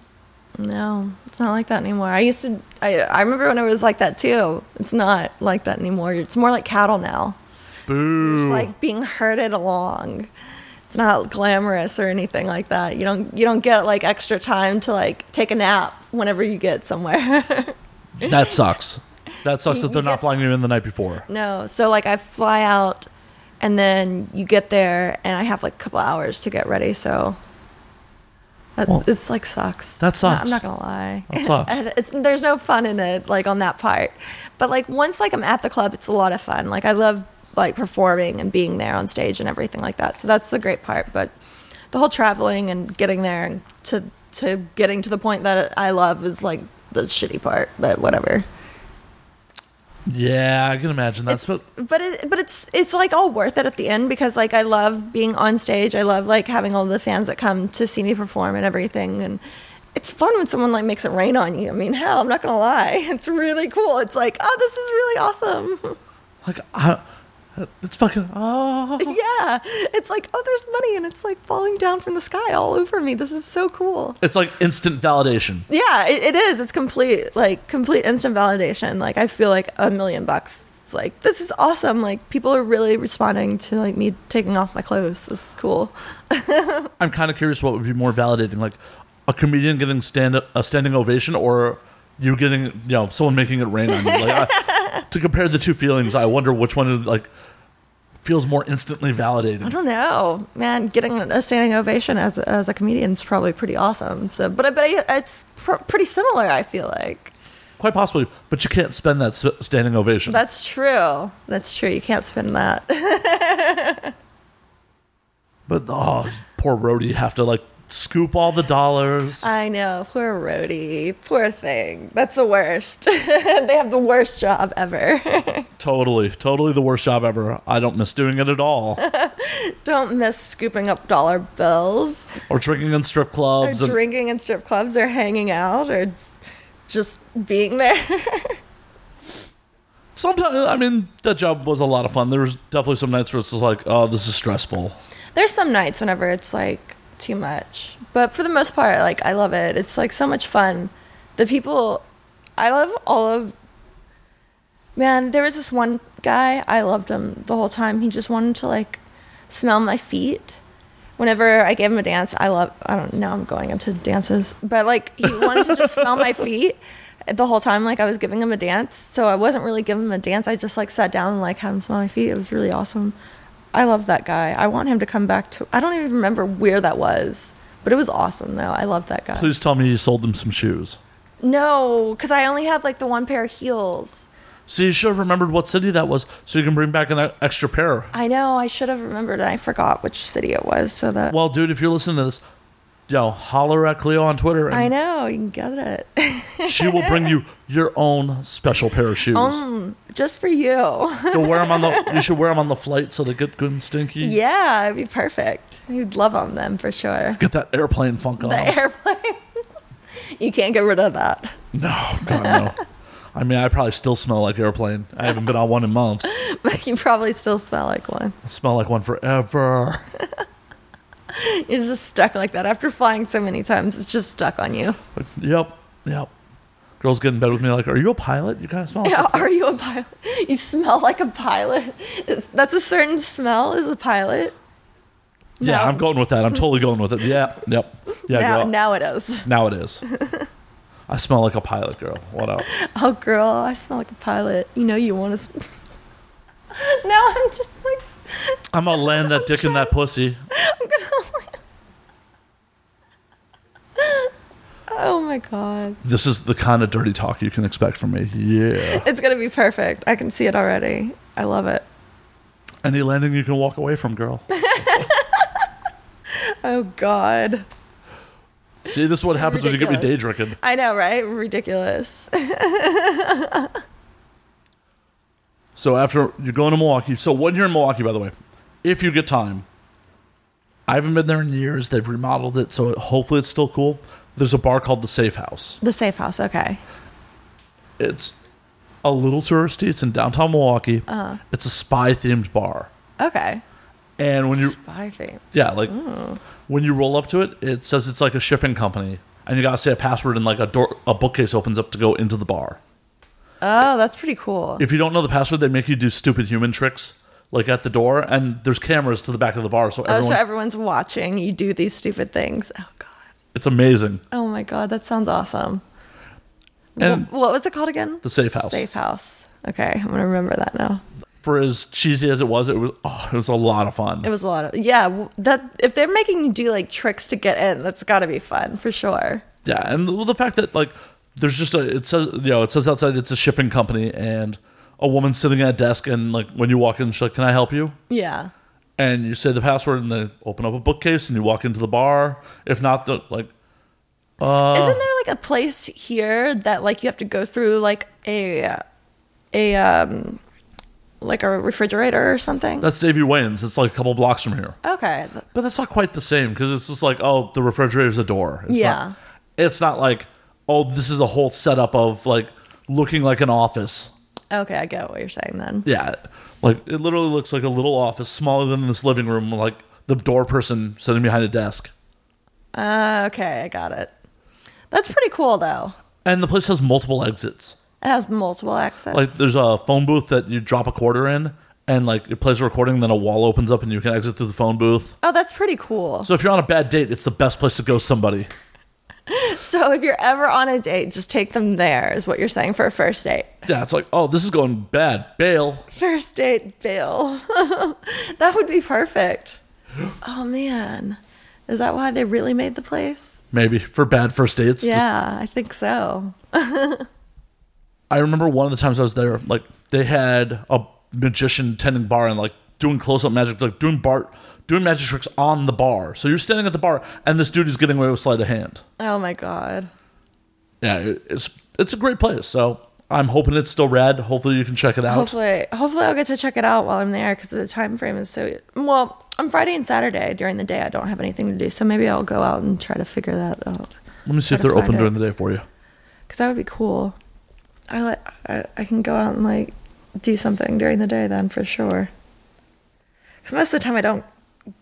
[SPEAKER 3] No, it's not like that anymore. I used to. I I remember when it was like that too. It's not like that anymore. It's more like cattle now. It's
[SPEAKER 1] Boo.
[SPEAKER 3] like being herded along. It's not glamorous or anything like that. You don't you don't get like extra time to like take a nap whenever you get somewhere.
[SPEAKER 1] that sucks. That sucks
[SPEAKER 3] You-
[SPEAKER 1] that they're
[SPEAKER 3] you
[SPEAKER 1] not
[SPEAKER 3] get-
[SPEAKER 1] flying you in the night before.
[SPEAKER 3] no, so like I fly out, and then you get there, and I have like a couple hours to get ready. So. That's,
[SPEAKER 1] Well,
[SPEAKER 3] it's like sucks.
[SPEAKER 1] that
[SPEAKER 3] I'm not- I'm
[SPEAKER 1] sucks.
[SPEAKER 3] not gonna lie.
[SPEAKER 1] That sucks.
[SPEAKER 3] And it's, there's no fun in it, like on that part. But like once like I'm at the club, it's a lot of fun. Like I love like performing and being there on stage and everything like that. So that's the great part. But the whole traveling and getting there and to to getting to the point that I love is like the shitty part. But whatever.
[SPEAKER 1] Yeah, I can imagine that's what.
[SPEAKER 3] but it, but it's it's like all worth it at the end because like I love being on stage. I love like having all the fans that come to see me perform and everything and it's fun when someone like makes it rain on you. I mean, hell, I'm not going to lie. It's really cool. It's like, "Oh, this is really awesome."
[SPEAKER 1] Like, I, it's fucking. Oh.
[SPEAKER 3] yeah. It's like, "Oh, there's money and it's like falling down from the sky all over me. This is so cool."
[SPEAKER 1] It's like instant validation.
[SPEAKER 3] Yeah, it, it is. It's complete like complete instant validation. Like I feel like a million bucks. It's like this is awesome. Like people are really responding to like me taking off my clothes. This is cool.
[SPEAKER 1] I'm kind of curious what would be more validating, like a comedian getting stand a standing ovation or you getting you know someone making it rain on you. Like, I, to compare the two feelings, I wonder which one is, like feels more instantly
[SPEAKER 3] I
[SPEAKER 1] validated.
[SPEAKER 3] don't know, man. Getting a standing ovation as as a comedian is probably pretty awesome. So, but I- but I, it's pr- pretty similar. I feel like
[SPEAKER 1] Quite possibly, but you can't spend that s- standing ovation.
[SPEAKER 3] that's true. That's true. You can't spin that.
[SPEAKER 1] but oh, poor Rhodey, have to like scoop all the dollars.
[SPEAKER 3] I know. Poor Rhodey. Poor thing. That's the worst. they have the worst job ever.
[SPEAKER 1] totally, totally the worst job ever. I don't miss doing it at all,
[SPEAKER 3] Don't miss scooping up dollar bills.
[SPEAKER 1] or drinking in strip
[SPEAKER 3] Or
[SPEAKER 1] clubs. and-
[SPEAKER 3] drinking in strip clubs or hanging out or just being there.
[SPEAKER 1] Sometimes, I mean, that job was a lot of fun. There was definitely some nights where it's just like, oh, this is stressful.
[SPEAKER 3] There's some nights whenever it's like too much. But for the most part, like I love it. It's like so much fun. The people I love all of Man, there was this one guy, I loved him the whole time. He just wanted to like smell my feet. Whenever I gave him a dance, I love I don't know, I'm going into dances. But like he wanted to just smell my feet the whole time like I was giving him a dance. So I wasn't really giving him a dance. I just like sat down and like had him smell my feet. It was really awesome. I love that guy. I want him to come back to I don't even remember where that was. But it was awesome though. I love that guy.
[SPEAKER 1] Please tell me you sold them some shoes.
[SPEAKER 3] No, because I only had like the one pair of heels.
[SPEAKER 1] See, you should have remembered what city that was so you can bring back an e- extra pair.
[SPEAKER 3] I know. I should have remembered, and I forgot which city it was. So that
[SPEAKER 1] Well, dude, if you're listening to this, yo, holler at Cleo on Twitter
[SPEAKER 3] I
[SPEAKER 1] and
[SPEAKER 3] know you can get it
[SPEAKER 1] she will bring you your own special pair of shoes.
[SPEAKER 3] Um. just for you.
[SPEAKER 1] You'll wear them on the, you should wear them on the flight so they get good and stinky.
[SPEAKER 3] yeah, it'd be perfect. You'd love on them for sure.
[SPEAKER 1] Get that airplane funk on.
[SPEAKER 3] The airplane. you can't get rid of that.
[SPEAKER 1] No, God, no. I mean, I probably still smell like airplane. I haven't been on one in months.
[SPEAKER 3] But you probably still smell like one.
[SPEAKER 1] I smell like one forever.
[SPEAKER 3] You're just stuck like that after flying so many times. It's just stuck on you.
[SPEAKER 1] Like, Yep, yep. Girls get in bed with me like, "Are you a pilot? You kind of smell." Like
[SPEAKER 3] Yeah,
[SPEAKER 1] a
[SPEAKER 3] Are you a pilot? You smell like a pilot. Is- That's a certain smell. Is a pilot.
[SPEAKER 1] yeah,
[SPEAKER 3] No.
[SPEAKER 1] I'm going with that. I'm totally going with it. Yeah, yep, yeah.
[SPEAKER 3] now,
[SPEAKER 1] girl.
[SPEAKER 3] now it is.
[SPEAKER 1] Now it is. I smell like a pilot, girl. What up?
[SPEAKER 3] Oh, girl, I smell like a pilot. You know you want to. now I'm just like,
[SPEAKER 1] I'm gonna land that dick in that pussy.
[SPEAKER 3] I'm gonna. Like, oh my god,
[SPEAKER 1] This is the kind of dirty talk you can expect from me. Yeah.
[SPEAKER 3] it's gonna be perfect. I can see it already. I love it.
[SPEAKER 1] Any landing you can walk away from, girl.
[SPEAKER 3] Oh god,
[SPEAKER 1] See, this is what happens when you get me day
[SPEAKER 3] Ridiculous.
[SPEAKER 1] drinking.
[SPEAKER 3] I know, right? Ridiculous.
[SPEAKER 1] So after you're going to Milwaukee. So when you're in Milwaukee, by the way, if you get time, I haven't been there in years. They've remodeled it, so hopefully it's still cool. There's a bar called the Safe House.
[SPEAKER 3] The safe house. Okay.
[SPEAKER 1] It's a little touristy. It's in downtown Milwaukee. Uh-huh. It's a spy themed bar,
[SPEAKER 3] Okay.
[SPEAKER 1] and when you
[SPEAKER 3] Spy theme.
[SPEAKER 1] yeah like when you roll up to it, it says it's like a shipping company, and you gotta say a password, and like a door a bookcase opens up to go into the bar.
[SPEAKER 3] Oh, that's pretty cool.
[SPEAKER 1] if you don't know the password, they make you do stupid human tricks like at the door, and there's cameras to the back of the bar, so
[SPEAKER 3] Oh,
[SPEAKER 1] everyone
[SPEAKER 3] so everyone's watching you do these stupid things. Oh god.
[SPEAKER 1] it's amazing.
[SPEAKER 3] Oh my god, that sounds awesome.
[SPEAKER 1] And
[SPEAKER 3] Wh- what was it called again?
[SPEAKER 1] The Safe House.
[SPEAKER 3] Safe house. Okay, I'm gonna remember that now.
[SPEAKER 1] for as cheesy as it was, it was oh, it was a lot of fun.
[SPEAKER 3] It was a lot of yeah. w- That if they're making you do like tricks to get in, that's got to be fun for sure.
[SPEAKER 1] yeah, and the, the fact that like there's just a it says you know it says outside it's a shipping company and a woman sitting at a desk and like when you walk in she's like can I help you
[SPEAKER 3] Yeah.
[SPEAKER 1] and you say the password and they open up a bookcase and you walk into the bar if not the like Uh.
[SPEAKER 3] Isn't there like a place here that like you have to go through like a a um like a refrigerator or something?
[SPEAKER 1] that's Davy Wayne's it's like a couple blocks from here
[SPEAKER 3] okay. th-
[SPEAKER 1] But that's not quite the same because it's just like, oh, the refrigerator's a door. It's
[SPEAKER 3] Yeah.
[SPEAKER 1] Not, it's not like, oh, this is a whole setup of like looking like an office.
[SPEAKER 3] Okay, I get what you're saying then.
[SPEAKER 1] Yeah. Like it literally looks like a little office smaller than this living room, like the door person sitting behind a desk.
[SPEAKER 3] Uh, okay, I got it. That's pretty cool though.
[SPEAKER 1] And the place has multiple exits.
[SPEAKER 3] It has multiple exits.
[SPEAKER 1] Like there's a phone booth that you drop a quarter in and like it plays a recording, then a wall opens up and you can exit through the phone booth.
[SPEAKER 3] oh, that's pretty cool.
[SPEAKER 1] So if you're on a bad date, it's the best place to go somebody.
[SPEAKER 3] So if you're ever on a date, just take them there is what you're saying for a first date.
[SPEAKER 1] Yeah, it's like, oh, this is going bad. Bail.
[SPEAKER 3] First date bill. that would be perfect. Oh man. Is that why they really made the place?
[SPEAKER 1] Maybe for bad first dates. Just
[SPEAKER 3] Yeah, I think so.
[SPEAKER 1] I remember one of the times I was there, like they had a magician tending bar and like doing close up magic, like doing bar, doing magic tricks on the bar. So you're standing at the bar, and this dude is getting away with sleight of hand.
[SPEAKER 3] Oh my god.
[SPEAKER 1] Yeah, it- it's it's a great place. So I'm hoping it's still rad. Hopefully you can check it out.
[SPEAKER 3] Hopefully, hopefully I'll get to check it out while I'm there because the time frame is so. Well, on Friday and Saturday during the day, I don't have anything to do, so maybe I'll go out and try to figure that out
[SPEAKER 1] Let me see if
[SPEAKER 3] Gotta
[SPEAKER 1] they're open
[SPEAKER 3] find it.
[SPEAKER 1] during the day for you.
[SPEAKER 3] because that would be cool. I like I, I can go out and like do something during the day then for sure. Because most of the time I don't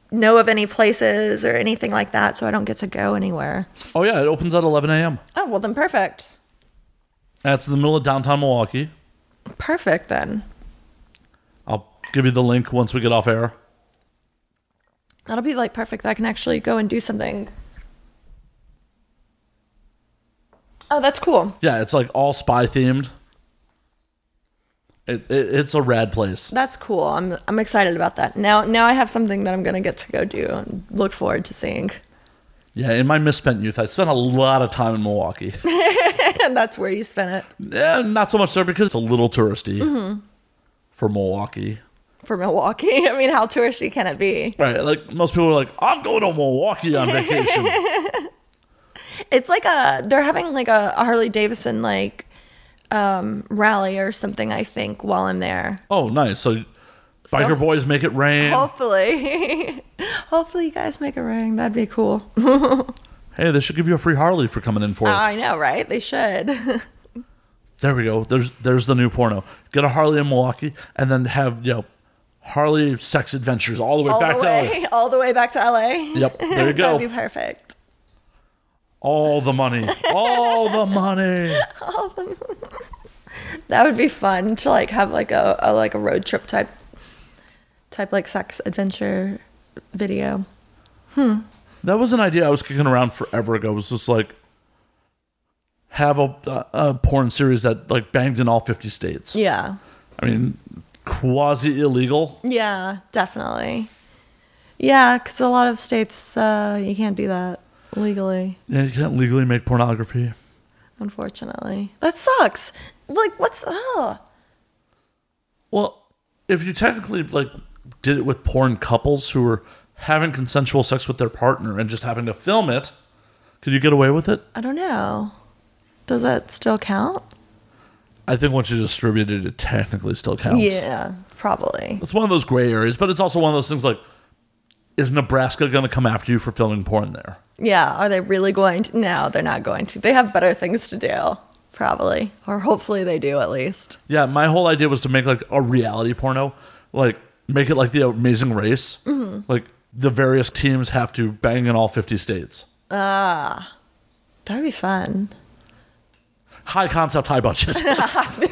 [SPEAKER 3] know of any places or anything like that, so I don't get to go anywhere.
[SPEAKER 1] Oh yeah, it opens at 11 a.m.
[SPEAKER 3] Oh well, then perfect,
[SPEAKER 1] That's in the middle of downtown Milwaukee.
[SPEAKER 3] perfect then.
[SPEAKER 1] I'll give you the link once we get off air.
[SPEAKER 3] That'll be like perfect. that I can actually go and do something. Oh, that's cool.
[SPEAKER 1] Yeah, it's like all spy themed. It, it, it's a rad place.
[SPEAKER 3] That's cool. I'm I'm excited about that. Now now I have something that I'm gonna get to go do and look forward to seeing.
[SPEAKER 1] Yeah, in my misspent youth, I spent a lot of time in Milwaukee.
[SPEAKER 3] And that's where you spin it
[SPEAKER 1] Eh, not so much there because it's a little touristy
[SPEAKER 3] Mm-hmm.
[SPEAKER 1] for Milwaukee.
[SPEAKER 3] for Milwaukee. I mean, how touristy can it be?
[SPEAKER 1] Right, like most people are like, I'm going to Milwaukee on vacation.
[SPEAKER 3] It's like a they're having like a, a Harley Davidson like um, rally or something. I think while I'm there,
[SPEAKER 1] oh, nice. So, biker boys make it rain.
[SPEAKER 3] hopefully, hopefully you guys make a ring. That'd be cool.
[SPEAKER 1] Hey, they should give you a free Harley for coming in for it.
[SPEAKER 3] I know, right? They should.
[SPEAKER 1] there we go. There's there's the new porno. Get a Harley in Milwaukee, and then have you know Harley sex adventures all the way
[SPEAKER 3] all
[SPEAKER 1] back
[SPEAKER 3] the
[SPEAKER 1] to
[SPEAKER 3] way,
[SPEAKER 1] LA.
[SPEAKER 3] all the way back to LA.
[SPEAKER 1] Yep, there you go.
[SPEAKER 3] That'd be perfect.
[SPEAKER 1] all the money, all the money.
[SPEAKER 3] That would be fun to like have like a, a like a road trip type type like sex adventure video.
[SPEAKER 1] That was an idea I was kicking around forever ago. It was just like have a, a porn series that like banged in all fifty states.
[SPEAKER 3] Yeah.
[SPEAKER 1] I mean, quasi illegal.
[SPEAKER 3] Yeah, definitely. Yeah, because a lot of states uh, you can't do that legally,
[SPEAKER 1] Yeah, you can't legally make pornography.
[SPEAKER 3] unfortunately. That sucks. Like, what's oh
[SPEAKER 1] Well, if you technically like did it with porn couples who were having consensual sex with their partner and just having to film it, could you get away with it?
[SPEAKER 3] I don't know. Does that still count?
[SPEAKER 1] I think once you distribute it, it technically still counts.
[SPEAKER 3] Yeah, probably.
[SPEAKER 1] It's one of those gray areas, but it's also one of those things like, is Nebraska going to come after you for filming porn there?
[SPEAKER 3] Yeah, are they really going to? No, they're not going to. They have better things to do, probably. Or hopefully they do at least.
[SPEAKER 1] Yeah, my whole idea was to make like a reality porno, like make it like the Amazing Race,
[SPEAKER 3] Mm-hmm.
[SPEAKER 1] like the various teams have to bang in all fifty states.
[SPEAKER 3] That'd be fun.
[SPEAKER 1] High concept, high budget,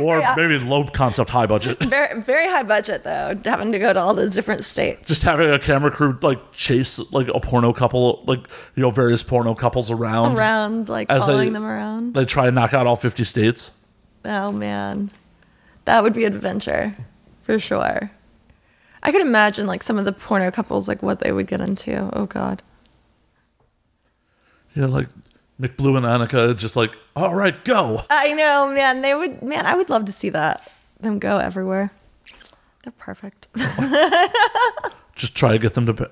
[SPEAKER 1] or maybe low concept, high budget.
[SPEAKER 3] Very, very high budget, though, having to go to all those different states.
[SPEAKER 1] Just having a camera crew like chase like a porno couple, like you know various porno couples around,
[SPEAKER 3] Around, like
[SPEAKER 1] As
[SPEAKER 3] following
[SPEAKER 1] they-
[SPEAKER 3] them around.
[SPEAKER 1] They try and knock out all fifty states.
[SPEAKER 3] Oh man, that would be adventure for sure. I could imagine like some of the porno couples like what they would get into. Oh god.
[SPEAKER 1] Yeah, like McBlue and Annika, just like all right, go.
[SPEAKER 3] I know, man. They would man, I would love to see that. Them go everywhere. They're perfect.
[SPEAKER 1] Just try to get them to. Pay.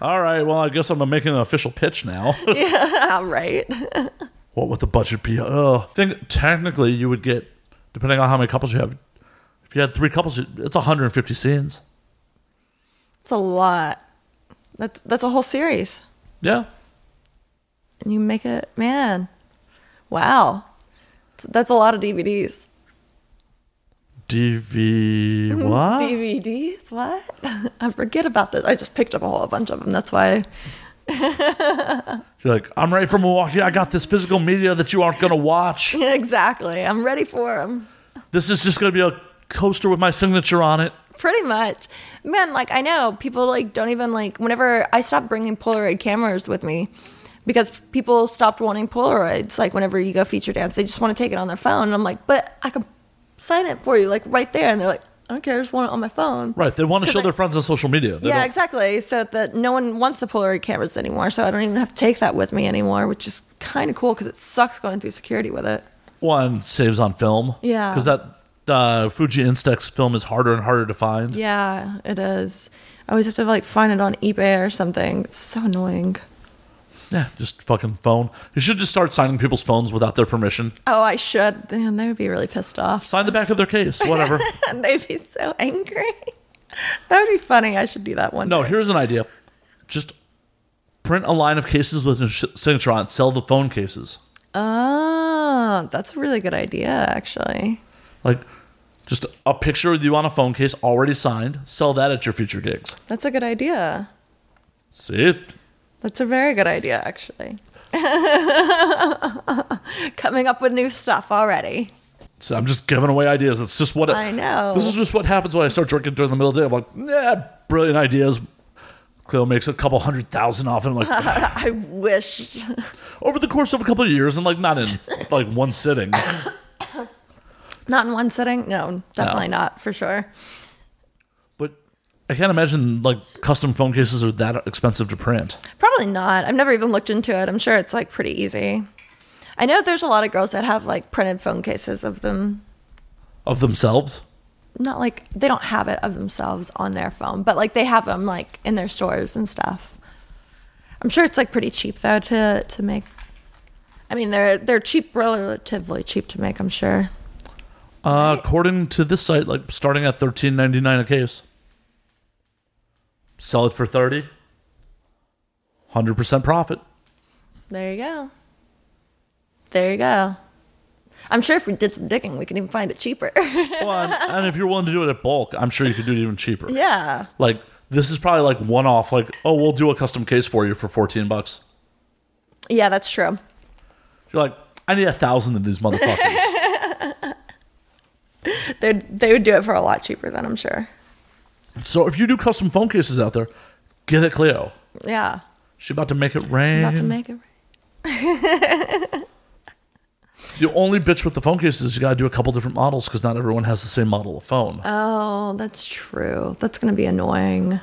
[SPEAKER 1] All right, well, I guess I'm making an official pitch now.
[SPEAKER 3] All right.
[SPEAKER 1] what would the budget be? Oh, I think technically you would get, depending on how many couples you have, if you had three couples, it's 150 scenes.
[SPEAKER 3] It's a lot. That's that's a whole series.
[SPEAKER 1] Yeah.
[SPEAKER 3] And you make it man. Wow. That's a lot of DVDs.
[SPEAKER 1] DV
[SPEAKER 3] Mm-hmm.
[SPEAKER 1] what?
[SPEAKER 3] DVDs? What? I forget about this. I just picked up a whole bunch of them. That's why
[SPEAKER 1] You're like, I'm right from Milwaukee. I got this physical media that you aren't gonna watch.
[SPEAKER 3] exactly. I'm ready for them.
[SPEAKER 1] This is just gonna be a coaster with my signature on it.
[SPEAKER 3] pretty much man like i know people like don't even like whenever i stopped bringing polaroid cameras with me because people stopped wanting polaroids like whenever you go feature dance they just want to take it on their phone and i'm like but i can sign it for you like right there and they're like i don't care i just want it on my phone
[SPEAKER 1] Right. They want to
[SPEAKER 3] 'Cause
[SPEAKER 1] show
[SPEAKER 3] I-
[SPEAKER 1] their friends on social media. They
[SPEAKER 3] yeah
[SPEAKER 1] don't-
[SPEAKER 3] exactly so that no one wants the polaroid cameras anymore so i don't even have to take that with me anymore which is kind of cool because it sucks going through security with it
[SPEAKER 1] One saves on film.
[SPEAKER 3] Yeah.
[SPEAKER 1] Because that uh, Fuji Instax film is harder and harder to find.
[SPEAKER 3] yeah it is i always have to like find it on ebay or something it's so annoying
[SPEAKER 1] Yeah, just fucking phone. You should just start signing people's phones without their permission.
[SPEAKER 3] Oh, I should. Man, they would be really pissed off.
[SPEAKER 1] Sign the back of their case, whatever.
[SPEAKER 3] And they'd be so angry. that would be funny. I should do that one.
[SPEAKER 1] no,
[SPEAKER 3] day.
[SPEAKER 1] here's an idea. Just print a line of cases with a sh- signature on. it. Sell the phone cases.
[SPEAKER 3] Oh, that's a really good idea, actually.
[SPEAKER 1] Like, just a picture of you on a phone case already signed. Sell that at your future gigs.
[SPEAKER 3] That's a good idea.
[SPEAKER 1] See it?
[SPEAKER 3] That's a very good idea, actually. Coming up with new stuff already.
[SPEAKER 1] So I'm just giving away ideas. It's just what
[SPEAKER 3] I know.
[SPEAKER 1] This is just what happens when I start drinking during the middle of the day. I'm like, yeah, brilliant ideas. Cleo makes a couple hundred thousand off, and I'm like,
[SPEAKER 3] I wish.
[SPEAKER 1] over the course of a couple of years and like not in like one sitting
[SPEAKER 3] Not in one sitting? No, definitely not, for sure.
[SPEAKER 1] but i can't imagine like custom phone cases are that expensive to print
[SPEAKER 3] Probably not. I've never even looked into it. I'm sure it's like pretty easy. I know there's a lot of girls that have like printed phone cases of them
[SPEAKER 1] of themselves
[SPEAKER 3] not like they don't have it of themselves on their phone, but like they have them like in their stores and stuff. I'm sure it's like pretty cheap though to to make. I mean, they're they're cheap, relatively cheap to make. I'm sure.
[SPEAKER 1] uh, according to this site like starting at 13.99 a case sell it for 30 100% profit
[SPEAKER 3] There you go. There you go. I'm sure if we did some digging, we could even find it cheaper.
[SPEAKER 1] well, and, and if you're willing to do it at bulk i'm sure you could do it even cheaper
[SPEAKER 3] yeah.
[SPEAKER 1] like this is probably like one off like oh we'll do a custom case for you for 14 bucks
[SPEAKER 3] Yeah, that's true.
[SPEAKER 1] you're like i need a thousand of these motherfuckers
[SPEAKER 3] They they would do it for a lot cheaper than I'm sure.
[SPEAKER 1] So if you do custom phone cases out there, get it Cleo.
[SPEAKER 3] Yeah.
[SPEAKER 1] She about to make it rain.
[SPEAKER 3] Not to make it.
[SPEAKER 1] The only bitch with the phone case is you got to do a couple different models because not everyone has the same model of phone.
[SPEAKER 3] Oh, that's true. That's gonna be annoying.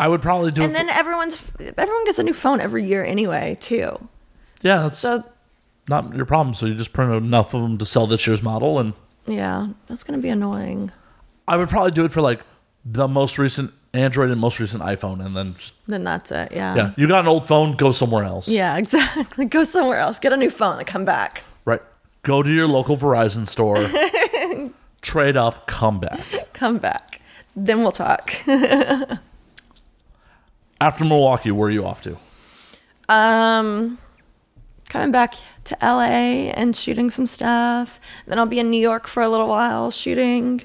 [SPEAKER 1] I would probably do. it
[SPEAKER 3] And then
[SPEAKER 1] for-
[SPEAKER 3] everyone's everyone gets a new phone every year anyway, too.
[SPEAKER 1] yeah, that's
[SPEAKER 3] So
[SPEAKER 1] not your problem. So you just print enough of them to sell this year's model, and
[SPEAKER 3] yeah, that's gonna be annoying.
[SPEAKER 1] I would probably do it for like the most recent Android and most recent iPhone, and then just,
[SPEAKER 3] Then that's it. Yeah.
[SPEAKER 1] yeah, you got an old phone, go somewhere else.
[SPEAKER 3] Uh-huh. Yeah, exactly. Go somewhere else. Get a new phone and come back.
[SPEAKER 1] Right. Go to your local Verizon store, trade up, come back.
[SPEAKER 3] Come back. Then we'll talk.
[SPEAKER 1] After Milwaukee, where are you off to?
[SPEAKER 3] Um, coming back to LA and shooting some stuff. Then I'll be in New York for a little while shooting,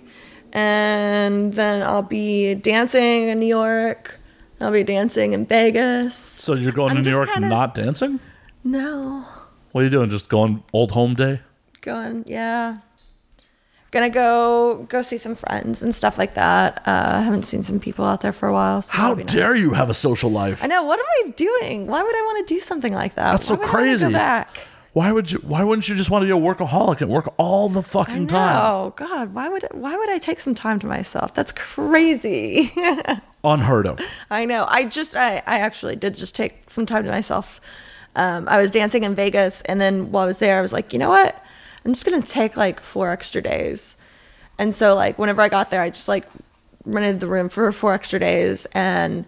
[SPEAKER 3] and then I'll be dancing in New York. I'll be dancing in Vegas.
[SPEAKER 1] So you're going
[SPEAKER 3] I'm
[SPEAKER 1] to New
[SPEAKER 3] just
[SPEAKER 1] York
[SPEAKER 3] kinda-
[SPEAKER 1] not dancing?
[SPEAKER 3] No,
[SPEAKER 1] What are you doing? Just going old home day?
[SPEAKER 3] going yeah. Gonna go go see some friends and stuff like that. Uh, haven't seen some people out there for a while. So
[SPEAKER 1] How
[SPEAKER 3] that'll be nice.
[SPEAKER 1] dare you have a social life?
[SPEAKER 3] I know. What am I doing? Why would I want to do something like that?
[SPEAKER 1] That's so
[SPEAKER 3] Why would I wanna
[SPEAKER 1] crazy.
[SPEAKER 3] Go back.
[SPEAKER 1] Why would you why wouldn't you just want to be a workaholic and work all the
[SPEAKER 3] I
[SPEAKER 1] fucking time?
[SPEAKER 3] know. God, why would why would I take some time to myself? That's crazy.
[SPEAKER 1] Unheard of.
[SPEAKER 3] I know. I just I, I actually did just take some time to myself. Um, I was dancing in Vegas, and then while I was there, I was like, you know what? I'm just gonna take like four extra days. And so like whenever I got there, I just like rented the room for four extra days and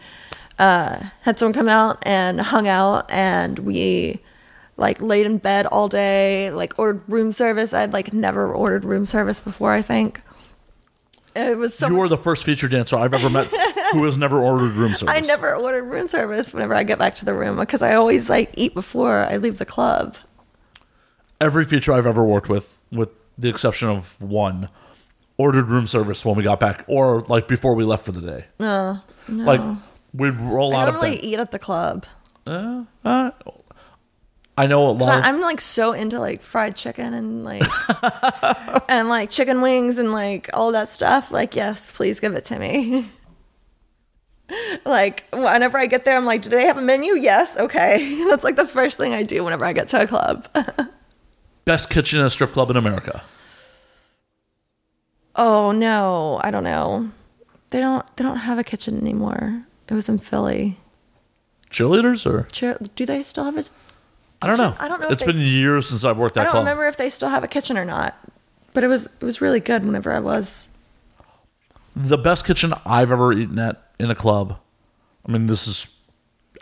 [SPEAKER 3] uh, had someone come out and hung out, and we like laid in bed all day, like ordered room service. I'd like never ordered room service before, I think. It was so
[SPEAKER 1] You
[SPEAKER 3] much
[SPEAKER 1] are the first feature dancer I've ever met who has never ordered room service.
[SPEAKER 3] I never ordered room service whenever I get back to the room because I always like eat before I leave the club.
[SPEAKER 1] Every feature I've ever worked with, with the exception of one, ordered room service when we got back or like before we left for the day. Like we'd roll
[SPEAKER 3] Uh, I
[SPEAKER 1] out
[SPEAKER 3] don't
[SPEAKER 1] of bed.
[SPEAKER 3] really eat at the club.
[SPEAKER 1] Uh, I know a
[SPEAKER 3] So
[SPEAKER 1] lot. Of,
[SPEAKER 3] I'm like so into like fried chicken and like and like chicken wings and like all that stuff. Like, yes, please give it to me. like whenever I get there, I'm like, do they have a menu? Yes, okay. That's like the first thing I do whenever I get to a club.
[SPEAKER 1] best kitchen in a strip club in America.
[SPEAKER 3] oh no, I don't know. They don't they don't have a kitchen anymore. It was in Philly.
[SPEAKER 1] Cheerleaders or
[SPEAKER 3] Cheer- do they still have a
[SPEAKER 1] I don't know.
[SPEAKER 3] I don't know if
[SPEAKER 1] It's
[SPEAKER 3] they-
[SPEAKER 1] been years since I've worked that
[SPEAKER 3] I don't
[SPEAKER 1] club.
[SPEAKER 3] remember if they still have a kitchen or not, but it was it was really good whenever I was.
[SPEAKER 1] The best kitchen I've ever eaten at in a club. I mean, this is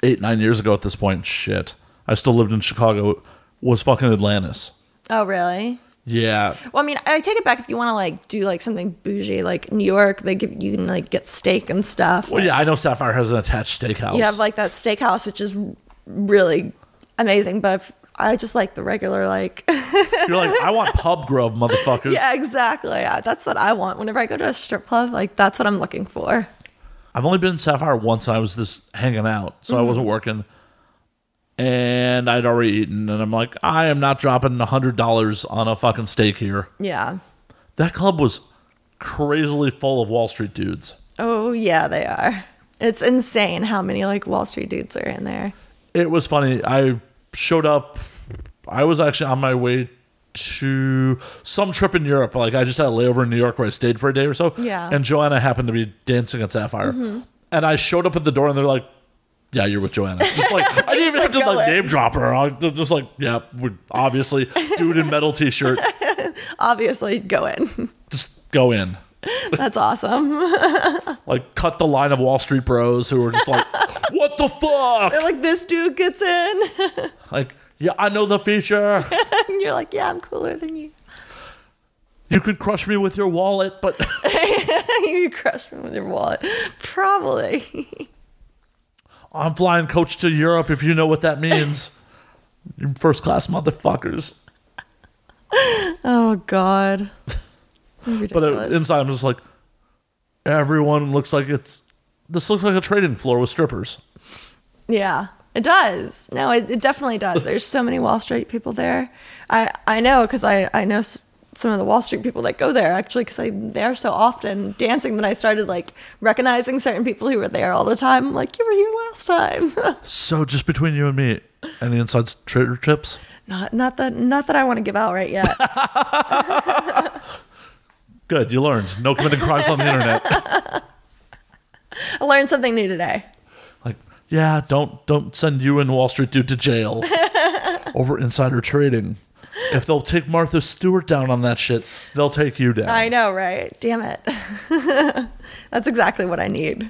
[SPEAKER 1] eight nine years ago at this point. Shit, I still lived in Chicago. Was fucking Atlantis.
[SPEAKER 3] Oh, really?
[SPEAKER 1] Yeah,
[SPEAKER 3] Well, I mean, I take it back if you want to like do like something bougie, like New York. They give you can like get steak and stuff.
[SPEAKER 1] well, yeah. I know Sapphire has an attached steakhouse.
[SPEAKER 3] You have like that steakhouse, which is really amazing. But if, I just like the regular, like
[SPEAKER 1] You're like, I want pub grub, motherfuckers.
[SPEAKER 3] yeah, exactly. Yeah, that's what I want. Whenever I go to a strip club, like that's what I'm looking for.
[SPEAKER 1] I've only been in Sapphire once. And I was just hanging out, so I
[SPEAKER 3] Mm-hmm.
[SPEAKER 1] wasn't working, and I'd already eaten, and I'm like, I am not dropping hundred dollars on a fucking steak here.
[SPEAKER 3] Yeah.
[SPEAKER 1] That club was crazily full of Wall Street dudes.
[SPEAKER 3] Oh yeah, they are. It's insane how many like Wall Street dudes are in there.
[SPEAKER 1] It was funny. I showed up. I was actually on my way to some trip in Europe. Like I just had a layover in New York where I stayed for a day or so.
[SPEAKER 3] Yeah. Mm-hmm.
[SPEAKER 1] And Joanna happened to be dancing at Sapphire, and I showed up at the door, and they're like. Yeah, you're with Joanna. Just like I didn't even have to
[SPEAKER 3] like, go
[SPEAKER 1] like
[SPEAKER 3] in.
[SPEAKER 1] name drop her. I they're just like, yeah, we obviously dude in metal t-shirt.
[SPEAKER 3] Obviously, go in.
[SPEAKER 1] Just go in.
[SPEAKER 3] That's awesome.
[SPEAKER 1] Like cut the line of Wall Street bros who were just like, what the fuck?
[SPEAKER 3] They're like, this dude gets in.
[SPEAKER 1] Like, yeah, I know the feature.
[SPEAKER 3] and you're like, yeah, I'm cooler than you.
[SPEAKER 1] You could crush me with your wallet, but
[SPEAKER 3] you crush me with your wallet. Probably.
[SPEAKER 1] I'm flying coach to Europe if you know what that means. you first class motherfuckers.
[SPEAKER 3] Oh, God.
[SPEAKER 1] But uh,
[SPEAKER 3] Ridiculous.
[SPEAKER 1] inside, I'm just like, everyone looks like it's. This looks like a trading floor with strippers.
[SPEAKER 3] yeah, it does. No, it, it definitely does. There's so many Wall Street people there. I, I know because I, I know s- some of the Wall Street people that go there actually because I'm there so often dancing that I started like recognizing certain people who were there all the time. I'm like, you were here last time.
[SPEAKER 1] So just between you and me, any inside trader tips?
[SPEAKER 3] Not not that not that I want to give out right yet.
[SPEAKER 1] Good, you learned. No committing crimes on the internet.
[SPEAKER 3] I learned something new today.
[SPEAKER 1] Like, yeah, don't don't send you and Wall Street dude to jail over insider trading. If they'll take Martha Stewart down on that shit, they'll take you down.
[SPEAKER 3] I know, right? Damn it. That's exactly what I need.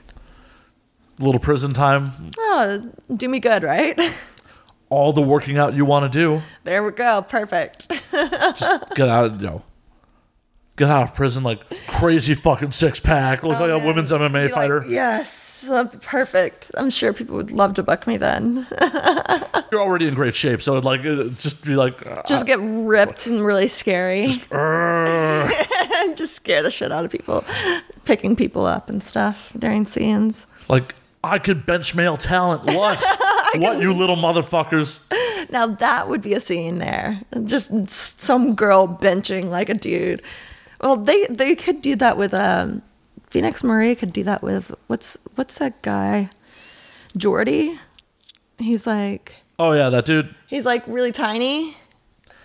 [SPEAKER 1] Little prison time,
[SPEAKER 3] Oh, do me good, right?
[SPEAKER 1] all the working out you want to do.
[SPEAKER 3] There we go. Perfect.
[SPEAKER 1] Get out, you know, get out of prison like crazy fucking six pack. Look like a women's MMA
[SPEAKER 3] Be like,
[SPEAKER 1] fighter.
[SPEAKER 3] yes, Uh, perfect. I'm sure people would love to book me then.
[SPEAKER 1] You're already in great shape, so like uh, just be like, uh,
[SPEAKER 3] Just get ripped and really scary.
[SPEAKER 1] "Arr."
[SPEAKER 3] and just scare the shit out of people, picking people up and stuff during scenes.
[SPEAKER 1] Like, I could bench male talent. What? what, you little motherfuckers?
[SPEAKER 3] Now that would be a scene there. Just some girl benching like a dude. Well, they they could do that with um Phoenix Marie could do that with what's what's that guy? Jordy? He's like
[SPEAKER 1] Oh, yeah, that dude.
[SPEAKER 3] he's like really tiny.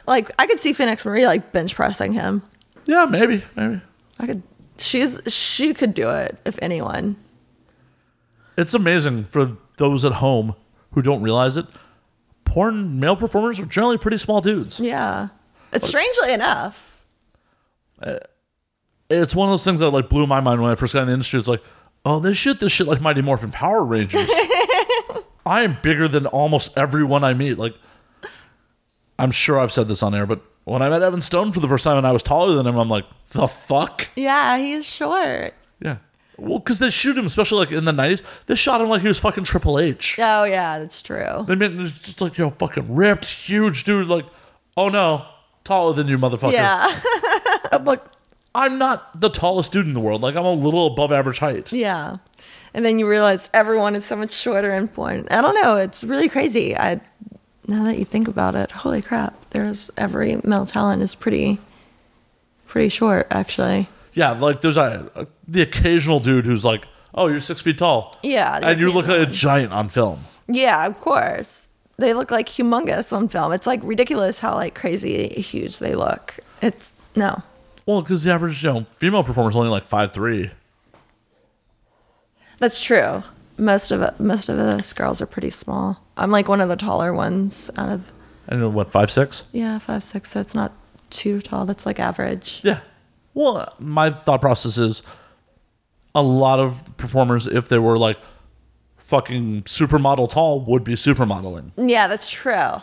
[SPEAKER 3] Like I could see Phoenix Marie like bench pressing him.
[SPEAKER 1] Yeah, maybe, maybe.
[SPEAKER 3] I could she's she could do it if anyone.
[SPEAKER 1] It's amazing for those at home who don't realize it. Porn male performers are generally pretty small dudes.
[SPEAKER 3] Yeah. It's strangely enough.
[SPEAKER 1] It's one of those things that like blew my mind when I first got in the industry. It's like, oh, they shoot this shit like Mighty Morphin Power Rangers. I am bigger than almost everyone I meet. Like, I'm sure I've said this on air, but when I met Evan Stone for the first time and I was taller than him, I'm like, the fuck?
[SPEAKER 3] Yeah, he is short.
[SPEAKER 1] Yeah. Well, because they shoot him, especially like in the nineties. They shot him like he was fucking Triple H.
[SPEAKER 3] Oh yeah, that's true.
[SPEAKER 1] They meant it's just like yo, fucking ripped, huge dude. Like, oh no, taller than you, motherfucker.
[SPEAKER 3] Yeah.
[SPEAKER 1] I'm like, I'm not the tallest dude in the world. Like, I'm a little above average height.
[SPEAKER 3] Yeah. And then you realize everyone is so much shorter in porn. I don't know. It's really crazy. I now that you think about it, holy crap! There's every male talent is pretty, pretty short actually.
[SPEAKER 1] Yeah, like there's a, a- the occasional dude who's like, oh, you're six feet tall.
[SPEAKER 3] Yeah, the
[SPEAKER 1] and you look like
[SPEAKER 3] occasional
[SPEAKER 1] a giant on film.
[SPEAKER 3] Yeah, of course. They look like humongous on film. It's like ridiculous how like crazy huge they look. It's no.
[SPEAKER 1] Well, because the average you know, female performer's only like five three.
[SPEAKER 3] That's true. Most of most of us girls are pretty small. I'm like one of the taller ones out of
[SPEAKER 1] I don't know what five six.
[SPEAKER 3] yeah five six. So it's not too tall. That's like average.
[SPEAKER 1] Yeah. Well, my thought process is a lot of performers, if they were like fucking supermodel tall, would be supermodeling.
[SPEAKER 3] Yeah, that's true.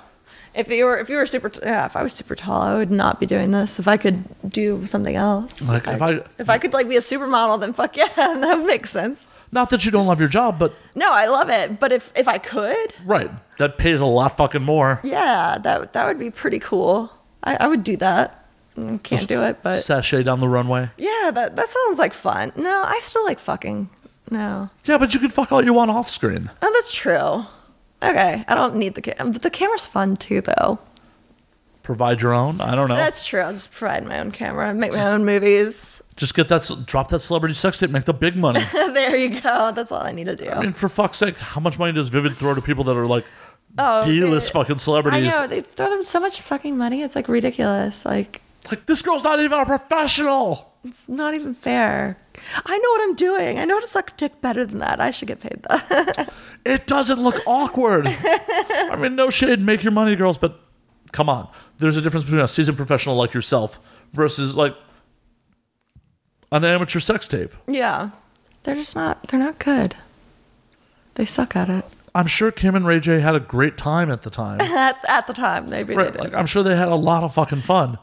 [SPEAKER 3] If you were if you were super t- yeah, if I was super tall, I would not be doing this. If I could do something else,
[SPEAKER 1] Like, if I-
[SPEAKER 3] if I could like be a supermodel, then fuck yeah, that would make sense.
[SPEAKER 1] Not that you don't love your job, but
[SPEAKER 3] No, I love it, but if if I could,
[SPEAKER 1] right, that pays a lot fucking more.
[SPEAKER 3] yeah, that that would be pretty cool. I, I would do that. Mm, Can't do it, but
[SPEAKER 1] Sashay down the runway.
[SPEAKER 3] yeah, that that sounds like fun. No, I still like fucking. No,
[SPEAKER 1] Yeah, but you can fuck all you want off screen.
[SPEAKER 3] oh, that's true. Okay, I don't need the cam. But the camera's fun too, though.
[SPEAKER 1] Provide your own. I don't know.
[SPEAKER 3] That's true. I'll just provide my own camera, make my own movies.
[SPEAKER 1] Just get that, ce- drop that celebrity sex tape, make the big money.
[SPEAKER 3] there you go. That's all I need to do.
[SPEAKER 1] I mean, for fuck's sake, how much money does Vivid throw to people that are like
[SPEAKER 3] Oh,
[SPEAKER 1] D-list
[SPEAKER 3] they-
[SPEAKER 1] fucking
[SPEAKER 3] I
[SPEAKER 1] celebrities?
[SPEAKER 3] know they throw them so much fucking money. It's like ridiculous. Like
[SPEAKER 1] Like this girl's not even a professional.
[SPEAKER 3] it's not even fair. I know what I'm doing. I know how to suck a dick better than that. I should get paid that.
[SPEAKER 1] It doesn't look awkward. I mean, no shade, make your money, girls, but come on. There's a difference between a seasoned professional like yourself versus like an amateur sex tape.
[SPEAKER 3] yeah, they're just not. They're not good. They suck at it.
[SPEAKER 1] I'm sure Kim and Ray J had a great time at the time.
[SPEAKER 3] At, at the time, they really
[SPEAKER 1] right?
[SPEAKER 3] did.
[SPEAKER 1] Like, I'm sure they had a lot of fucking fun.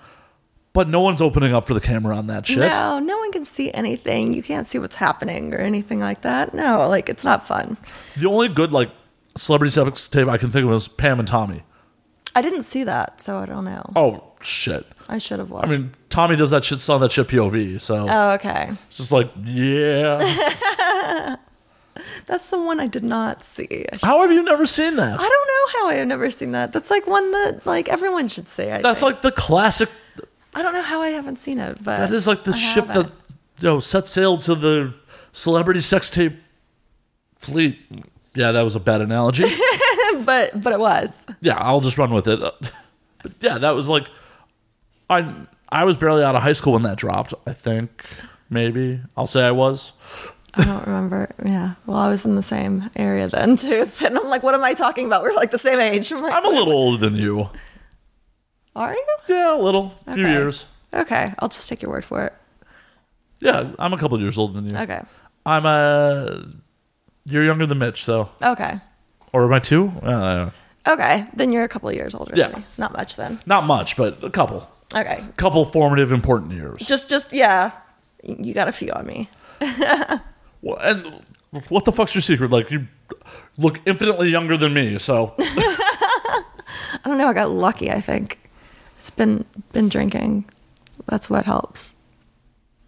[SPEAKER 1] But no one's opening up for the camera on that oh, shit.
[SPEAKER 3] no, no one can see anything. You can't see what's happening or anything like that. No, like it's not fun.
[SPEAKER 1] The only good like celebrity sex tape I can think of is Pam and Tommy.
[SPEAKER 3] I didn't see that, so I don't know.
[SPEAKER 1] Oh shit.
[SPEAKER 3] I should have watched.
[SPEAKER 1] I mean, Tommy does that shit, saw that shit POV. So
[SPEAKER 3] oh, okay.
[SPEAKER 1] it's just like, yeah.
[SPEAKER 3] That's the one I did not see. I, sh-
[SPEAKER 1] How have you never seen that?
[SPEAKER 3] I don't know how I have never seen that. That's like one that like everyone should see. I
[SPEAKER 1] That's
[SPEAKER 3] think.
[SPEAKER 1] like the classic.
[SPEAKER 3] I don't know how I haven't seen it, but
[SPEAKER 1] That is like the
[SPEAKER 3] I
[SPEAKER 1] ship that
[SPEAKER 3] haven't.
[SPEAKER 1] you know set sail to the celebrity sex tape fleet. Yeah, that was a bad analogy.
[SPEAKER 3] But but it was.
[SPEAKER 1] yeah, I'll just run with it. But yeah, that was like I I was barely out of high school when that dropped, I think. Maybe. I'll say I was.
[SPEAKER 3] I don't remember. Yeah. Well, I was in the same area then too. And I'm like, what am I talking about? We're like the same age. I'm like,
[SPEAKER 1] I'm a little older than you.
[SPEAKER 3] are you?
[SPEAKER 1] Yeah, a little. A few
[SPEAKER 3] Okay.
[SPEAKER 1] years.
[SPEAKER 3] Okay. I'll just take your word for it.
[SPEAKER 1] Yeah, I'm a couple years older than you.
[SPEAKER 3] Okay.
[SPEAKER 1] I'm a you're younger than Mitch, so
[SPEAKER 3] Okay.
[SPEAKER 1] or am I Uh, two? I don't know.
[SPEAKER 3] Okay. Then you're a couple of years older
[SPEAKER 1] Yeah.
[SPEAKER 3] than me. Not much then.
[SPEAKER 1] Not much, but a couple.
[SPEAKER 3] Okay.
[SPEAKER 1] Couple formative important years.
[SPEAKER 3] Just, just, yeah. You got a few on me.
[SPEAKER 1] Well, and what the fuck's your secret? Like you look infinitely younger than me, so
[SPEAKER 3] I don't know. I got lucky. I think it's been been drinking. That's what helps.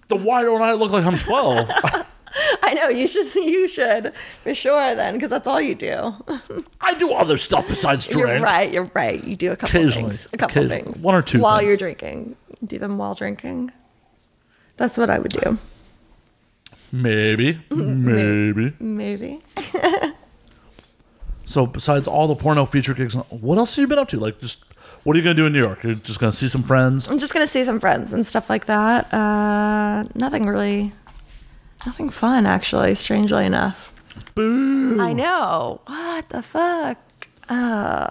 [SPEAKER 1] then why don't I look like I'm 12?
[SPEAKER 3] I know you should. You should for sure then, because that's all you do.
[SPEAKER 1] I do other stuff besides drink.
[SPEAKER 3] You're right. You're right. You do a couple
[SPEAKER 1] Occasionally.
[SPEAKER 3] things. A couple
[SPEAKER 1] Occasionally.
[SPEAKER 3] things.
[SPEAKER 1] One or two
[SPEAKER 3] While
[SPEAKER 1] things.
[SPEAKER 3] you're drinking, do them while drinking. That's what I would do.
[SPEAKER 1] Maybe, maybe.
[SPEAKER 3] Maybe.
[SPEAKER 1] So besides all the porno feature gigs, what else have you been up to? Like, just what are you gonna do in New York? You're just gonna see some friends.
[SPEAKER 3] I'm just gonna see some friends and stuff like that. Uh, nothing really. Nothing fun, actually. Strangely enough.
[SPEAKER 1] Boo.
[SPEAKER 3] I know. What the fuck?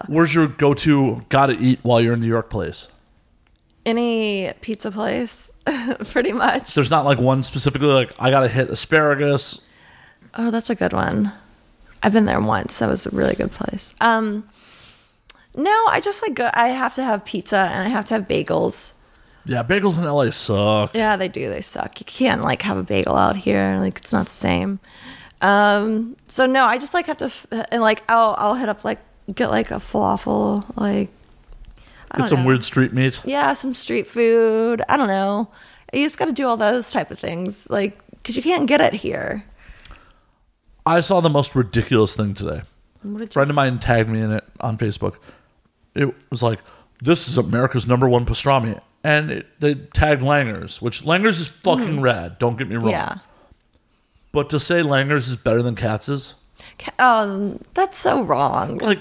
[SPEAKER 1] Where's your go-to gotta eat while you're in New York place?
[SPEAKER 3] Any pizza place, pretty much.
[SPEAKER 1] There's not like one specifically. Like I gotta hit asparagus.
[SPEAKER 3] Oh, that's a good one. I've been there once. That was a really good place. Um, no, I just like go. I have to have pizza and I have to have bagels.
[SPEAKER 1] Yeah, bagels in LA suck.
[SPEAKER 3] Yeah, they do. They suck. You can't like have a bagel out here. Like it's not the same. Um, so no, I just like have to f- and like I'll I'll hit up like get like a falafel like
[SPEAKER 1] Get
[SPEAKER 3] I don't
[SPEAKER 1] some
[SPEAKER 3] know.
[SPEAKER 1] weird street meat.
[SPEAKER 3] yeah some street food. I don't know. You just got to do all those type of things like because you can't get it here.
[SPEAKER 1] I saw the most ridiculous thing today.
[SPEAKER 3] What did you
[SPEAKER 1] friend of mine tagged me in it on Facebook. It was like, this is America's number one pastrami. And it, they tagged Langers, which Langers is fucking rad. Don't get me wrong.
[SPEAKER 3] Hmm. Yeah.
[SPEAKER 1] But to say Langers is better than Katz's,
[SPEAKER 3] Ca- Um, that's so wrong.
[SPEAKER 1] like,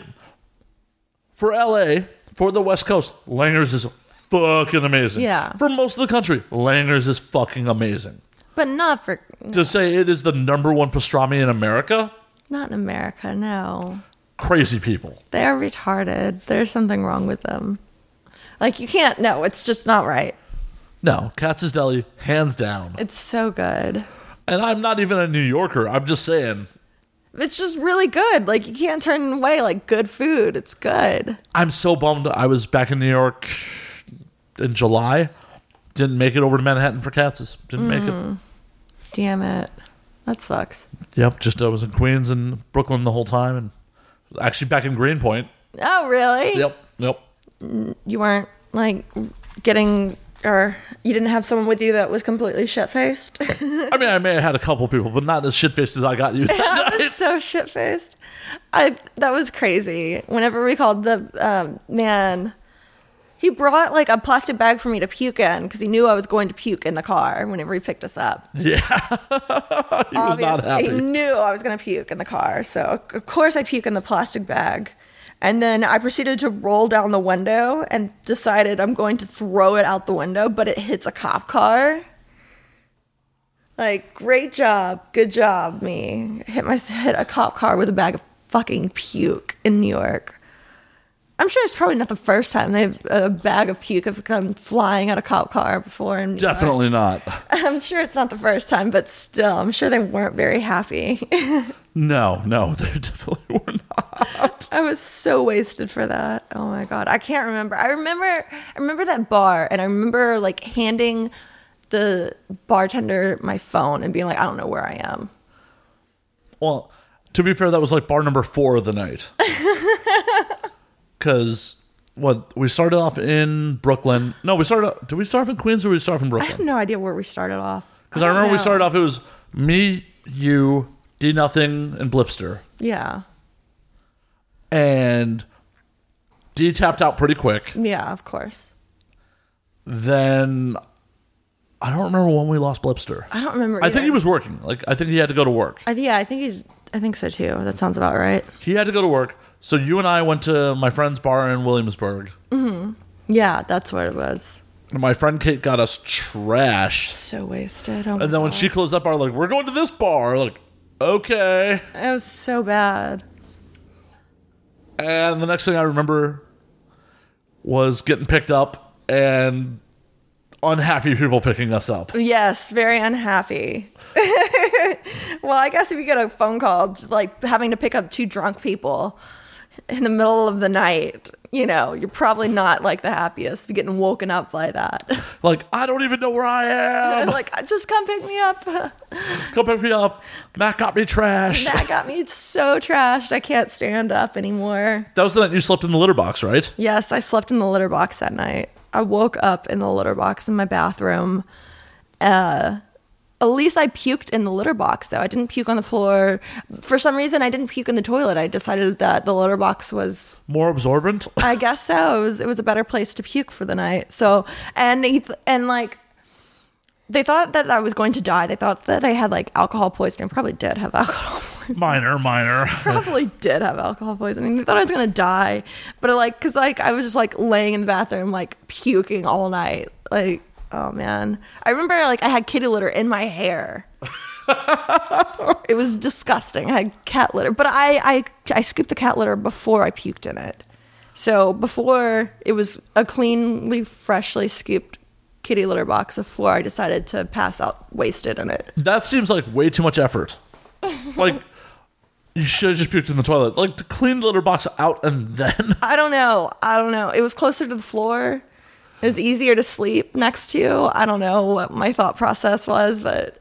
[SPEAKER 1] for LA, for the West Coast, Langers is fucking amazing.
[SPEAKER 3] Yeah.
[SPEAKER 1] For most of the country, Langers is fucking amazing.
[SPEAKER 3] But not for
[SPEAKER 1] To say it is the number one pastrami in America,
[SPEAKER 3] not in America. No,
[SPEAKER 1] crazy people.
[SPEAKER 3] they're retarded. There's something wrong with them. Like you can't. No, it's just not right.
[SPEAKER 1] No, Katz's Deli, hands down.
[SPEAKER 3] It's so good.
[SPEAKER 1] And I'm not even a New Yorker. I'm just saying.
[SPEAKER 3] It's just really good. Like you can't turn away like good food. It's good.
[SPEAKER 1] I'm so bummed. I was back in New York in July. Didn't make it over to Manhattan for Katz's. Didn't make
[SPEAKER 3] Damn it. That sucks.
[SPEAKER 1] it. Yep, just I was in Queens and Brooklyn the whole time, and actually back in Greenpoint.
[SPEAKER 3] Oh really?
[SPEAKER 1] Yep, yep.
[SPEAKER 3] You weren't like getting or you didn't have someone with you that was completely shit faced.
[SPEAKER 1] I mean, I may have had a couple people, but not as shit faced as I got you.
[SPEAKER 3] I was so shit faced. I that was crazy. Whenever we called the um, man, he brought like a plastic bag for me to puke in because he knew I was going to puke in the car whenever he picked us up.
[SPEAKER 1] yeah, he was not
[SPEAKER 3] Obviously,
[SPEAKER 1] happy.
[SPEAKER 3] He knew I was going to puke in the car. So, of course, I puke in the plastic bag. And then I proceeded to roll down the window and decided I'm going to throw it out the window, but it hits a cop car. Like, great job. Good job, me. Hit my hit a cop car with a bag of fucking puke in New York. I'm sure it's probably not the first time they've a bag of puke have come flying out of cop car before. In New York.
[SPEAKER 1] Definitely not.
[SPEAKER 3] I'm sure it's not the first time, but still, I'm sure they weren't very happy.
[SPEAKER 1] No, no, they definitely were not.
[SPEAKER 3] I was so wasted for that. Oh my god, I can't remember. I remember, I remember that bar, and I remember like handing the bartender my phone and being like, "I don't know where I am."
[SPEAKER 1] Well, to be fair, that was like bar number four of the night. Because what we started off in Brooklyn. No, we started. Did we start off in Queens or we start off in
[SPEAKER 3] I have
[SPEAKER 1] Brooklyn?
[SPEAKER 3] no idea where we started off.
[SPEAKER 1] Because I
[SPEAKER 3] don't
[SPEAKER 1] remember we
[SPEAKER 3] know.
[SPEAKER 1] started off. It was me, you, D nothing, and Blipster,
[SPEAKER 3] Yeah,
[SPEAKER 1] and D tapped out pretty quick.
[SPEAKER 3] yeah, of course.
[SPEAKER 1] Then I don't remember when we lost Blipster.
[SPEAKER 3] I don't remember.
[SPEAKER 1] I think
[SPEAKER 3] either.
[SPEAKER 1] he was working. Like I think he had to go to work.
[SPEAKER 3] I, yeah, I think he's. I think so too. That sounds about right.
[SPEAKER 1] he had to go to work. So you and I went to my friend's bar in Williamsburg. Mm-hmm.
[SPEAKER 3] Yeah, that's what it was.
[SPEAKER 1] And my friend Kate got us trashed.
[SPEAKER 3] So wasted. Oh my
[SPEAKER 1] And then when
[SPEAKER 3] God.
[SPEAKER 1] she closed that bar, like, we're going to this bar. Like, okay.
[SPEAKER 3] it was so bad.
[SPEAKER 1] And the next thing I remember was getting picked up and unhappy people picking us up.
[SPEAKER 3] Yes, very unhappy. well, I guess if you get a phone call, just, like having to pick up two drunk people in the middle of the night, you know, you're probably not like the happiest getting woken up by that.
[SPEAKER 1] Like, I don't even know where I am.
[SPEAKER 3] like, just come pick me up.
[SPEAKER 1] Come pick me up. Matt got me trashed.
[SPEAKER 3] that got me so trashed. I can't stand up anymore.
[SPEAKER 1] That was the night you slept in the litter box, right?
[SPEAKER 3] Yes, I slept in the litter box that night. I woke up in the litter box in my bathroom. Uh, at least I puked in the litter box, though. I didn't puke on the floor. For some reason, I didn't puke in the toilet. I decided that the litter box was,
[SPEAKER 1] More absorbent.
[SPEAKER 3] I guess so. It was, it was a better place to puke for the night. So, and he th- and like, they thought that I was going to die. They thought that I had like alcohol poisoning. I probably did have alcohol poisoning
[SPEAKER 1] Minor, minor.
[SPEAKER 3] probably did have alcohol poisoning. They thought I was gonna die, but like, cause like I was just like laying in the bathroom, like puking all night. Like, oh man, I remember like I had kitty litter in my hair. it was disgusting. I had cat litter, but I I I scooped the cat litter before I puked in it. So before it was a cleanly, freshly scooped kitty litter box. Before I decided to pass out wasted in it.
[SPEAKER 1] That seems like way too much effort. Like, you should have just puked in the toilet. Like, to clean the litter box out and then.
[SPEAKER 3] I don't know. I don't know. It was closer to the floor. It was easier to sleep next to. I don't know what my thought process was, but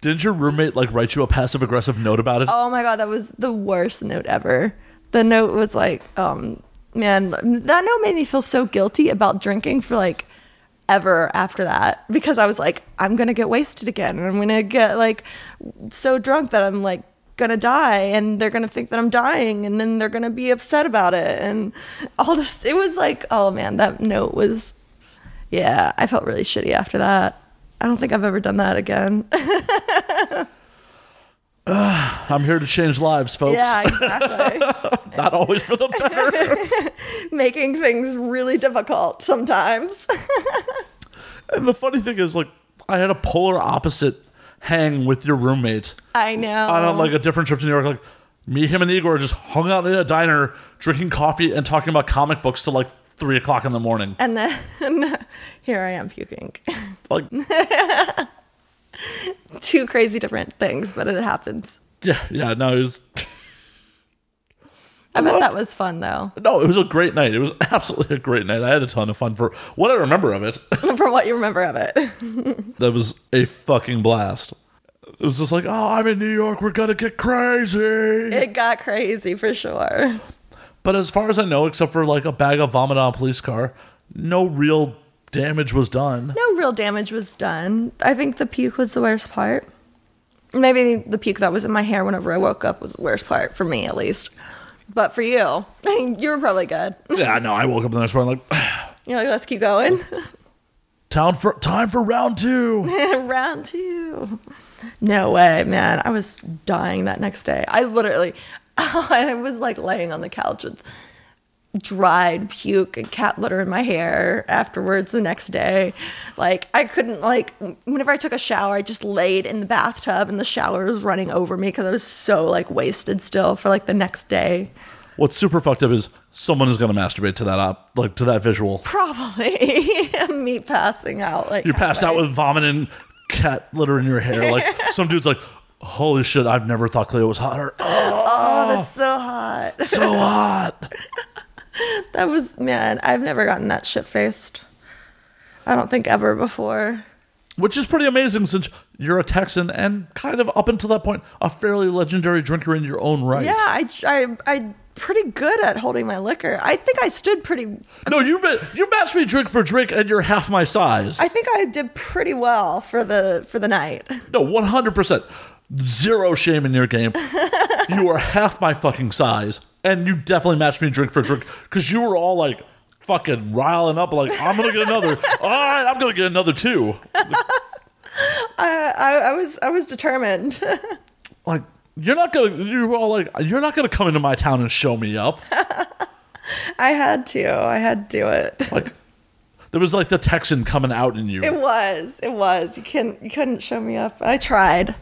[SPEAKER 1] Didn't your roommate, like, write you a passive aggressive note about it?
[SPEAKER 3] oh my god, that was the worst note ever. The note was like, um, man, that note made me feel so guilty about drinking for like ever after that because I was like, I'm gonna get wasted again, and I'm gonna get like so drunk that I'm like gonna die, and they're gonna think that I'm dying, and then they're gonna be upset about it, and all this. It was like, oh man, that note was, yeah, I felt really shitty after that. I don't think I've ever done that again.
[SPEAKER 1] I'm here to change lives, folks.
[SPEAKER 3] yeah, exactly.
[SPEAKER 1] Not always for the better.
[SPEAKER 3] making things really difficult sometimes.
[SPEAKER 1] and the funny thing is, like, I had a polar opposite hang with your roommate
[SPEAKER 3] I know.
[SPEAKER 1] on a, like a different trip to New York. Like, me, him, and Igor just hung out in a diner, drinking coffee and talking about comic books till like three o'clock in the morning.
[SPEAKER 3] and then here I am puking.
[SPEAKER 1] Like,
[SPEAKER 3] Two crazy different things, but it happens.
[SPEAKER 1] yeah, yeah, no, it was
[SPEAKER 3] I bet that was fun though,
[SPEAKER 1] no, it was a great night. It was absolutely a great night. I had a ton of fun for what I remember of it.
[SPEAKER 3] from what you remember of it.
[SPEAKER 1] that was a fucking blast. It was just like, oh, I'm in New York. We're gonna get crazy.
[SPEAKER 3] It got crazy for sure.
[SPEAKER 1] But as far as I know, except for like a bag of vomit on a police car, no real damage was done.
[SPEAKER 3] No real damage was done. I think the puke was the worst part. Maybe the puke that was in my hair whenever I woke up was the worst part for me, at least. But for you, you were probably good.
[SPEAKER 1] Yeah, no, I woke up the next morning like,
[SPEAKER 3] You're like, let's keep going.
[SPEAKER 1] town for time for round two.
[SPEAKER 3] round two. No way, man. I was dying that next day. I literally, I was like laying on the couch with dried puke and cat litter in my hair afterwards the next day. Like, I couldn't, like, whenever I took a shower, I just laid in the bathtub and the shower was running over me because I was so, like, wasted still for, like, the next day.
[SPEAKER 1] What's super fucked up is someone is gonna masturbate to that op, like to that visual.
[SPEAKER 3] Probably me passing out. Like,
[SPEAKER 1] You're passed out
[SPEAKER 3] halfway.
[SPEAKER 1] with vomit and cat litter in your hair. Like some dude's like, holy shit, I've never thought Cleo was hotter.
[SPEAKER 3] Oh, that's so hot.
[SPEAKER 1] so hot.
[SPEAKER 3] That was man, I've never gotten that shit faced. I don't think ever before.
[SPEAKER 1] Which is pretty amazing since you're a Texan and kind of up until that point a fairly legendary drinker in your own right.
[SPEAKER 3] Yeah, I I I pretty good at holding my liquor. I think I stood pretty
[SPEAKER 1] No, you ma- you matched me drink for drink, and you're half my size.
[SPEAKER 3] I think I did pretty well for the for the night.
[SPEAKER 1] no, one hundred percent, zero shame in your game. you are half my fucking size, and you definitely matched me drink for drink because you were all like fucking riling up, like I'm gonna get another. all right, I'm gonna get another too.
[SPEAKER 3] I, I, I was I was determined.
[SPEAKER 1] Like you're not gonna. You were all like you're not gonna come into my town and show me up.
[SPEAKER 3] I had to. I had to do it.
[SPEAKER 1] Like there was like the Texan coming out in you.
[SPEAKER 3] It was. It was. You couldn't. You couldn't show me up. I tried.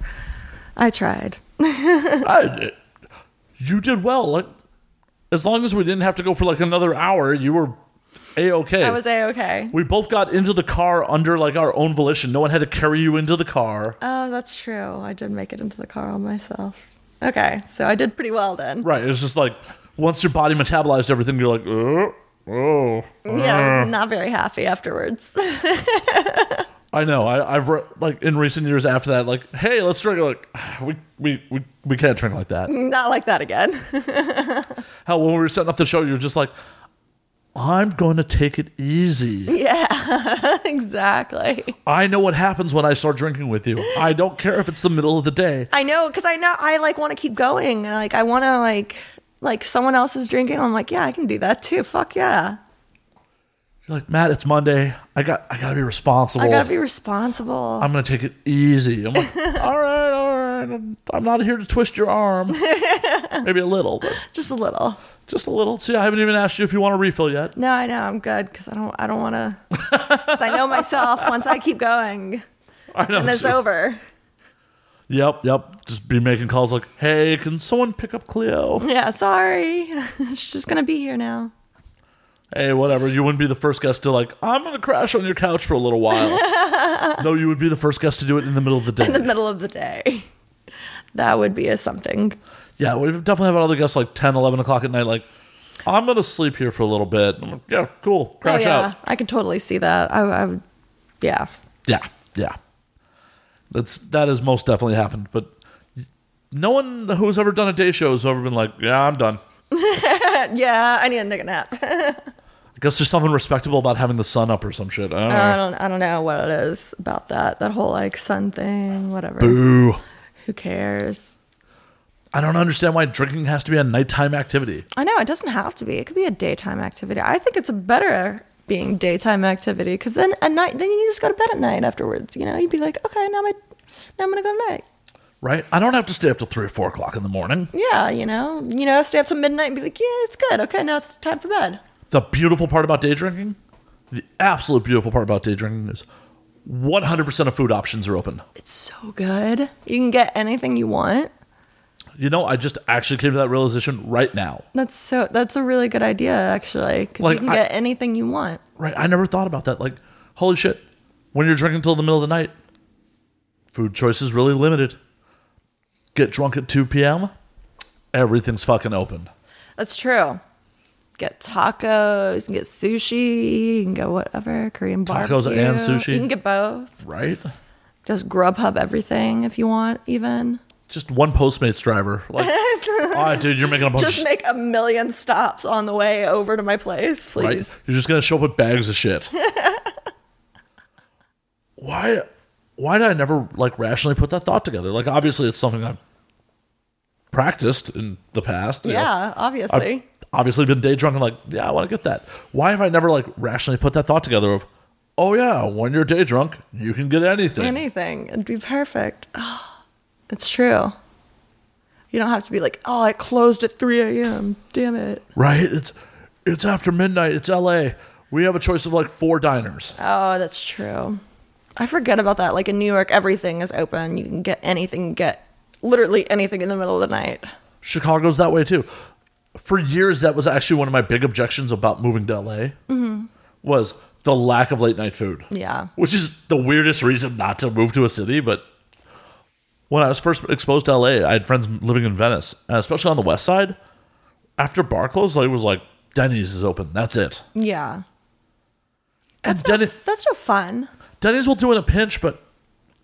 [SPEAKER 3] I tried.
[SPEAKER 1] I- you did well. Like as long as we didn't have to go for like another hour, you were a okay.
[SPEAKER 3] I was a okay.
[SPEAKER 1] we both got into the car under like our own volition. No one had to carry you into the car.
[SPEAKER 3] Oh, that's true. I did make it into the car all myself. Okay, so I did pretty well then.
[SPEAKER 1] Right. It's just like once your body metabolized everything, you're like, oh, oh.
[SPEAKER 3] Yeah, I was not very happy afterwards.
[SPEAKER 1] I know. I, I've re- like in recent years after that, like, hey, let's drink. Like, we we we, we can't drink like that.
[SPEAKER 3] not like that again.
[SPEAKER 1] Hell, when we were setting up the show, you're just like, I'm going to take it easy.
[SPEAKER 3] yeah, exactly.
[SPEAKER 1] I know what happens when I start drinking with you. I don't care if it's the middle of the day.
[SPEAKER 3] I know because I know I like want to keep going and like I want to like like someone else is drinking. I'm like, yeah, I can do that too. Fuck yeah,
[SPEAKER 1] You're like, Matt, it's Monday. I got I gotta be responsible.
[SPEAKER 3] I gotta be responsible.
[SPEAKER 1] I'm gonna take it easy. I'm like, all right, all right. I'm, I'm not here to twist your arm. Maybe a little, but
[SPEAKER 3] Just a little.
[SPEAKER 1] just a little. See, I haven't even asked you if you want a refill yet.
[SPEAKER 3] No, I know I'm good because I don't I don't want to. Because I know myself. Once I keep going,
[SPEAKER 1] I know.
[SPEAKER 3] and it's
[SPEAKER 1] too.
[SPEAKER 3] over.
[SPEAKER 1] Yep, yep. Just be making calls like, hey, can someone pick up Cleo?
[SPEAKER 3] Yeah, sorry. She's just gonna be here now.
[SPEAKER 1] hey, whatever. You wouldn't be the first guest to like, I'm gonna crash on your couch for a little while. Though you would be the first guest to do it in the middle of the day.
[SPEAKER 3] In the middle of the day. That would be a something.
[SPEAKER 1] yeah, we definitely have other guests like 10, 11 o'clock at night. Like, I'm gonna sleep here for a little bit. I'm like, yeah, cool. Crash
[SPEAKER 3] oh yeah,
[SPEAKER 1] out.
[SPEAKER 3] I can totally see that. I, I would, yeah.
[SPEAKER 1] Yeah, yeah. That's that has most definitely happened. But no one who's ever done a day show has ever been like, yeah, I'm done.
[SPEAKER 3] Uh, Yeah, I need to take a nap.
[SPEAKER 1] I guess there's something respectable about having the sun up or some shit. I don't know.
[SPEAKER 3] I don't I don't know what it is about that. That whole like sun thing, whatever.
[SPEAKER 1] Boo.
[SPEAKER 3] Who cares?
[SPEAKER 1] I don't understand why drinking has to be a nighttime activity.
[SPEAKER 3] I know it doesn't have to be. It could be a daytime activity. I think it's a better being daytime activity because then at night, then you just go to bed at night afterwards. You know, you'd be like, okay, now my now I'm gonna go to night.
[SPEAKER 1] Right? I don't have to stay up till three or four o'clock in the morning.
[SPEAKER 3] Yeah, you know, you know, stay up till midnight and be like, yeah, it's good. Okay, now it's time for bed.
[SPEAKER 1] The beautiful part about day drinking, the absolute beautiful part about day drinking is 100% of food options are open.
[SPEAKER 3] It's so good. You can get anything you want.
[SPEAKER 1] You know, I just actually came to that realization right now.
[SPEAKER 3] That's so. That's a really good idea, actually, because
[SPEAKER 1] Like,
[SPEAKER 3] you can
[SPEAKER 1] I-
[SPEAKER 3] get anything you want.
[SPEAKER 1] Right? I never thought about that. Like, holy shit, when you're drinking till the middle of the night, food choice is really limited. Get drunk at 2 p.m., everything's fucking open.
[SPEAKER 3] That's true. Get tacos, you can get sushi, you can get whatever Korean
[SPEAKER 1] Tacos
[SPEAKER 3] barbecue.
[SPEAKER 1] and sushi?
[SPEAKER 3] You can get both.
[SPEAKER 1] Right?
[SPEAKER 3] Just Grubhub everything if you want, even.
[SPEAKER 1] Just one Postmates driver. Like, all right, dude, you're making a bunch of
[SPEAKER 3] Just make a million stops on the way over to my place,
[SPEAKER 1] Right?
[SPEAKER 3] please.
[SPEAKER 1] You're just gonna show up with bags of shit. why? Why did I never like rationally put that thought together? Like, obviously, it's something I've practiced in the past. you know.
[SPEAKER 3] Yeah,
[SPEAKER 1] I've
[SPEAKER 3] obviously.
[SPEAKER 1] obviously been day drunk and like, yeah, I want to get that. Why have I never like rationally put that thought together of, oh yeah, when you're day drunk, you can get anything.
[SPEAKER 3] anything. It'd be perfect. it's true. You don't have to be like, oh, it closed at 3 a.m. Damn it.
[SPEAKER 1] right? It's it's after midnight. It's L.A. We have a choice of like four diners.
[SPEAKER 3] Oh, that's true. I forget about that. Like in New York, everything is open. You can get anything, you can get literally anything in the middle of the night.
[SPEAKER 1] Chicago's that way too. For years, that was actually one of my big objections about moving to LA was the lack of late night food.
[SPEAKER 3] Mm-hmm. Yeah.
[SPEAKER 1] which is the weirdest reason not to move to a city. But when I was first exposed to LA, I had friends living in Venice, and especially on the West Side. After bar closed, like, it was like Denny's is open. That's it.
[SPEAKER 3] Yeah.
[SPEAKER 1] And Denny,
[SPEAKER 3] That's no fun.
[SPEAKER 1] Denny's will do in a pinch, but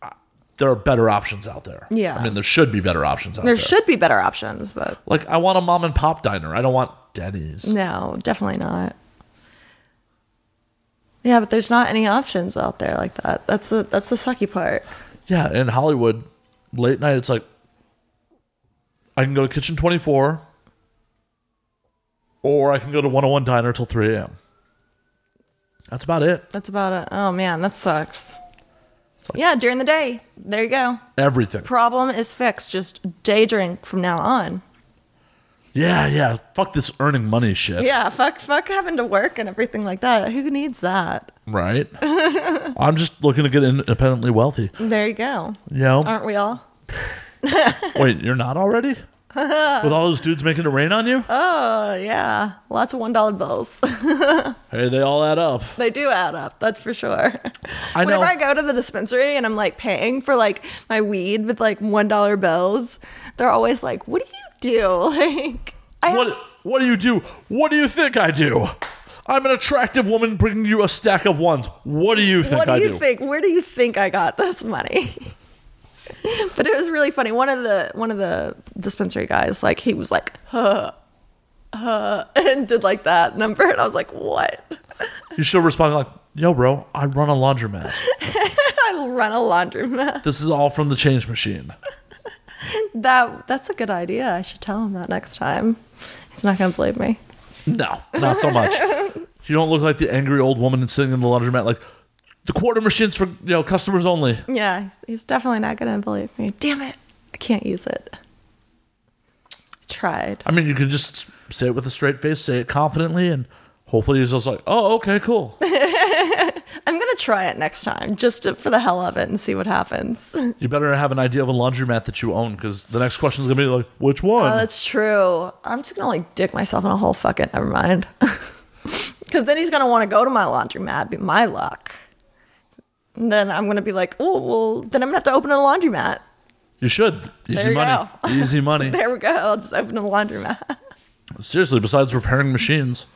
[SPEAKER 1] uh, there are better options out there.
[SPEAKER 3] Yeah.
[SPEAKER 1] I mean, there should be better options out
[SPEAKER 3] There
[SPEAKER 1] there.
[SPEAKER 3] should be better options, but
[SPEAKER 1] Like, I want a mom and pop diner. I don't want Denny's.
[SPEAKER 3] no, definitely not. Yeah, but there's not any options out there like that. That's the that's the sucky part.
[SPEAKER 1] Yeah, in Hollywood, late night, it's like I can go to Kitchen 24 or I can go to 101 Diner till 3 a.m. That's about it.
[SPEAKER 3] That's about it. Oh man, that sucks. yeah, during the day. There you go.
[SPEAKER 1] Everything.
[SPEAKER 3] Problem is fixed. Just day drink from now on.
[SPEAKER 1] Yeah, yeah. Fuck this earning money shit.
[SPEAKER 3] Yeah, fuck, fuck having to work and everything like that. Who needs that?
[SPEAKER 1] Right? I'm just looking to get independently wealthy.
[SPEAKER 3] There you go.
[SPEAKER 1] You know?
[SPEAKER 3] Aren't we all?
[SPEAKER 1] Wait, you're not already? With all those dudes making it rain on you?
[SPEAKER 3] Oh yeah, lots of one dollar bills.
[SPEAKER 1] Hey, they all add up.
[SPEAKER 3] they do add up. That's for sure.
[SPEAKER 1] I know.
[SPEAKER 3] Whenever I go to the dispensary and I'm like paying for like my weed with like one dollar bills, they're always like, "What do you do?" Like, I have-
[SPEAKER 1] What What do you do? What do you think I do? I'm an attractive woman bringing you a stack of ones. What do you think
[SPEAKER 3] what do
[SPEAKER 1] I
[SPEAKER 3] you
[SPEAKER 1] do?
[SPEAKER 3] think? Where do you think I got this money? but it was really funny. One of the one of the dispensary guys, like he was like, huh, huh, and did like that number, and I was like, what?
[SPEAKER 1] You should respond like, "Yo, bro, I run a laundromat.
[SPEAKER 3] I run a laundromat.
[SPEAKER 1] this is all from the change machine."
[SPEAKER 3] That that's a good idea. I should tell him that next time. He's not gonna believe me.
[SPEAKER 1] No, not so much. you don't look like the angry old woman sitting in the laundromat, like the quarter machines for you know customers only.
[SPEAKER 3] Yeah, he's, he's definitely not gonna believe me. Damn it, I can't use it. I tried.
[SPEAKER 1] I mean, you can just say it with a straight face, say it confidently, and hopefully he's just like, "Oh, okay, cool."
[SPEAKER 3] I'm gonna try it next time, just to, for the hell of it, and see what happens.
[SPEAKER 1] you better have an idea of a laundromat that you own, because the next question is gonna be like, "Which one?"
[SPEAKER 3] Oh, that's true. I'm just gonna like dick myself in a hole. Fuck it. Never mind. Because then he's gonna want to go to my laundromat. Be my luck. And then I'm gonna be like, oh well. Then I'm gonna have to open a laundromat.
[SPEAKER 1] You should. Easy
[SPEAKER 3] you
[SPEAKER 1] money.
[SPEAKER 3] go.
[SPEAKER 1] Easy money.
[SPEAKER 3] There we go. I'll just open a laundromat.
[SPEAKER 1] Seriously, besides repairing machines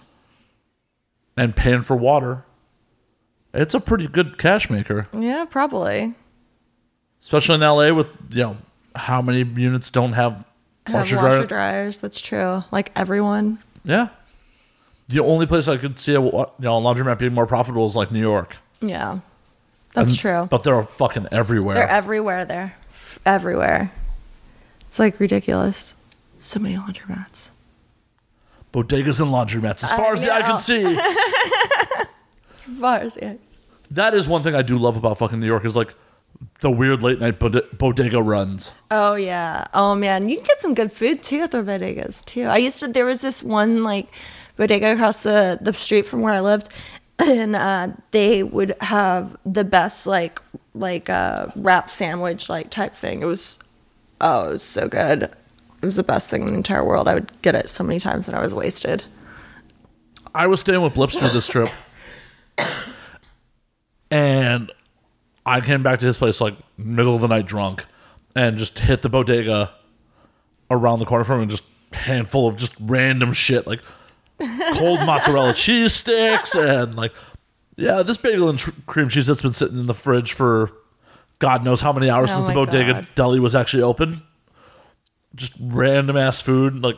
[SPEAKER 1] and paying for water, it's a pretty good cash maker,
[SPEAKER 3] yeah, probably.
[SPEAKER 1] especially in LA with, you know, how many units don't have washer
[SPEAKER 3] Have washer
[SPEAKER 1] dryer.
[SPEAKER 3] dryers. That's true. Like everyone.
[SPEAKER 1] Yeah. The only place I could see a wa- you know, a laundromat being more profitable is like New York.
[SPEAKER 3] Yeah, that's
[SPEAKER 1] And-
[SPEAKER 3] true.
[SPEAKER 1] But they're fucking everywhere.
[SPEAKER 3] They're everywhere. They're f- everywhere. It's like ridiculous. So many laundromats.
[SPEAKER 1] Bodegas and laundromats, as
[SPEAKER 3] I
[SPEAKER 1] far as I
[SPEAKER 3] know.
[SPEAKER 1] can see.
[SPEAKER 3] As far as yeah.
[SPEAKER 1] that is one thing I do love about fucking New York is like the weird late night bod- bodega runs.
[SPEAKER 3] Oh yeah. Oh man, you can get some good food too at the bodegas too. I used to. There was this one like bodega across the the street from where I lived, and uh, they would have the best like like uh, wrap sandwich like type thing. It was oh, it was so good. It was the best thing in the entire world. I would get it so many times, and I was wasted.
[SPEAKER 1] I was staying with Blipster this trip, and I came back to his place like middle of the night drunk, and just hit the bodega around the corner from him, and just handful of just random shit like cold mozzarella cheese sticks and like yeah, this bagel and tr- cream cheese that's been sitting in the fridge for God knows how many hours
[SPEAKER 3] Oh
[SPEAKER 1] since the
[SPEAKER 3] my
[SPEAKER 1] bodega
[SPEAKER 3] God.
[SPEAKER 1] deli was actually open. Just random ass food like.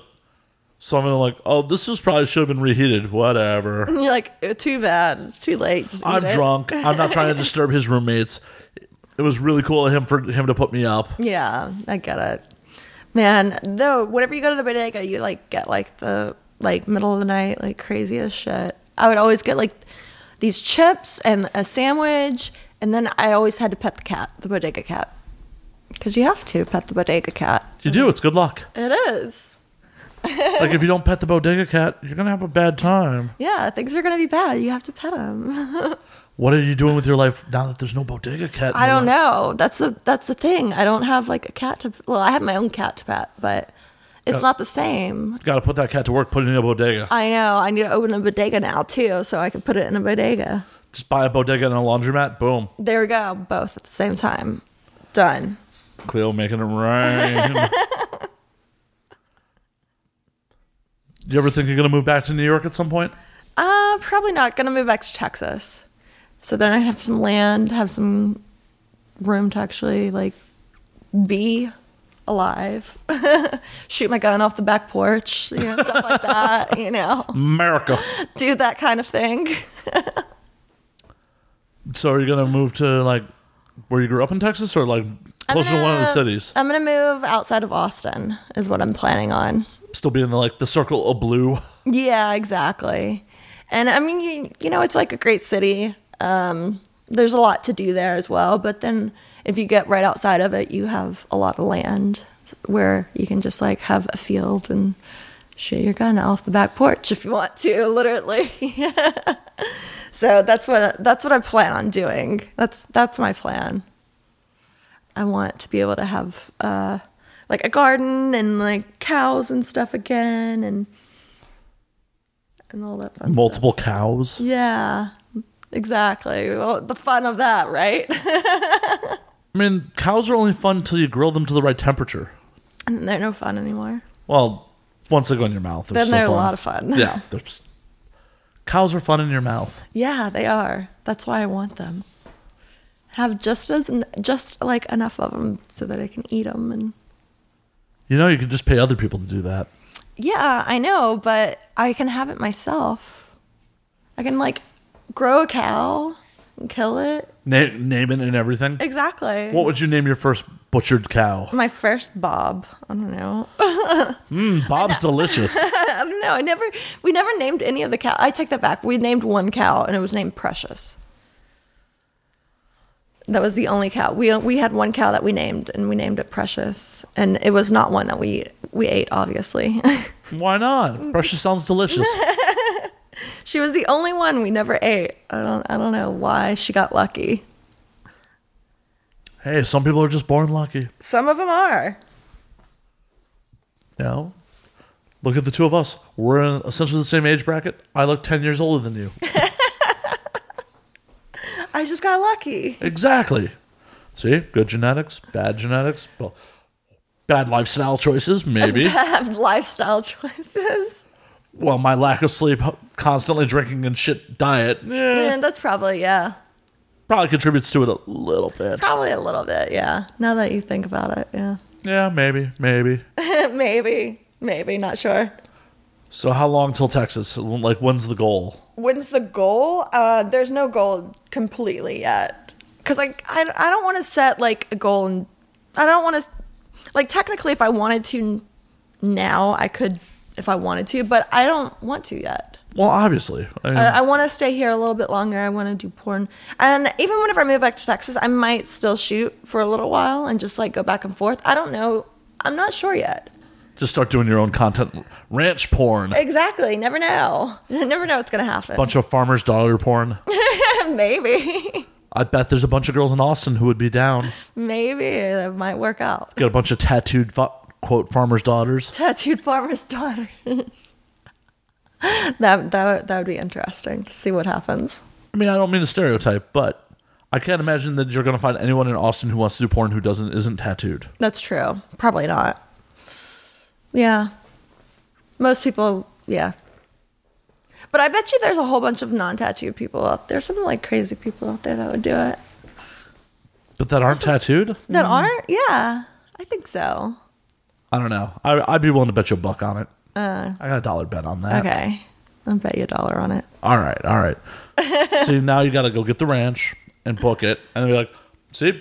[SPEAKER 1] Some of them like, oh, this is probably should have been reheated. Whatever.
[SPEAKER 3] And you're like, "Eh, too bad. It's too late. Just eat
[SPEAKER 1] I'm
[SPEAKER 3] it."
[SPEAKER 1] drunk. I'm not trying to disturb his roommates. It was really cool of him for him to put me up.
[SPEAKER 3] Yeah, I get it. Man, though, whenever you go to the bodega, you like get like the like middle of the night, like craziest shit. I would always get like these chips and a sandwich, and then I always had to pet the cat, the bodega cat. Because you have to pet the bodega cat.
[SPEAKER 1] You do. It's good luck.
[SPEAKER 3] It is.
[SPEAKER 1] Like if you don't pet the bodega cat, you're gonna have a bad time.
[SPEAKER 3] Yeah, things are going to be bad. You have to pet them.
[SPEAKER 1] What are you doing with your life now that there's no bodega cat? in
[SPEAKER 3] I
[SPEAKER 1] your
[SPEAKER 3] don't
[SPEAKER 1] life?
[SPEAKER 3] know. That's the that's the thing. I don't have like a cat to well, I have my own cat to pet, but it's not the same.
[SPEAKER 1] Got to put that cat to work. Put it in a bodega.
[SPEAKER 3] I know. I need to open a bodega now too, so I can put it in a bodega.
[SPEAKER 1] Just buy a bodega and a laundromat. Boom.
[SPEAKER 3] There we go. Both at the same time. Done.
[SPEAKER 1] Cleo making it rain. you ever think you're gonna move back to New York at some point?
[SPEAKER 3] Uh, probably not gonna move back to Texas. So then I have some land, have some room to actually like be alive. Shoot my gun off the back porch, you know, stuff like that, you know.
[SPEAKER 1] America.
[SPEAKER 3] Do that kind of thing.
[SPEAKER 1] So are you gonna move to like where you grew up in Texas, or like
[SPEAKER 3] I'm
[SPEAKER 1] closer to one of the
[SPEAKER 3] gonna-
[SPEAKER 1] cities?
[SPEAKER 3] I'm gonna move outside of Austin is what I'm planning on.
[SPEAKER 1] Still be in the like the circle of blue.
[SPEAKER 3] Yeah, exactly. And I mean, you, you know, it's like a great city. Um, there's a lot to do there as well. But then if you get right outside of it, you have a lot of land where you can just like have a field and shoot your gun off the back porch if you want to, literally. so that's what that's what I plan on doing. That's that's my plan. I want to be able to have uh, like a garden and like cows and stuff again and and all that fun stuff.
[SPEAKER 1] Multiple cows.
[SPEAKER 3] Yeah, exactly. Well, the fun of that, right?
[SPEAKER 1] I mean, cows are only fun until you grill them to the right temperature.
[SPEAKER 3] And they're no fun anymore.
[SPEAKER 1] Well, once they go in your mouth, they're
[SPEAKER 3] Then
[SPEAKER 1] still
[SPEAKER 3] they're
[SPEAKER 1] fun.
[SPEAKER 3] a lot of fun.
[SPEAKER 1] Yeah, they're s- cows are fun in your mouth.
[SPEAKER 3] Yeah, they are. That's why I want them. Have just as just like enough of them so that I can eat them and
[SPEAKER 1] You know, you could just pay other people to do that.
[SPEAKER 3] Yeah, I know, but I can have it myself. I can like grow a cow and kill it.
[SPEAKER 1] Na- name it and everything.
[SPEAKER 3] Exactly.
[SPEAKER 1] What would you name your first butchered cow?
[SPEAKER 3] my first bob. I don't know.
[SPEAKER 1] Bob's delicious.
[SPEAKER 3] I don't know. I never we never named any of the cow. I take that back. We named one cow and it was named Precious. That was the only cow. We we had one cow that we named and we named it Precious and it was not one that we we ate obviously.
[SPEAKER 1] Why not? Precious sounds delicious.
[SPEAKER 3] she was the only one we never ate. I don't I don't know why she got lucky.
[SPEAKER 1] Hey, some people are just born lucky.
[SPEAKER 3] Some of them are.
[SPEAKER 1] You know? Look at the two of us. We're in essentially the same age bracket. I look 10 years older than you.
[SPEAKER 3] I just got lucky.
[SPEAKER 1] Exactly. See, good genetics, bad genetics, well, bad lifestyle choices, maybe.
[SPEAKER 3] Have lifestyle choices.
[SPEAKER 1] well, my lack of sleep, constantly drinking and shit diet, eh,
[SPEAKER 3] And that's probably yeah.
[SPEAKER 1] probably contributes to it a little bit.
[SPEAKER 3] Probably a little bit, yeah. Now that you think about it, yeah.
[SPEAKER 1] Yeah, maybe, maybe.
[SPEAKER 3] maybe. Maybe, not sure.
[SPEAKER 1] So, how long till Texas? Like, when's the goal?
[SPEAKER 3] When's the goal? Uh, there's no goal completely yet. Because I, I, I don't want to set like a goal and I don't want to, like, technically, if I wanted to now, I could if I wanted to, but I don't want to yet.
[SPEAKER 1] Well, obviously. I mean,
[SPEAKER 3] Uh, I, I want to stay here a little bit longer. I want to do porn. And even whenever I move back to Texas, I might still shoot for a little while and just like go back and forth. I don't know. I'm not sure yet.
[SPEAKER 1] just start doing your own content. Ranch porn.
[SPEAKER 3] Exactly. Never know. Never know what's going to happen.
[SPEAKER 1] bunch of farmers' daughter porn.
[SPEAKER 3] Maybe.
[SPEAKER 1] I bet there's a bunch of girls in Austin who would be down.
[SPEAKER 3] Maybe that might work out.
[SPEAKER 1] Get a bunch of tattooed, fa- quote, farmers' daughters.
[SPEAKER 3] Tattooed farmer's daughters. that, that, that would be interesting to see what happens.
[SPEAKER 1] I mean, I don't mean to stereotype, but I can't imagine that you're going to find anyone in Austin who wants to do porn who doesn't isn't tattooed.
[SPEAKER 3] That's true. Probably not. Yeah. Most people, yeah. But I bet you there's a whole bunch of non tattooed people out there. Some like crazy people out there that would do it.
[SPEAKER 1] But that aren't tattooed?
[SPEAKER 3] That aren't? Yeah. I think so.
[SPEAKER 1] I don't know. I, I'd be willing to bet you a buck on it. I got a dollar bet on that.
[SPEAKER 3] Uh. Okay. I'll bet you a dollar on it.
[SPEAKER 1] All right, all right. See, now you got to go get the ranch and book it, and be like, "See,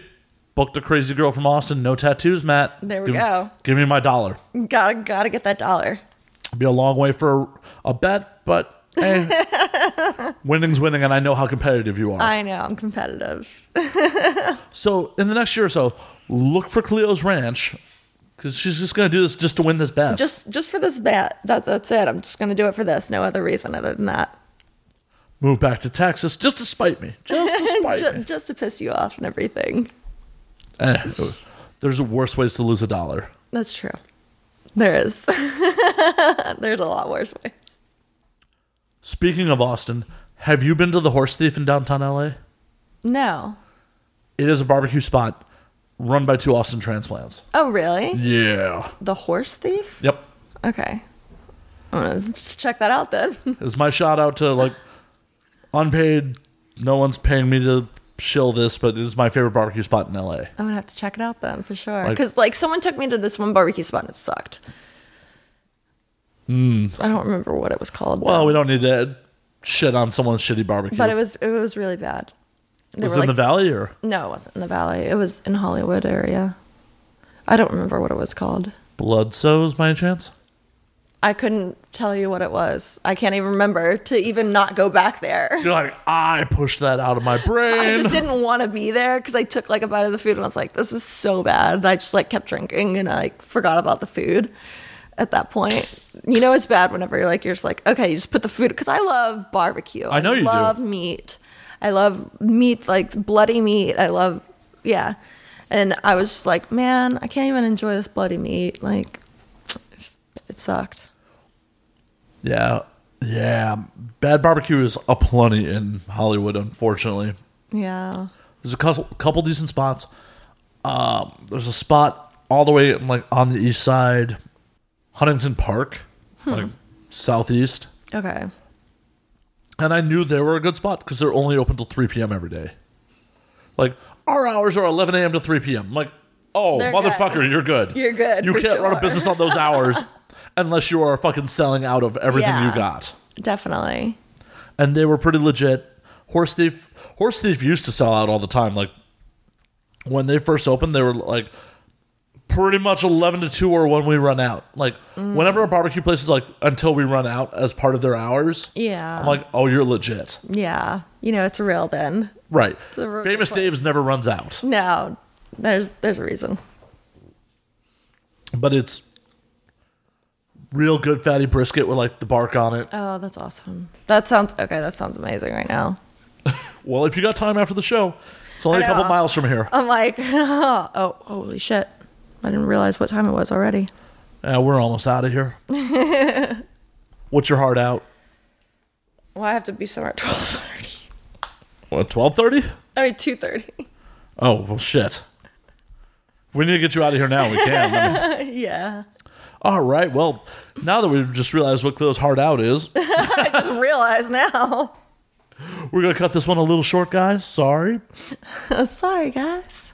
[SPEAKER 1] booked a crazy girl from Austin, no tattoos, Matt."
[SPEAKER 3] There we
[SPEAKER 1] Give-
[SPEAKER 3] go.
[SPEAKER 1] Give me my dollar.
[SPEAKER 3] Gotta gotta get that dollar.
[SPEAKER 1] Be a long way for a, a bet, but eh, winning's winning, and I know how competitive you are.
[SPEAKER 3] I know, I'm competitive.
[SPEAKER 1] so, in the next year or so, look for Cleo's ranch because she's just going to do this just to win this bet.
[SPEAKER 3] Just just for this bet. That that's it. I'm just gonna do it for this. No other reason other than that.
[SPEAKER 1] move back to Texas just to spite me. Just to spite
[SPEAKER 3] Ju-
[SPEAKER 1] me.
[SPEAKER 3] just to piss you off and everything.
[SPEAKER 1] Eh, there's worse ways to lose a dollar.
[SPEAKER 3] That's true. There is. There's a lot worse ways.
[SPEAKER 1] Speaking of Austin, have you been to the Horse Thief in downtown LA?
[SPEAKER 3] No.
[SPEAKER 1] It is a barbecue spot run by two Austin transplants.
[SPEAKER 3] Oh,
[SPEAKER 1] Mm-hmm.
[SPEAKER 3] really?
[SPEAKER 1] Yeah.
[SPEAKER 3] The horse thief?
[SPEAKER 1] Yep.
[SPEAKER 3] Okay. I'm gonna just check that out then.
[SPEAKER 1] It's my shout out to like unpaid. No one's paying me to shill this, but it is my favorite barbecue spot in LA.
[SPEAKER 3] I'm gonna have to check it out then for sure.
[SPEAKER 1] Like-
[SPEAKER 3] Because like someone took me to this one barbecue spot and it sucked. I don't remember what it was called.
[SPEAKER 1] Hmm. Well,
[SPEAKER 3] though.
[SPEAKER 1] we don't need to shit on someone's shitty barbecue.
[SPEAKER 3] but it was it was really bad. They
[SPEAKER 1] was
[SPEAKER 3] were
[SPEAKER 1] it in
[SPEAKER 3] like-
[SPEAKER 1] the valley or
[SPEAKER 3] No, it wasn't in the valley. It was in Hollywood area. I don't remember what it was called.
[SPEAKER 1] Blood Sows by any chance?
[SPEAKER 3] I couldn't tell you what it was. I can't even remember to even not go back there.
[SPEAKER 1] You're like, I pushed that out of my brain.
[SPEAKER 3] I just didn't want to be there because I took like a bite of the food and I was like, this is so bad. And I just like kept drinking and I like, forgot about the food. at that point. You know it's bad whenever you're like you're just like okay, you just put the food because I love barbecue.
[SPEAKER 1] I know you do.
[SPEAKER 3] love meat. I love meat like bloody meat. I love yeah. And I was just like, man, I can't even enjoy this bloody meat. Like it sucked.
[SPEAKER 1] Yeah. Yeah. Bad barbecue is aplenty in Hollywood, unfortunately.
[SPEAKER 3] Yeah.
[SPEAKER 1] There's a couple, couple decent spots. Um, there's a spot all the way like on the east side, Huntington Park,
[SPEAKER 3] Hmm.
[SPEAKER 1] like southeast.
[SPEAKER 3] Okay.
[SPEAKER 1] And I knew they were a good spot because they're only open till 3 p.m. every day. Like, our hours are 11 a.m. to 3 p.m. I'm like, oh,
[SPEAKER 3] They're
[SPEAKER 1] motherfucker,
[SPEAKER 3] good.
[SPEAKER 1] you're good.
[SPEAKER 3] You're good,
[SPEAKER 1] You
[SPEAKER 3] for
[SPEAKER 1] can't run a
[SPEAKER 3] sure.
[SPEAKER 1] business on those hours unless you are fucking selling out of everything
[SPEAKER 3] Yeah.
[SPEAKER 1] you got.
[SPEAKER 3] Definitely.
[SPEAKER 1] and they were pretty legit. Horse Thief, Horse Thief used to sell out all the time. Like when they first opened, they were like pretty much eleven to two or when we run out. Like
[SPEAKER 3] Mm.
[SPEAKER 1] whenever a barbecue place is like until we run out as part of their hours.
[SPEAKER 3] Yeah.
[SPEAKER 1] I'm like, oh, you're legit,
[SPEAKER 3] yeah. You know it's real then.
[SPEAKER 1] right?
[SPEAKER 3] a real good
[SPEAKER 1] Famous
[SPEAKER 3] place.
[SPEAKER 1] Dave's never runs out,
[SPEAKER 3] No. There's there's a reason.
[SPEAKER 1] but it's real good fatty brisket with like the bark on it.
[SPEAKER 3] Oh, that's awesome. That sounds okay. That sounds amazing right now.
[SPEAKER 1] Well, if you got time after the show, it's only a
[SPEAKER 3] I
[SPEAKER 1] couple
[SPEAKER 3] know.
[SPEAKER 1] miles from here.
[SPEAKER 3] I'm like, oh, holy shit. I didn't realize what time it was already.
[SPEAKER 1] Yeah, we're almost out of here. What's your heart out?
[SPEAKER 3] Well, I have to be somewhere at 12.30.
[SPEAKER 1] What, twelve thirty?
[SPEAKER 3] I mean, 2.30.
[SPEAKER 1] Oh well, shit. We need to get you out of here now. We can. I mean-
[SPEAKER 3] yeah.
[SPEAKER 1] all right. Well, now that we've just realized what Cleo's heart out is,
[SPEAKER 3] I just realized now.
[SPEAKER 1] we're gonna cut this one a little short, guys. Sorry,
[SPEAKER 3] Sorry, guys.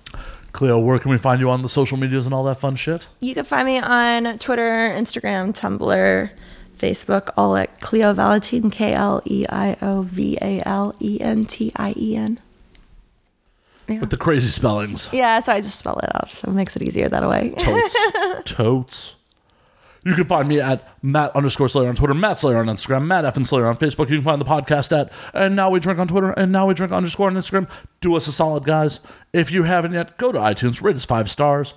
[SPEAKER 1] Cleo. Where can we find you on the social medias and all that fun shit?
[SPEAKER 3] You can find me on Twitter, Instagram, Tumblr, Facebook, all at Cleo Valentine, E K-L-E-I-O-V-A-L-E-N-T-I-E-N.
[SPEAKER 1] With the crazy spellings.
[SPEAKER 3] Yeah, so I just spell it out. So it makes it easier that way.
[SPEAKER 1] Totes. Totes. You can find me at Matt underscore Slayer on Twitter, Matt Slayer on Instagram, Matt F and Slayer on Facebook. You can find the podcast at And Now We Drink on Twitter, and Now We Drink underscore on Instagram. Do us a solid, guys. If you haven't yet, go to iTunes, rate us five stars,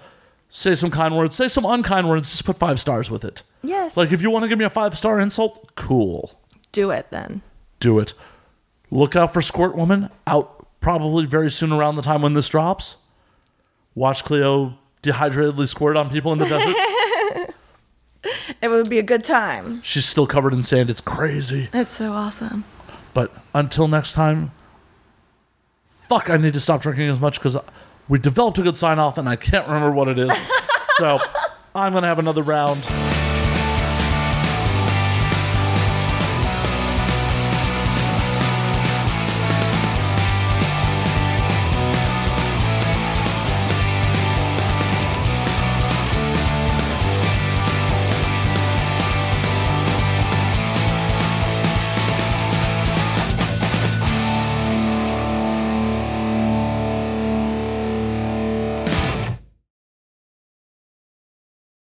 [SPEAKER 1] say some kind words, say some unkind words, just put five stars with it.
[SPEAKER 3] Yes.
[SPEAKER 1] Like if you want to give me a five star insult, cool.
[SPEAKER 3] Do it then.
[SPEAKER 1] Do it. Look out for Squirt Woman out probably very soon around the time when this drops. Watch Cleo dehydratedly squirt on people in the desert.
[SPEAKER 3] It would be a good time.
[SPEAKER 1] She's still covered in sand. It's crazy.
[SPEAKER 3] That's so awesome.
[SPEAKER 1] But until next time, fuck, I need to stop drinking as much because we developed a good sign off and I can't remember what it is. so I'm going to have another round.